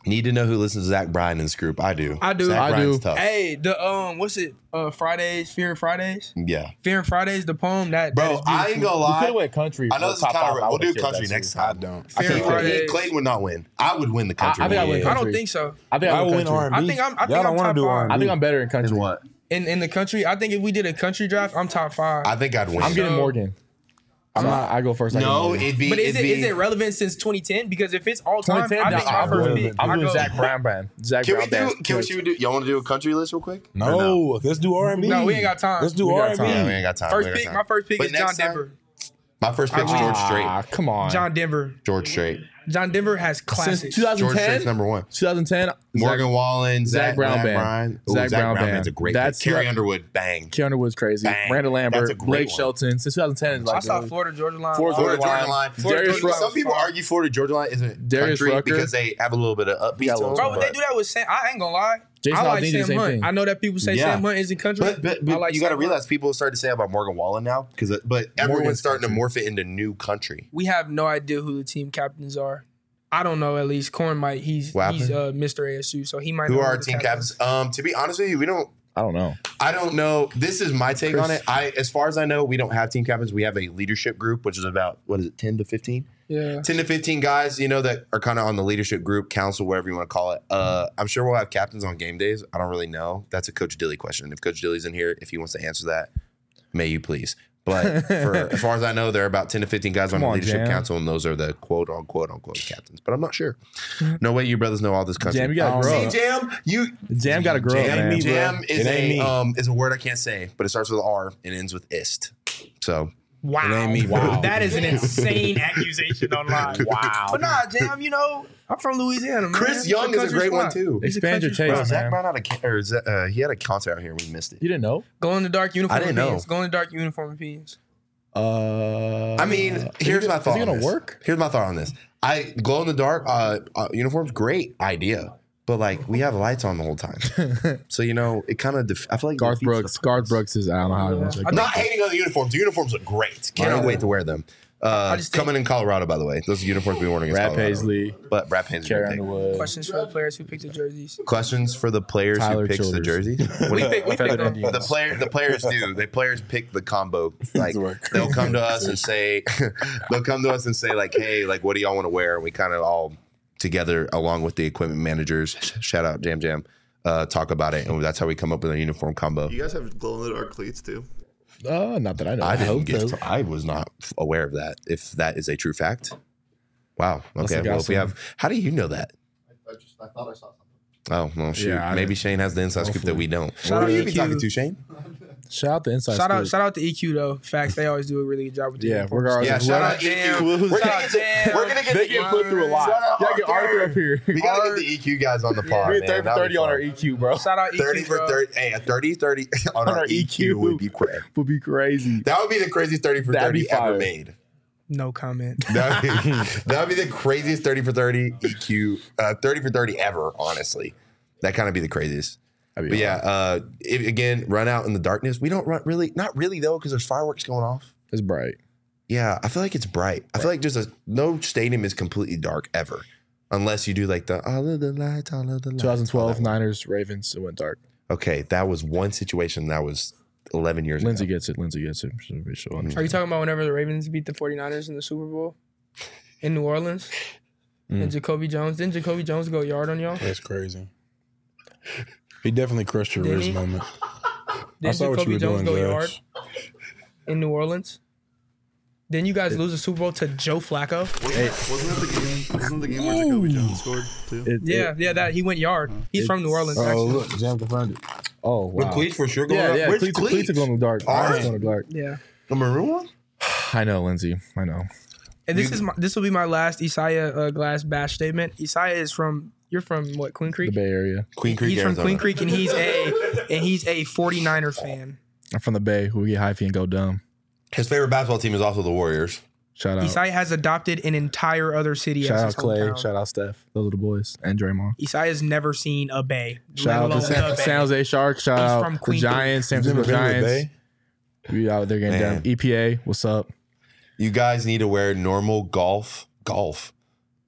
Speaker 2: need to know who listens to Zach Bryan in this group. I do.
Speaker 3: I do.
Speaker 2: Zach
Speaker 3: I
Speaker 2: Bryan's
Speaker 4: do.
Speaker 2: Tough.
Speaker 3: Hey, the um, what's it? Uh, Fridays, Fear and Fridays,
Speaker 2: Yeah.
Speaker 3: Fear and Fridays. The poem that, that
Speaker 2: Bro,
Speaker 3: is
Speaker 2: I
Speaker 3: beautiful.
Speaker 2: ain't gonna
Speaker 4: We could
Speaker 2: lie.
Speaker 4: have went country.
Speaker 2: I know
Speaker 4: for
Speaker 2: this is
Speaker 4: top
Speaker 2: kind
Speaker 4: five.
Speaker 2: of
Speaker 4: I
Speaker 2: We'll
Speaker 4: would've
Speaker 2: do
Speaker 4: killed
Speaker 2: country
Speaker 4: that
Speaker 2: next
Speaker 4: shit.
Speaker 1: I
Speaker 2: time.
Speaker 1: don't.
Speaker 3: Fair
Speaker 2: He- he-
Speaker 3: Fridays.
Speaker 2: Clayton would not win. I would win the
Speaker 4: I- I
Speaker 2: country.
Speaker 4: think I would
Speaker 2: award.
Speaker 3: I
Speaker 4: country.
Speaker 3: don't think so.
Speaker 4: I think
Speaker 1: I
Speaker 4: I
Speaker 1: would
Speaker 4: win
Speaker 1: win R&B.
Speaker 4: country.
Speaker 3: I think I'm- I think
Speaker 1: Y'all
Speaker 3: I'm
Speaker 1: don't wanna
Speaker 3: top
Speaker 1: do
Speaker 3: five.
Speaker 1: R&B.
Speaker 4: I think I'm better in country.
Speaker 6: In what?
Speaker 3: In in the country, I think if we did a country draft, I'm top five.
Speaker 2: I think I'd win.
Speaker 4: I'm getting
Speaker 3: So-
Speaker 4: Morgan. I'm not. I go first. I get
Speaker 2: no,
Speaker 4: Morgan.
Speaker 2: it'd be.
Speaker 3: but is it
Speaker 2: it'd
Speaker 3: is
Speaker 2: be-
Speaker 3: it relevant since 2010? Because if it's all time, I think
Speaker 4: Nah,
Speaker 3: my
Speaker 4: I'm
Speaker 3: first
Speaker 4: doing-
Speaker 3: pick.
Speaker 4: I'm
Speaker 3: I
Speaker 4: doing
Speaker 3: go-
Speaker 4: Zach Brown band. Zach
Speaker 2: Can we
Speaker 4: Brown
Speaker 2: do?
Speaker 4: band.
Speaker 2: Can we, should we do? Y'all want to do a country list real quick?
Speaker 1: No, let's do R and B.
Speaker 3: No, we ain't got time.
Speaker 1: Let's do
Speaker 4: We got
Speaker 1: R and
Speaker 4: time.
Speaker 2: Yeah, we
Speaker 1: B.
Speaker 2: ain't got time. we
Speaker 3: First
Speaker 2: ain't got
Speaker 3: pick,
Speaker 2: time.
Speaker 3: my first pick
Speaker 2: But
Speaker 3: is
Speaker 2: next
Speaker 3: John
Speaker 2: time-
Speaker 3: Denver.
Speaker 2: My first pick is
Speaker 3: I win.
Speaker 2: George Strait.
Speaker 4: Ah, come on.
Speaker 3: John Denver.
Speaker 2: George Strait.
Speaker 3: John Denver has classics.
Speaker 4: Since
Speaker 2: George Strait's
Speaker 4: 2010.
Speaker 2: number one.
Speaker 4: 2010.
Speaker 2: Morgan Wallen,
Speaker 4: Zach
Speaker 2: Zach,
Speaker 4: Brown
Speaker 2: Brown,
Speaker 4: Band.
Speaker 2: Bryan. Ooh,
Speaker 4: Zach
Speaker 2: Zach,
Speaker 4: Brown
Speaker 2: Brown,
Speaker 4: Band.
Speaker 2: Band's a great.
Speaker 4: That's
Speaker 2: That's Carrie
Speaker 4: not-
Speaker 2: Underwood, bang.
Speaker 4: Keanu Woods crazy.
Speaker 2: Bang.
Speaker 4: Randall
Speaker 2: That's a
Speaker 4: Lambert.
Speaker 2: great
Speaker 4: Blake
Speaker 2: one.
Speaker 4: Shelton. Since 2010.
Speaker 3: I
Speaker 4: Like,
Speaker 3: saw
Speaker 4: really-
Speaker 3: Florida Georgia line.
Speaker 4: Florida
Speaker 3: Florida,
Speaker 2: Florida
Speaker 4: Georgia
Speaker 2: Georgia line.
Speaker 4: Darius
Speaker 2: Florida-
Speaker 4: Rucker.
Speaker 2: Some people argue Florida Georgia line isn't
Speaker 4: Darius
Speaker 2: country
Speaker 4: Rucker.
Speaker 2: because they have a little bit of upbeat
Speaker 4: Yeah,
Speaker 2: to them.
Speaker 4: well,
Speaker 3: Bro, when they
Speaker 2: but-
Speaker 3: do that with Sam, I ain't gonna lie.
Speaker 4: Jason
Speaker 3: I like
Speaker 4: Aldean did the
Speaker 3: Sam
Speaker 4: same
Speaker 3: Hunt.
Speaker 4: thing.
Speaker 3: I know that people say
Speaker 2: Yeah.
Speaker 3: Sam Hunt isn't country.
Speaker 2: But, but, but
Speaker 3: I like
Speaker 2: you got to
Speaker 3: Sam Hunt.
Speaker 2: realize people started to say about Morgan Wallen now because but everyone's
Speaker 4: Morgan's
Speaker 2: starting to morph it into new country.
Speaker 3: we have no idea who the team captains are. I don't know. At least Corn might. He's
Speaker 2: What
Speaker 3: he's uh, Mr. ASU, so he might.
Speaker 2: Who
Speaker 3: know
Speaker 2: are our
Speaker 3: the
Speaker 2: team captains? Um, to be honest with you, we don't.
Speaker 4: I don't know.
Speaker 2: I don't know. This is my take on it. I, as far as I know, we don't have team captains. We have a leadership group, which is about what is it, ten to fifteen?
Speaker 3: Yeah.
Speaker 2: 10 to 15 guys, you know, that are kind of on the leadership group, council, whatever you want to call it. Uh,
Speaker 4: Mm-hmm.
Speaker 2: I'm sure we'll have captains on game days. I don't really know. That's a Coach Dilly question. If Coach Dilly's in here, if he wants to answer that, may you please. But
Speaker 4: *laughs*
Speaker 2: for, as far as I know, there are about 10 to 15 guys on
Speaker 4: Come
Speaker 2: the
Speaker 4: on,
Speaker 2: leadership
Speaker 4: Jam.
Speaker 2: council, and those are the quote unquote unquote captains. But I'm not sure. No way you brothers know all this country.
Speaker 4: Mm-hmm. Jam, you gotta grow
Speaker 2: See,
Speaker 4: up.
Speaker 2: Jam, you
Speaker 4: Jam got to grow up,
Speaker 2: Jam,
Speaker 4: man.
Speaker 2: jam is
Speaker 1: It
Speaker 2: a
Speaker 1: ain't me.
Speaker 2: um, is a word I can't say, but it starts with R and ends with ist. So
Speaker 3: Wow.
Speaker 4: Wow.
Speaker 3: *laughs* That is
Speaker 2: *laughs*
Speaker 3: an insane accusation online. Wow. But nah, Jam, you know, I'm from Louisiana. Man.
Speaker 2: Chris
Speaker 3: It's
Speaker 2: Young is a
Speaker 3: country
Speaker 2: great one
Speaker 3: spot.
Speaker 2: too.
Speaker 3: He's a
Speaker 4: Expand your
Speaker 3: country
Speaker 4: taste,
Speaker 2: Bro,
Speaker 4: man.
Speaker 2: Zach Brown had a ca- or Z- uh, he had a concert out here. We missed it.
Speaker 4: You didn't know?
Speaker 3: Go in the dark uniform.
Speaker 2: I didn't
Speaker 3: and
Speaker 2: know.
Speaker 3: Pins. Go in the dark uniform and pins.
Speaker 4: Uh,
Speaker 2: I mean,
Speaker 4: is he
Speaker 2: here's
Speaker 4: gonna-
Speaker 2: my thought.
Speaker 4: Is it
Speaker 2: on
Speaker 4: gonna
Speaker 2: this.
Speaker 4: work?
Speaker 2: Here's my thought on this. I glow in the dark uh, uh, uniforms, great idea, but like we have lights on the whole time,
Speaker 4: *laughs*
Speaker 2: so you know it kind of. Def- I feel like it
Speaker 4: Garth
Speaker 2: defeats the
Speaker 4: Brooks. Garth Brooks is. I don't know how I want to
Speaker 2: I'm not hating on the uniforms. The uniforms look great. Cannot wait to wear them. Uh,
Speaker 3: just think-
Speaker 2: coming in Colorado, by the way. Those are uniforms we worn against
Speaker 4: Brad
Speaker 2: Colorado.
Speaker 4: Paisley,
Speaker 2: But Brad Paisley.
Speaker 4: Carrie
Speaker 2: did.
Speaker 4: Underwood,
Speaker 3: Questions for the players who picked the jerseys.
Speaker 2: Questions for the players
Speaker 4: Tyler
Speaker 2: who picks the
Speaker 4: Childers.
Speaker 2: jerseys.
Speaker 4: *laughs*
Speaker 2: What do you think?
Speaker 3: picked
Speaker 4: Feathered
Speaker 3: them.
Speaker 4: Indians.
Speaker 2: The player, the players do. The players pick the combo. Like
Speaker 1: work.
Speaker 2: they'll come to us and say, *laughs* they'll come to us and say like, hey, like what do y'all want to wear? And we kind of all together, along with the equipment managers, shout out Jam Jam, uh, talk about it, and that's how we come up with a uniform combo.
Speaker 6: You guys have glow in the dark cleats too.
Speaker 4: Uh, not that I know.
Speaker 2: I didn't
Speaker 4: hope
Speaker 2: get.
Speaker 4: so.
Speaker 2: I was not aware of that. If that is a true fact, wow.
Speaker 4: Must've
Speaker 2: Okay.
Speaker 4: got
Speaker 2: Well, if we
Speaker 4: some-
Speaker 2: have, how do you know that?
Speaker 7: I just I thought I saw something.
Speaker 2: Oh well, shoot.
Speaker 4: Yeah, I
Speaker 2: Maybe Shane has the inside scoop that we don't.
Speaker 3: Shout
Speaker 2: Who
Speaker 3: out
Speaker 2: you be
Speaker 3: EQ.
Speaker 2: talking to, Shane?
Speaker 4: Shout out the inside.
Speaker 3: Shout out,
Speaker 4: scoop.
Speaker 3: shout out to EQ though. Facts, they always do a really good job with the
Speaker 4: Yeah,
Speaker 3: uniforms.
Speaker 4: regardless.
Speaker 2: Yeah,
Speaker 4: of
Speaker 2: shout
Speaker 4: *laughs* what-
Speaker 2: out EQ.
Speaker 4: We're
Speaker 2: We're gonna
Speaker 4: gonna
Speaker 3: Shout
Speaker 2: get,
Speaker 3: out Jam.
Speaker 2: the- we're gonna get
Speaker 4: They
Speaker 2: the
Speaker 4: get put through a lot.
Speaker 2: Shout out
Speaker 4: Gotta get Arthur up here.
Speaker 2: We gotta get the EQ guys on the pod.
Speaker 4: We're
Speaker 2: man.
Speaker 4: thirty for
Speaker 2: That'd be
Speaker 4: thirty on
Speaker 2: fun.
Speaker 4: our EQ, bro.
Speaker 3: Shout out EQ.
Speaker 2: 30 for
Speaker 3: bro.
Speaker 2: 30. Hey, a 30 30 *laughs* on,
Speaker 4: our E
Speaker 2: our EQ would be crazy.
Speaker 4: Would be crazy.
Speaker 2: That would be the craziest 30 for
Speaker 4: That'd be
Speaker 2: 30 ever
Speaker 4: fire.
Speaker 2: made.
Speaker 3: No comment.
Speaker 2: That would, be, that would be the craziest 30 for 30 EQ, uh, 30 for 30 ever, honestly. That kind of be the craziest.
Speaker 4: That'd
Speaker 2: But
Speaker 4: be
Speaker 2: yeah,
Speaker 4: awesome.
Speaker 2: uh, if, again, run out in the darkness. We don't run really, not really though, because there's fireworks going off.
Speaker 4: it's bright.
Speaker 2: Yeah, I feel like it's bright. I feel like just a, no stadium is completely dark ever, unless you do like the all of the lights, all of the lights. all that
Speaker 4: 2012
Speaker 2: one.
Speaker 4: Niners Ravens. It went dark.
Speaker 2: Okay, that was one situation that was 11 years
Speaker 4: Lindsey
Speaker 2: ago.
Speaker 4: gets it. Lindsey gets it. Should be
Speaker 3: *laughs*
Speaker 4: sure.
Speaker 2: Mm-hmm.
Speaker 3: Are you talking about whenever the Ravens beat the 49ers in the Super Bowl in New Orleans?
Speaker 1: Mm.
Speaker 3: And Jacoby Jones. Didn't Jacoby Jones go yard on y'all?
Speaker 1: That's crazy. He definitely crushed your
Speaker 3: Did he?
Speaker 1: wrist moment. I
Speaker 3: Didn't
Speaker 1: saw what
Speaker 3: Jacoby
Speaker 1: you were
Speaker 3: Jones
Speaker 1: doing,
Speaker 3: go yard
Speaker 1: Josh.
Speaker 3: in New Orleans? Then you guys lose the Super Bowl to Joe Flacco.
Speaker 6: Wasn't, that, wasn't that the game? Wasn't the game where Jacoby Jones scored too?
Speaker 4: It-
Speaker 3: Yeah,
Speaker 4: it-
Speaker 3: yeah, that he went yard. He's from New Orleans.
Speaker 1: Oh
Speaker 3: actually.
Speaker 1: look, Jam confirmed it.
Speaker 4: oh wow.
Speaker 2: for sure
Speaker 4: yeah,
Speaker 2: up.
Speaker 4: yeah. Cleats, cleats? are going to the dark.
Speaker 2: All
Speaker 4: Ours
Speaker 2: right.
Speaker 4: going to dark.
Speaker 3: Yeah.
Speaker 2: The maroon one?
Speaker 4: I know, Lindsey. I know.
Speaker 3: And this is my, this will be my last Isaiah uh, Glass bash statement. Isaiah is from you're from what Queen
Speaker 4: The
Speaker 3: Creek?
Speaker 4: Bay Area.
Speaker 2: Queen Creek,
Speaker 3: He's from
Speaker 2: Arizona.
Speaker 3: Queen Creek and he's
Speaker 1: *laughs*
Speaker 3: a and he's a 49er fan.
Speaker 4: I'm from the Bay. We get hyphy and go dumb.
Speaker 2: His favorite basketball team is also the Warriors.
Speaker 4: Shout out.
Speaker 3: Isai has adopted an entire other city
Speaker 4: Shout
Speaker 3: as
Speaker 4: out
Speaker 3: his
Speaker 4: Clay.
Speaker 3: hometown.
Speaker 4: Shout out Steph. Those are the boys. And Draymond.
Speaker 3: Isai has never seen a bay.
Speaker 4: Shout out
Speaker 3: let
Speaker 4: to
Speaker 3: alone
Speaker 4: San,
Speaker 3: the bay.
Speaker 4: San Jose Sharks. Shout
Speaker 3: He's
Speaker 4: out
Speaker 3: from
Speaker 4: the
Speaker 3: Queens.
Speaker 4: Giants, San
Speaker 1: You
Speaker 4: Francisco
Speaker 1: ever been to the
Speaker 4: Giants.
Speaker 1: Bay?
Speaker 4: We out there getting down.
Speaker 2: Man.
Speaker 4: EPA, what's up?
Speaker 2: You guys need to wear normal golf golf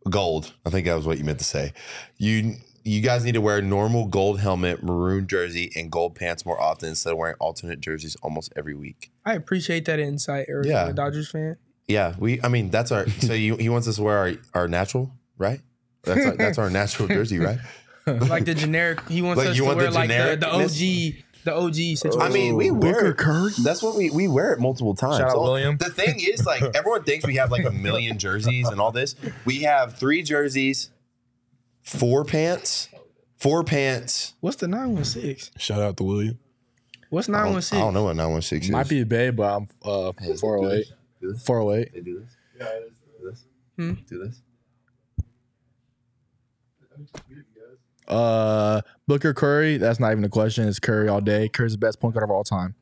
Speaker 2: gold. I think that was what you meant to say. You you guys need to wear normal gold helmet, maroon jersey, and gold pants more often instead of wearing alternate jerseys almost every week.
Speaker 3: I appreciate that insight, Eric.
Speaker 2: Yeah.
Speaker 3: Yeah. A Dodgers fan.
Speaker 2: Yeah, we. I mean, that's our. so you, he wants us to wear our, our natural, right? That's our, that's our natural jersey, right?
Speaker 3: Like the generic. He wants
Speaker 2: Like,
Speaker 3: us
Speaker 2: you
Speaker 3: to
Speaker 2: want the Uh,
Speaker 3: wear like the, the
Speaker 2: genericness?
Speaker 3: OG. The OG situation.
Speaker 2: I mean, we wear
Speaker 4: Booker
Speaker 2: it. That's what we we wear it multiple times.
Speaker 4: Shout out
Speaker 2: All-
Speaker 4: William.
Speaker 2: The thing is,
Speaker 3: *laughs*
Speaker 2: like everyone thinks we have like a million jerseys and all this. We have three jerseys, four pants, four pants.
Speaker 3: what's the nine one six?
Speaker 1: Shout out to William.
Speaker 3: What's
Speaker 2: I
Speaker 3: nine
Speaker 2: don't,
Speaker 3: one
Speaker 2: I don't
Speaker 3: six?
Speaker 2: know what nine one six is.
Speaker 4: Might be the Bay, but I'm uh, 408. 408.
Speaker 5: They do this.
Speaker 7: Yeah, it is.
Speaker 4: Hmm?
Speaker 5: Do this.
Speaker 4: Uh, Booker Curry, that's not even a question. It's Curry all day. Curry's the best point guard of all time.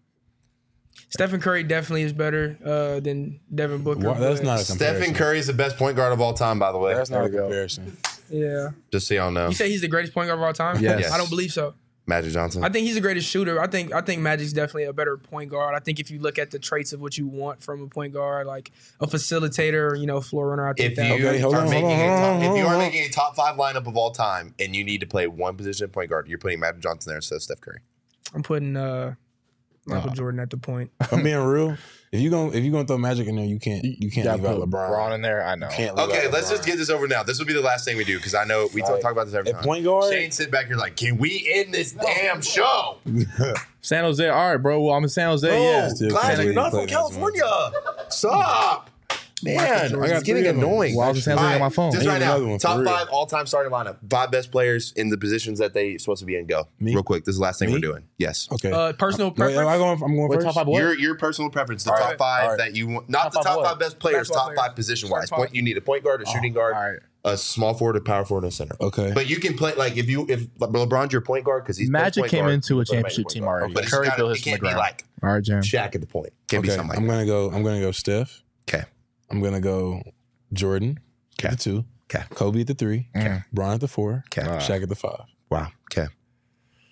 Speaker 3: Stephen Curry definitely is better uh, than Devin Booker.
Speaker 1: Why- that's
Speaker 3: but-
Speaker 1: not a comparison.
Speaker 2: Stephen Curry is the best point guard of all time, by the way.
Speaker 1: That's not a
Speaker 4: There we go.
Speaker 1: comparison.
Speaker 3: Yeah.
Speaker 2: Just so y'all know,
Speaker 3: You say he's the greatest point guard of all time?
Speaker 4: Yes.
Speaker 3: I don't believe so.
Speaker 2: Magic Johnson.
Speaker 3: I think he's the greatest shooter. I think I think Magic's definitely a better point guard. I think if you look at the traits of what you want from a point guard, like a facilitator, you know, floor runner, I think
Speaker 2: if
Speaker 3: that
Speaker 2: you
Speaker 1: Okay, hold
Speaker 2: are
Speaker 1: on,
Speaker 2: making
Speaker 1: hold on,
Speaker 2: a
Speaker 1: hold
Speaker 2: top,
Speaker 1: on,
Speaker 2: if you
Speaker 1: hold
Speaker 2: are
Speaker 1: on.
Speaker 2: making a top five lineup of all time and you need to play one position point guard, you're putting Magic Johnson there instead of Steph Curry.
Speaker 3: I'm putting uh, Michael Jordan at the point.
Speaker 1: If I'm being real. If you going if you gonna throw magic in there, you can't you can't
Speaker 4: gotta
Speaker 1: leave out
Speaker 4: put
Speaker 1: LeBron.
Speaker 4: in there. I know.
Speaker 1: Can't leave
Speaker 2: Okay,
Speaker 1: out
Speaker 2: let's just
Speaker 1: LeBron.
Speaker 2: get this over now. This will be the last thing we do because I know we talk about this every
Speaker 1: at
Speaker 2: time.
Speaker 1: point guard.
Speaker 2: Shane, sit back here like, can we end this damn show?
Speaker 4: *laughs* San Jose. All right, bro. Well, I'm in San Jose. yeah.
Speaker 1: still
Speaker 2: Guys,
Speaker 1: can't
Speaker 2: you're not
Speaker 1: play
Speaker 2: from
Speaker 1: this one.
Speaker 2: California. Stop. Man,
Speaker 1: I
Speaker 2: it's
Speaker 1: got
Speaker 2: getting
Speaker 1: three of them.
Speaker 2: annoying.
Speaker 4: Well, I was just handling it on my phone.
Speaker 2: Just
Speaker 1: I
Speaker 2: right
Speaker 1: need
Speaker 2: now,
Speaker 1: another one for
Speaker 2: top
Speaker 1: real.
Speaker 2: five all-time starting lineup. Five best players in the positions that they supposed to be in. Go
Speaker 1: Me?
Speaker 2: real quick. This is the last thing
Speaker 1: Me?
Speaker 2: we're doing. Yes.
Speaker 1: *laughs* Okay.
Speaker 3: Uh, personal
Speaker 1: Wait,
Speaker 3: preference.
Speaker 1: am I going, I'm going
Speaker 4: Wait,
Speaker 1: first.
Speaker 4: top five Oh, what?
Speaker 2: Your your personal preference, the
Speaker 3: All
Speaker 2: top
Speaker 3: right.
Speaker 2: five
Speaker 1: All right.
Speaker 2: that you want, not
Speaker 4: Top
Speaker 2: the
Speaker 4: five
Speaker 2: top
Speaker 4: what? Oh,
Speaker 2: five best players,
Speaker 3: Basketball
Speaker 2: top five
Speaker 3: players.
Speaker 2: position
Speaker 3: Start
Speaker 2: wise.
Speaker 3: five.
Speaker 2: Point you need a point guard, a shooting guard,
Speaker 4: all right.
Speaker 2: a small forward, a power forward, and a center.
Speaker 1: Okay.
Speaker 2: *laughs* But you can play like if you if LeBron's your point guard because he's best
Speaker 4: Magic
Speaker 2: point
Speaker 4: came
Speaker 2: guard,
Speaker 4: into a
Speaker 2: you play Magic
Speaker 4: championship
Speaker 2: point
Speaker 4: team
Speaker 2: guard.
Speaker 4: already.
Speaker 2: But it's
Speaker 4: Curry
Speaker 2: gotta-
Speaker 4: built his
Speaker 2: it
Speaker 4: from the
Speaker 2: can't be
Speaker 4: ground.
Speaker 2: like
Speaker 4: All right, Jam.
Speaker 2: Shaq at the point. Can't be
Speaker 1: okay.
Speaker 2: something
Speaker 1: I'm
Speaker 2: like
Speaker 1: gonna go. I'm gonna go Steph.
Speaker 2: Okay.
Speaker 1: I'm gonna go Jordan. at
Speaker 2: Okay.
Speaker 1: the two.
Speaker 2: Okay.
Speaker 1: Kobe at the three.
Speaker 4: Okay.
Speaker 1: Bron at the four.
Speaker 2: that. Okay.
Speaker 1: Shaq at the five.
Speaker 2: Wow. Okay.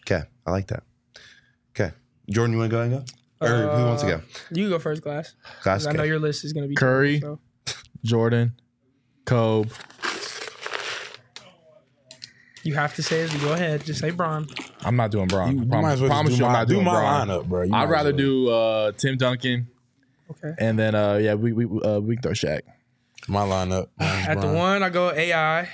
Speaker 2: Okay. I like that. Okay. Jordan, you want to go and go? Or who wants to
Speaker 3: Uh,
Speaker 2: go?
Speaker 3: You go first, Glass. 'cause
Speaker 2: Class.
Speaker 3: I know
Speaker 2: okay.
Speaker 3: your list is going to be
Speaker 4: Curry.
Speaker 3: terrible,
Speaker 4: Jordan, Kobe.
Speaker 3: so you have to say it. Go ahead. Just say Braun.
Speaker 4: I'm not doing Braun.
Speaker 1: You, you
Speaker 4: I
Speaker 1: might
Speaker 4: promise,
Speaker 1: as well
Speaker 4: promise
Speaker 1: just
Speaker 4: you,
Speaker 1: do my,
Speaker 4: I'm not
Speaker 1: do
Speaker 4: doing
Speaker 1: my
Speaker 4: Braun.
Speaker 1: lineup, bro. You might
Speaker 4: I'd
Speaker 1: as
Speaker 4: rather
Speaker 1: well.
Speaker 4: do uh, Tim Duncan,
Speaker 3: Okay.
Speaker 4: and then uh, yeah, we we uh, we can throw Shaq.
Speaker 1: my
Speaker 4: *laughs*
Speaker 1: lineup. Mine's
Speaker 3: At the
Speaker 1: Bron.
Speaker 3: one, I go AI.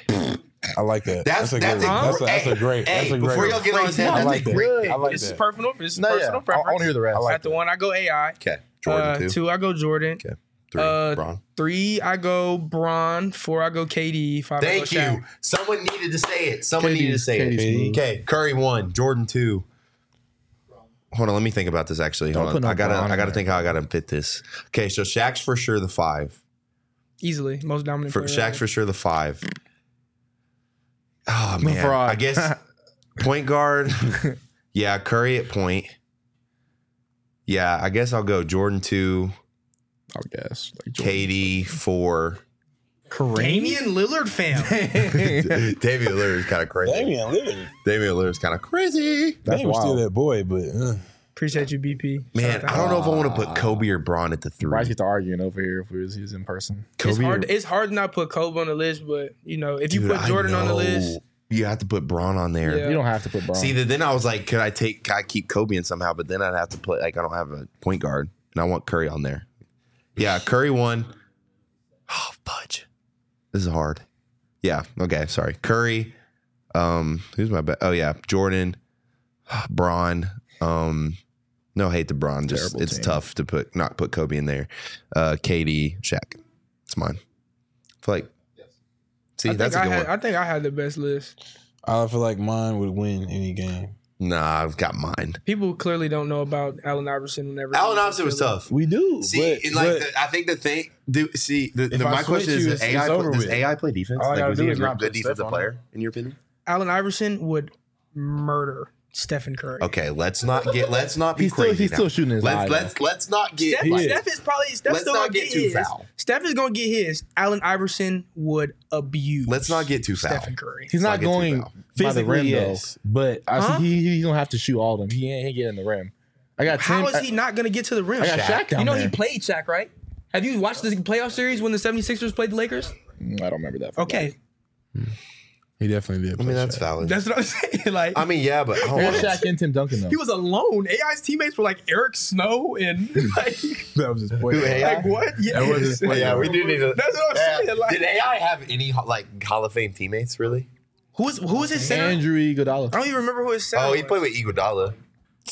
Speaker 1: I like that.
Speaker 2: That's,
Speaker 1: a
Speaker 2: that's,
Speaker 1: good. one.
Speaker 2: a,
Speaker 1: That's a, that's
Speaker 2: hey,
Speaker 1: a great.
Speaker 2: Hey,
Speaker 1: that's a great.
Speaker 2: before
Speaker 1: one.
Speaker 2: y'all get on his
Speaker 1: I
Speaker 2: head, that's
Speaker 1: like
Speaker 2: a
Speaker 1: that.
Speaker 2: great.
Speaker 1: I like
Speaker 3: this is
Speaker 1: that.
Speaker 3: personal. This is
Speaker 4: No, yeah.
Speaker 3: personal
Speaker 4: I- I
Speaker 3: preference.
Speaker 4: wanna hear the rest. I like
Speaker 3: At the one, I go AI.
Speaker 2: Okay. Jordan
Speaker 3: Uh,
Speaker 2: two,
Speaker 3: two, I go Jordan.
Speaker 2: Okay. three,
Speaker 3: uh,
Speaker 2: Bron.
Speaker 3: Three, I go Braun. Four, I go KD. Five,
Speaker 2: Thank
Speaker 3: I go
Speaker 2: you.
Speaker 3: Shaq.
Speaker 2: Someone needed to say it. Someone needed to say
Speaker 4: KD 's
Speaker 2: it.
Speaker 4: smooth.
Speaker 2: Okay. Curry one, Jordan two. Hold on, let me think about this. Actually, hold
Speaker 4: Don't
Speaker 2: on.
Speaker 4: put no
Speaker 2: I gotta,
Speaker 4: Bron
Speaker 2: I
Speaker 4: in
Speaker 2: gotta
Speaker 4: there.
Speaker 2: think how I gotta fit this. Okay, so Shaq's for sure the five.
Speaker 3: Easily, most dominant.
Speaker 2: For
Speaker 3: player.
Speaker 2: Shaq's for sure the five. Oh man,
Speaker 4: fraud.
Speaker 2: I
Speaker 4: *laughs*
Speaker 2: guess point guard. yeah, Curry at point. Yeah, I guess I'll go Jordan two,
Speaker 4: I guess. Like
Speaker 2: Katie
Speaker 4: *laughs*
Speaker 2: four. *laughs*
Speaker 4: Kareem.
Speaker 3: Damian Lillard fam.
Speaker 2: Damian Lillard is kind of crazy. Damian,
Speaker 1: Damian Lillard.
Speaker 2: Lillard is kind of crazy.
Speaker 4: That's
Speaker 1: Damian was still
Speaker 4: wild.
Speaker 1: that boy, but uh,
Speaker 3: Appreciate you, BP.
Speaker 2: Man,
Speaker 3: Shout out.
Speaker 2: I don't know if I want to put Kobe or Braun at the
Speaker 4: Bryce
Speaker 2: three.
Speaker 4: gets to arguing over here if we was, he was in person.
Speaker 3: It's
Speaker 2: Kobe
Speaker 3: hard.
Speaker 2: or-
Speaker 3: It's hard to not put Kobe on the list, but you know, if you
Speaker 2: Dude,
Speaker 3: put
Speaker 2: I
Speaker 3: Jordan on the
Speaker 2: know.
Speaker 3: list,
Speaker 2: you have to put Braun on there. *laughs*
Speaker 3: Yeah.
Speaker 4: You don't have to put Braun.
Speaker 2: See, then I was like, could I take, could I keep Kobe in somehow? But then I'd have to play, like, I don't have a point guard and I want Curry on there. Yeah, Curry won. Oh, fudge. This is hard. Yeah. Okay. Sorry. Curry. Um, who's my best? Oh, yeah. Jordan, *sighs* Braun. Um, no hate to Braun. Just,
Speaker 4: Terrible
Speaker 2: it's
Speaker 4: team.
Speaker 2: tough to put, not put Kobe in there. Uh, Katie, Shaq. It's mine. I feel like, see,
Speaker 3: I think
Speaker 2: that's a
Speaker 3: I
Speaker 2: good
Speaker 3: had.
Speaker 2: one.
Speaker 3: I think I had the best list.
Speaker 1: I feel like mine would win any game.
Speaker 2: nah, I've got mine.
Speaker 3: People clearly don't know about Allen Iverson. Whenever
Speaker 2: Allen Iverson was tough.
Speaker 1: We do.
Speaker 2: See, and like the, I think the thing, do, see, the, the,
Speaker 1: If I
Speaker 2: my question
Speaker 1: switch
Speaker 2: is,
Speaker 1: you,
Speaker 2: does
Speaker 1: it's-
Speaker 2: AI,
Speaker 1: it's
Speaker 2: play,
Speaker 1: over
Speaker 2: does
Speaker 1: with.
Speaker 2: AI play defense?
Speaker 4: All I
Speaker 2: Like,
Speaker 4: gotta
Speaker 2: was
Speaker 4: do
Speaker 2: he a
Speaker 4: is
Speaker 2: good
Speaker 4: not put
Speaker 2: defensive
Speaker 4: Steph on
Speaker 2: player in your opinion?
Speaker 3: Allen Iverson would murder Stephen Curry.
Speaker 2: Okay, let's *laughs* not get let's not be
Speaker 4: He's still-
Speaker 2: crazy.
Speaker 4: he's
Speaker 2: now.
Speaker 4: still shooting his
Speaker 2: let's,
Speaker 4: eye,
Speaker 2: Let's let's not get
Speaker 3: Steph,
Speaker 1: Yeah.
Speaker 3: Steph is probably Steph's
Speaker 2: Let's
Speaker 3: still
Speaker 2: not
Speaker 3: gonna
Speaker 2: get
Speaker 3: get,
Speaker 2: too
Speaker 3: his.
Speaker 2: foul.
Speaker 3: Steph is gonna get his. Allen Iverson would abuse.
Speaker 2: let's not get too foul.
Speaker 3: Stephen Curry.
Speaker 4: He's
Speaker 2: not
Speaker 4: not
Speaker 2: get too
Speaker 4: going
Speaker 2: foul.
Speaker 4: by the rim
Speaker 1: Physically, yes.
Speaker 4: though. But I
Speaker 3: Huh?
Speaker 4: see he, he don't have to shoot all of them. He ain't he getting the rim. I got
Speaker 3: How
Speaker 4: Tim-
Speaker 3: is he not gonna get to the rim?
Speaker 4: I, I got Shaq down
Speaker 3: You know
Speaker 4: there.
Speaker 3: he played Shaq, right? Have you watched this playoff series when the 76ers played the Lakers?
Speaker 4: Mm, I don't remember that. for
Speaker 3: Okay,
Speaker 1: He definitely did.
Speaker 2: I
Speaker 1: play
Speaker 2: mean that's
Speaker 1: Shaq.
Speaker 2: valid.
Speaker 3: that's what I'm *laughs* saying. Like
Speaker 2: I mean yeah, but I
Speaker 4: a
Speaker 2: don't
Speaker 4: minute. I
Speaker 2: know.
Speaker 4: got Shaq and Tim Duncan though.
Speaker 3: he was alone. AI's teammates were like Eric Snow and *laughs* like,
Speaker 1: That was his point.
Speaker 2: Who, AI?
Speaker 3: like what?
Speaker 1: That
Speaker 3: Yes.
Speaker 1: was his point.
Speaker 2: yeah, we do need to.
Speaker 3: That's what I'm
Speaker 2: Yeah.
Speaker 3: saying, like-
Speaker 2: Did AI have any like Hall of Fame teammates really?
Speaker 3: Who is who is his center?
Speaker 4: Andrew Iguodala.
Speaker 3: I don't even remember who his center.
Speaker 2: Oh, he
Speaker 3: was.
Speaker 2: played with Iguodala.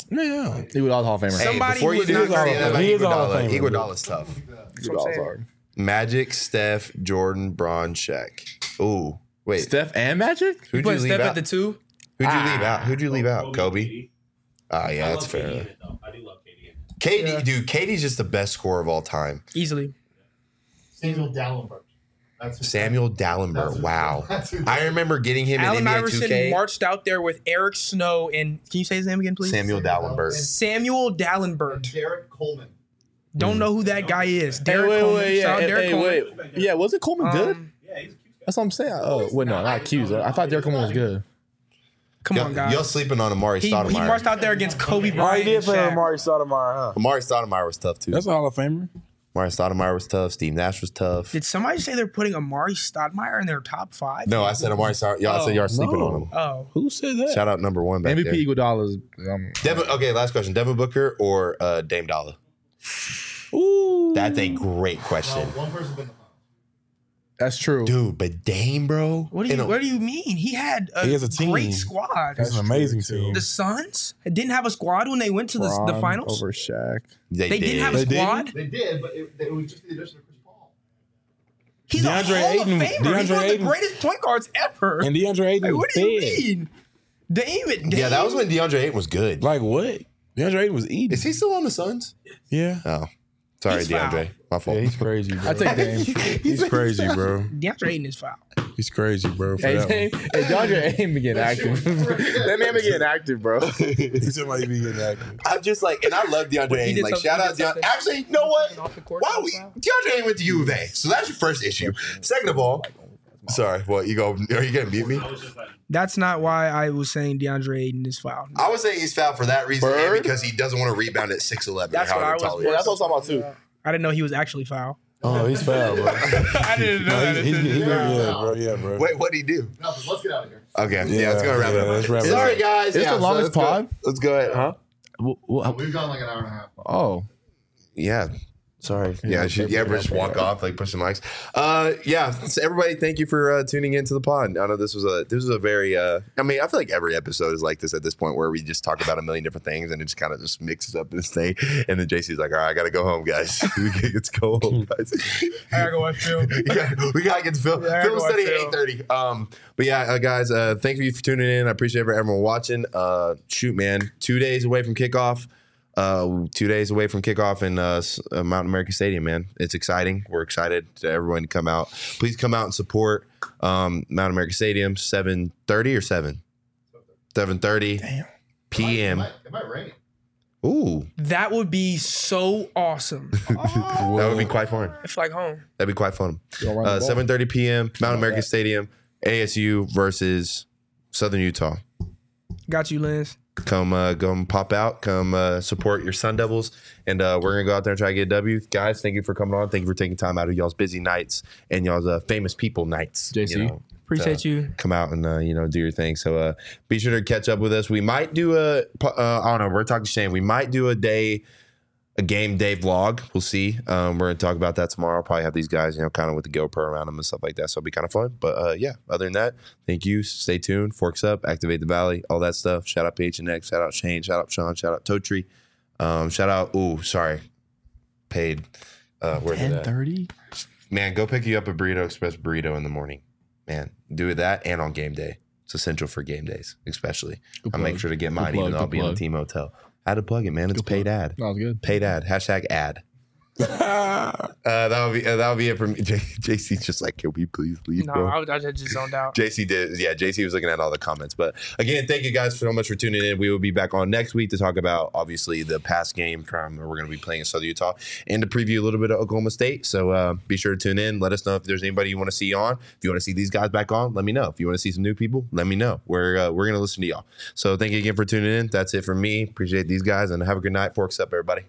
Speaker 1: Yeah.
Speaker 4: Iguodala's Hall of Famer.
Speaker 2: Hey,
Speaker 3: Somebody
Speaker 2: before you
Speaker 3: who's
Speaker 2: do
Speaker 3: not
Speaker 2: say
Speaker 3: gonna-
Speaker 2: that about
Speaker 1: He is a Hall of
Speaker 2: Iguodala,
Speaker 1: Famer.
Speaker 2: Iguodala's tough.
Speaker 3: That's what I'm saying.
Speaker 2: Magic, Steph, Jordan, Braun, Shaq. Ooh, wait.
Speaker 4: Steph and Magic.
Speaker 2: Who'd you
Speaker 3: But
Speaker 2: leave
Speaker 3: Steph
Speaker 2: out?
Speaker 3: at the Ah. two.
Speaker 2: Who'd you leave out? Who'd you leave out? Kobe. Ah, yeah, that's fair.
Speaker 7: um,
Speaker 2: KD,
Speaker 3: Yeah.
Speaker 2: dude, KD's just the best scorer of all time.
Speaker 3: Easily.
Speaker 7: Samuel Dallenberg. That's who-
Speaker 2: Samuel
Speaker 7: That's
Speaker 2: Dallenberg.
Speaker 7: who-
Speaker 2: Wow.
Speaker 7: that's who-
Speaker 2: I remember getting him
Speaker 3: Allen
Speaker 2: in NBA
Speaker 3: Iverson
Speaker 2: 2K.
Speaker 3: marched out there with Eric Snow and can you say his name again, please?
Speaker 2: Samuel Dallenberg.
Speaker 3: Samuel Dallenberg.
Speaker 7: Derek Coleman.
Speaker 3: Don't know who that guy is. Derek
Speaker 4: hey, wait,
Speaker 3: Coleman.
Speaker 4: wait, yeah,
Speaker 3: Shout out
Speaker 4: hey,
Speaker 3: Derek
Speaker 4: hey,
Speaker 3: Coleman.
Speaker 4: wait. Yeah, was it Coleman good?
Speaker 3: Um,
Speaker 4: That's what I'm saying. Oh, wait, no, not Q's. I thought Derek Coleman was good.
Speaker 3: come on,
Speaker 2: Y'all,
Speaker 3: guys.
Speaker 2: y'all sleeping on Amari
Speaker 3: he, he
Speaker 2: Stoudemire.
Speaker 3: marched out there against Kobe Bryant. and Shaq.
Speaker 1: Sotomayor, huh?
Speaker 2: Amari Stoudemire was tough, too.
Speaker 1: That's a Hall of Famer.
Speaker 2: Amari Stoudemire was tough. Steve Nash was tough.
Speaker 3: Did somebody say they're putting Amari Stoudemire in their top five?
Speaker 2: No, I said Amari Stoudemire. Y'all I said y'all are sleeping
Speaker 1: no.
Speaker 2: on him.
Speaker 3: Oh,
Speaker 1: Who said that?
Speaker 2: Shout out number one back
Speaker 4: MVP
Speaker 2: there.
Speaker 4: Iguodala's. Um,
Speaker 2: Devin, okay, last question. Devin Booker or uh, Dame Dollar?
Speaker 1: Ooh.
Speaker 2: That's a great
Speaker 7: No,
Speaker 2: question.
Speaker 7: one person's been the final.
Speaker 4: that's true.
Speaker 2: Dude, but Dame, bro.
Speaker 3: what do
Speaker 2: In
Speaker 3: you
Speaker 2: a-
Speaker 3: what do you mean? He had a,
Speaker 1: He has a team.
Speaker 3: great squad.
Speaker 1: That's an amazing team.
Speaker 3: The Suns didn't have a squad when they went to the, the
Speaker 4: Bron
Speaker 3: finals.
Speaker 4: over Shaq.
Speaker 3: They didn't have a
Speaker 1: They didn't?
Speaker 3: squad.
Speaker 7: They did, but it, it was just the addition of Chris Paul.
Speaker 3: He's
Speaker 1: DeAndre
Speaker 3: a Hall
Speaker 1: Ayton-
Speaker 3: of Famer. He's one of
Speaker 1: DeAndre
Speaker 3: the
Speaker 1: Ayton-
Speaker 3: greatest point guards ever.
Speaker 1: And DeAndre Ayton.
Speaker 3: Like,
Speaker 1: was
Speaker 3: what do you
Speaker 1: fed.
Speaker 3: mean? David,
Speaker 2: Yeah, that was when DeAndre Ayton was good.
Speaker 1: Like what? DeAndre Ayton was eating.
Speaker 2: Is he still on the Suns?
Speaker 1: Yeah.
Speaker 2: Oh, sorry,
Speaker 3: He's foul.
Speaker 2: DeAndre. My
Speaker 1: Yeah,
Speaker 2: fault.
Speaker 1: he's crazy, bro.
Speaker 3: *laughs*
Speaker 4: I take Dame.
Speaker 1: he's crazy, bro.
Speaker 3: DeAndre Ayton is foul.
Speaker 1: He's crazy, bro. For
Speaker 4: Hey,
Speaker 1: that
Speaker 4: hey,
Speaker 1: one.
Speaker 4: hey,
Speaker 3: *laughs*
Speaker 4: DeAndre Ayton be getting active. *laughs* that man be getting active, bro.
Speaker 1: He's somebody be getting active.
Speaker 2: *laughs* I'm just like, and I love DeAndre
Speaker 3: he
Speaker 2: Ayton.
Speaker 3: did
Speaker 2: Like,
Speaker 3: something-
Speaker 2: shout
Speaker 3: he
Speaker 2: out
Speaker 3: did
Speaker 2: DeAndre.
Speaker 3: something-
Speaker 2: Actually, you know what?
Speaker 3: Off the court,
Speaker 2: Why we DeAndre Ayton went to U of A, so that's your first issue. Second of all, sorry, what you go? Are you gonna mute me?
Speaker 3: That's not why I was saying DeAndre Ayton is foul.
Speaker 2: I would say he's fouled for that reason and
Speaker 4: Bird?
Speaker 2: because he doesn't want to rebound at six eleven.
Speaker 3: That's what I was-
Speaker 4: what I'm talking about, too.
Speaker 3: I didn't know he was actually foul.
Speaker 1: Oh, he's foul, bro.
Speaker 3: *laughs* I didn't know
Speaker 1: he's, he's, he's, yeah,
Speaker 7: Yeah.
Speaker 1: bro. Yeah, bro.
Speaker 2: Wait, what would he do?
Speaker 7: No, but let's get out of here.
Speaker 2: Okay, yeah,
Speaker 1: Yeah,
Speaker 2: it's gonna wrap it
Speaker 1: yeah,
Speaker 2: up.
Speaker 1: let's wrap it up.
Speaker 2: Sorry, guys.
Speaker 4: It's
Speaker 2: yeah,
Speaker 4: the longest
Speaker 2: let's go-
Speaker 4: pod?
Speaker 2: Let's go ahead, huh?
Speaker 4: Well,
Speaker 2: Oh.
Speaker 4: well,
Speaker 7: We've gone like an hour and a half.
Speaker 4: oh,
Speaker 2: Yeah. Sorry. Yeah, I should, yeah, but just walk off, like push the mics. Uh, yeah, so everybody, thank you for uh, tuning into the pod. I know this was a this was a very. Uh, I mean, I feel like every episode is like this at this point, where we just talk about a million different things and it just kind of just mixes up this thing. And then JC's like, "All right, I gotta go home, guys. *laughs* we gotta get to go home, guys.
Speaker 3: I gotta go watch
Speaker 1: *laughs*
Speaker 3: film.
Speaker 2: yeah, *laughs* we gotta get to Phil.
Speaker 3: Yeah,
Speaker 2: Phil
Speaker 3: everyone,
Speaker 2: study at
Speaker 3: Phil.
Speaker 2: eight thirty. Um, but yeah, uh, guys, uh, thank you for tuning in. I appreciate everyone watching. Uh, shoot, man, two days away from kickoff. Uh, two days away from kickoff in uh, S- uh, Mountain America Stadium, man. It's exciting. We're excited to everyone to come out. Please come out and support um, Mountain America Stadium, seven thirty or seven, seven thirty
Speaker 7: It
Speaker 2: p.m.
Speaker 7: might, it might rain.
Speaker 2: Ooh,
Speaker 3: That would be so awesome.
Speaker 2: that would be quite fun.
Speaker 3: *laughs* It's like home.
Speaker 2: That'd be quite fun.
Speaker 4: Don't run the
Speaker 2: uh,
Speaker 4: ball.
Speaker 2: 7.30 p.m. Mount America
Speaker 4: that.
Speaker 2: Stadium, ASU versus Southern Utah.
Speaker 3: Got you, Lens.
Speaker 2: Come, uh, come pop out. Come uh, support your Sun Devils. And uh, we're going to go out there and try to get a W. Guys, thank you for coming on. Thank you for taking time out of y'all's busy nights and y'all's uh, famous people nights. you
Speaker 4: JC.
Speaker 2: know.
Speaker 3: Appreciate you.
Speaker 2: Come out and uh, you know do your thing. So uh, be sure to catch up with us. We might do a po- uh, I don't know. We're talking to Shane. We might do a day, a game day vlog. We'll see. Um, we're gonna talk about that tomorrow. I'll probably have these guys, you know, kind of with the GoPro around them and stuff like that. So it'll be kind of fun. But uh, yeah, other than that, thank you. Stay tuned. Forks up. Activate the valley. All that stuff. Shout out PHNX. Shout out Shane. Shout out Sean. Shout out Totri. Um, shout out. Ooh, sorry. Paid. Uh, where did that?
Speaker 4: 10:30.
Speaker 2: man, go pick you up a burrito express burrito in the morning. Man, do that and on game day. It's essential for game days, especially. I make
Speaker 4: plug.
Speaker 2: sure to get
Speaker 4: Good
Speaker 2: mine, even
Speaker 4: plug,
Speaker 2: though I'll
Speaker 4: good
Speaker 2: be in the
Speaker 4: plug.
Speaker 2: team hotel. I had to plug it, man. It's paid ad.
Speaker 4: That was good.
Speaker 2: Paid ad. Hashtag ad.
Speaker 1: *laughs*
Speaker 2: Uh, that would be uh, that would be it for me. *laughs* J- JC's just like, can we please leave,
Speaker 3: No,
Speaker 2: bro?
Speaker 3: I, would- I just zoned out.
Speaker 2: JC did. Yeah, JC was looking at all the comments. But again, thank you guys so much for tuning in. We will be back on next week to talk about obviously the past game from we're going to be playing in Southern Utah and to preview a little bit of Oklahoma State. So uh, be sure to tune in. Let us know if there's anybody you want to see on. If you want to see these guys back on, let me know. If you want to see some new people, let me know. We're uh, we're going to listen to y'all. So thank you again for tuning in. That's it for me. Appreciate these guys and have a good night. Forks up, everybody.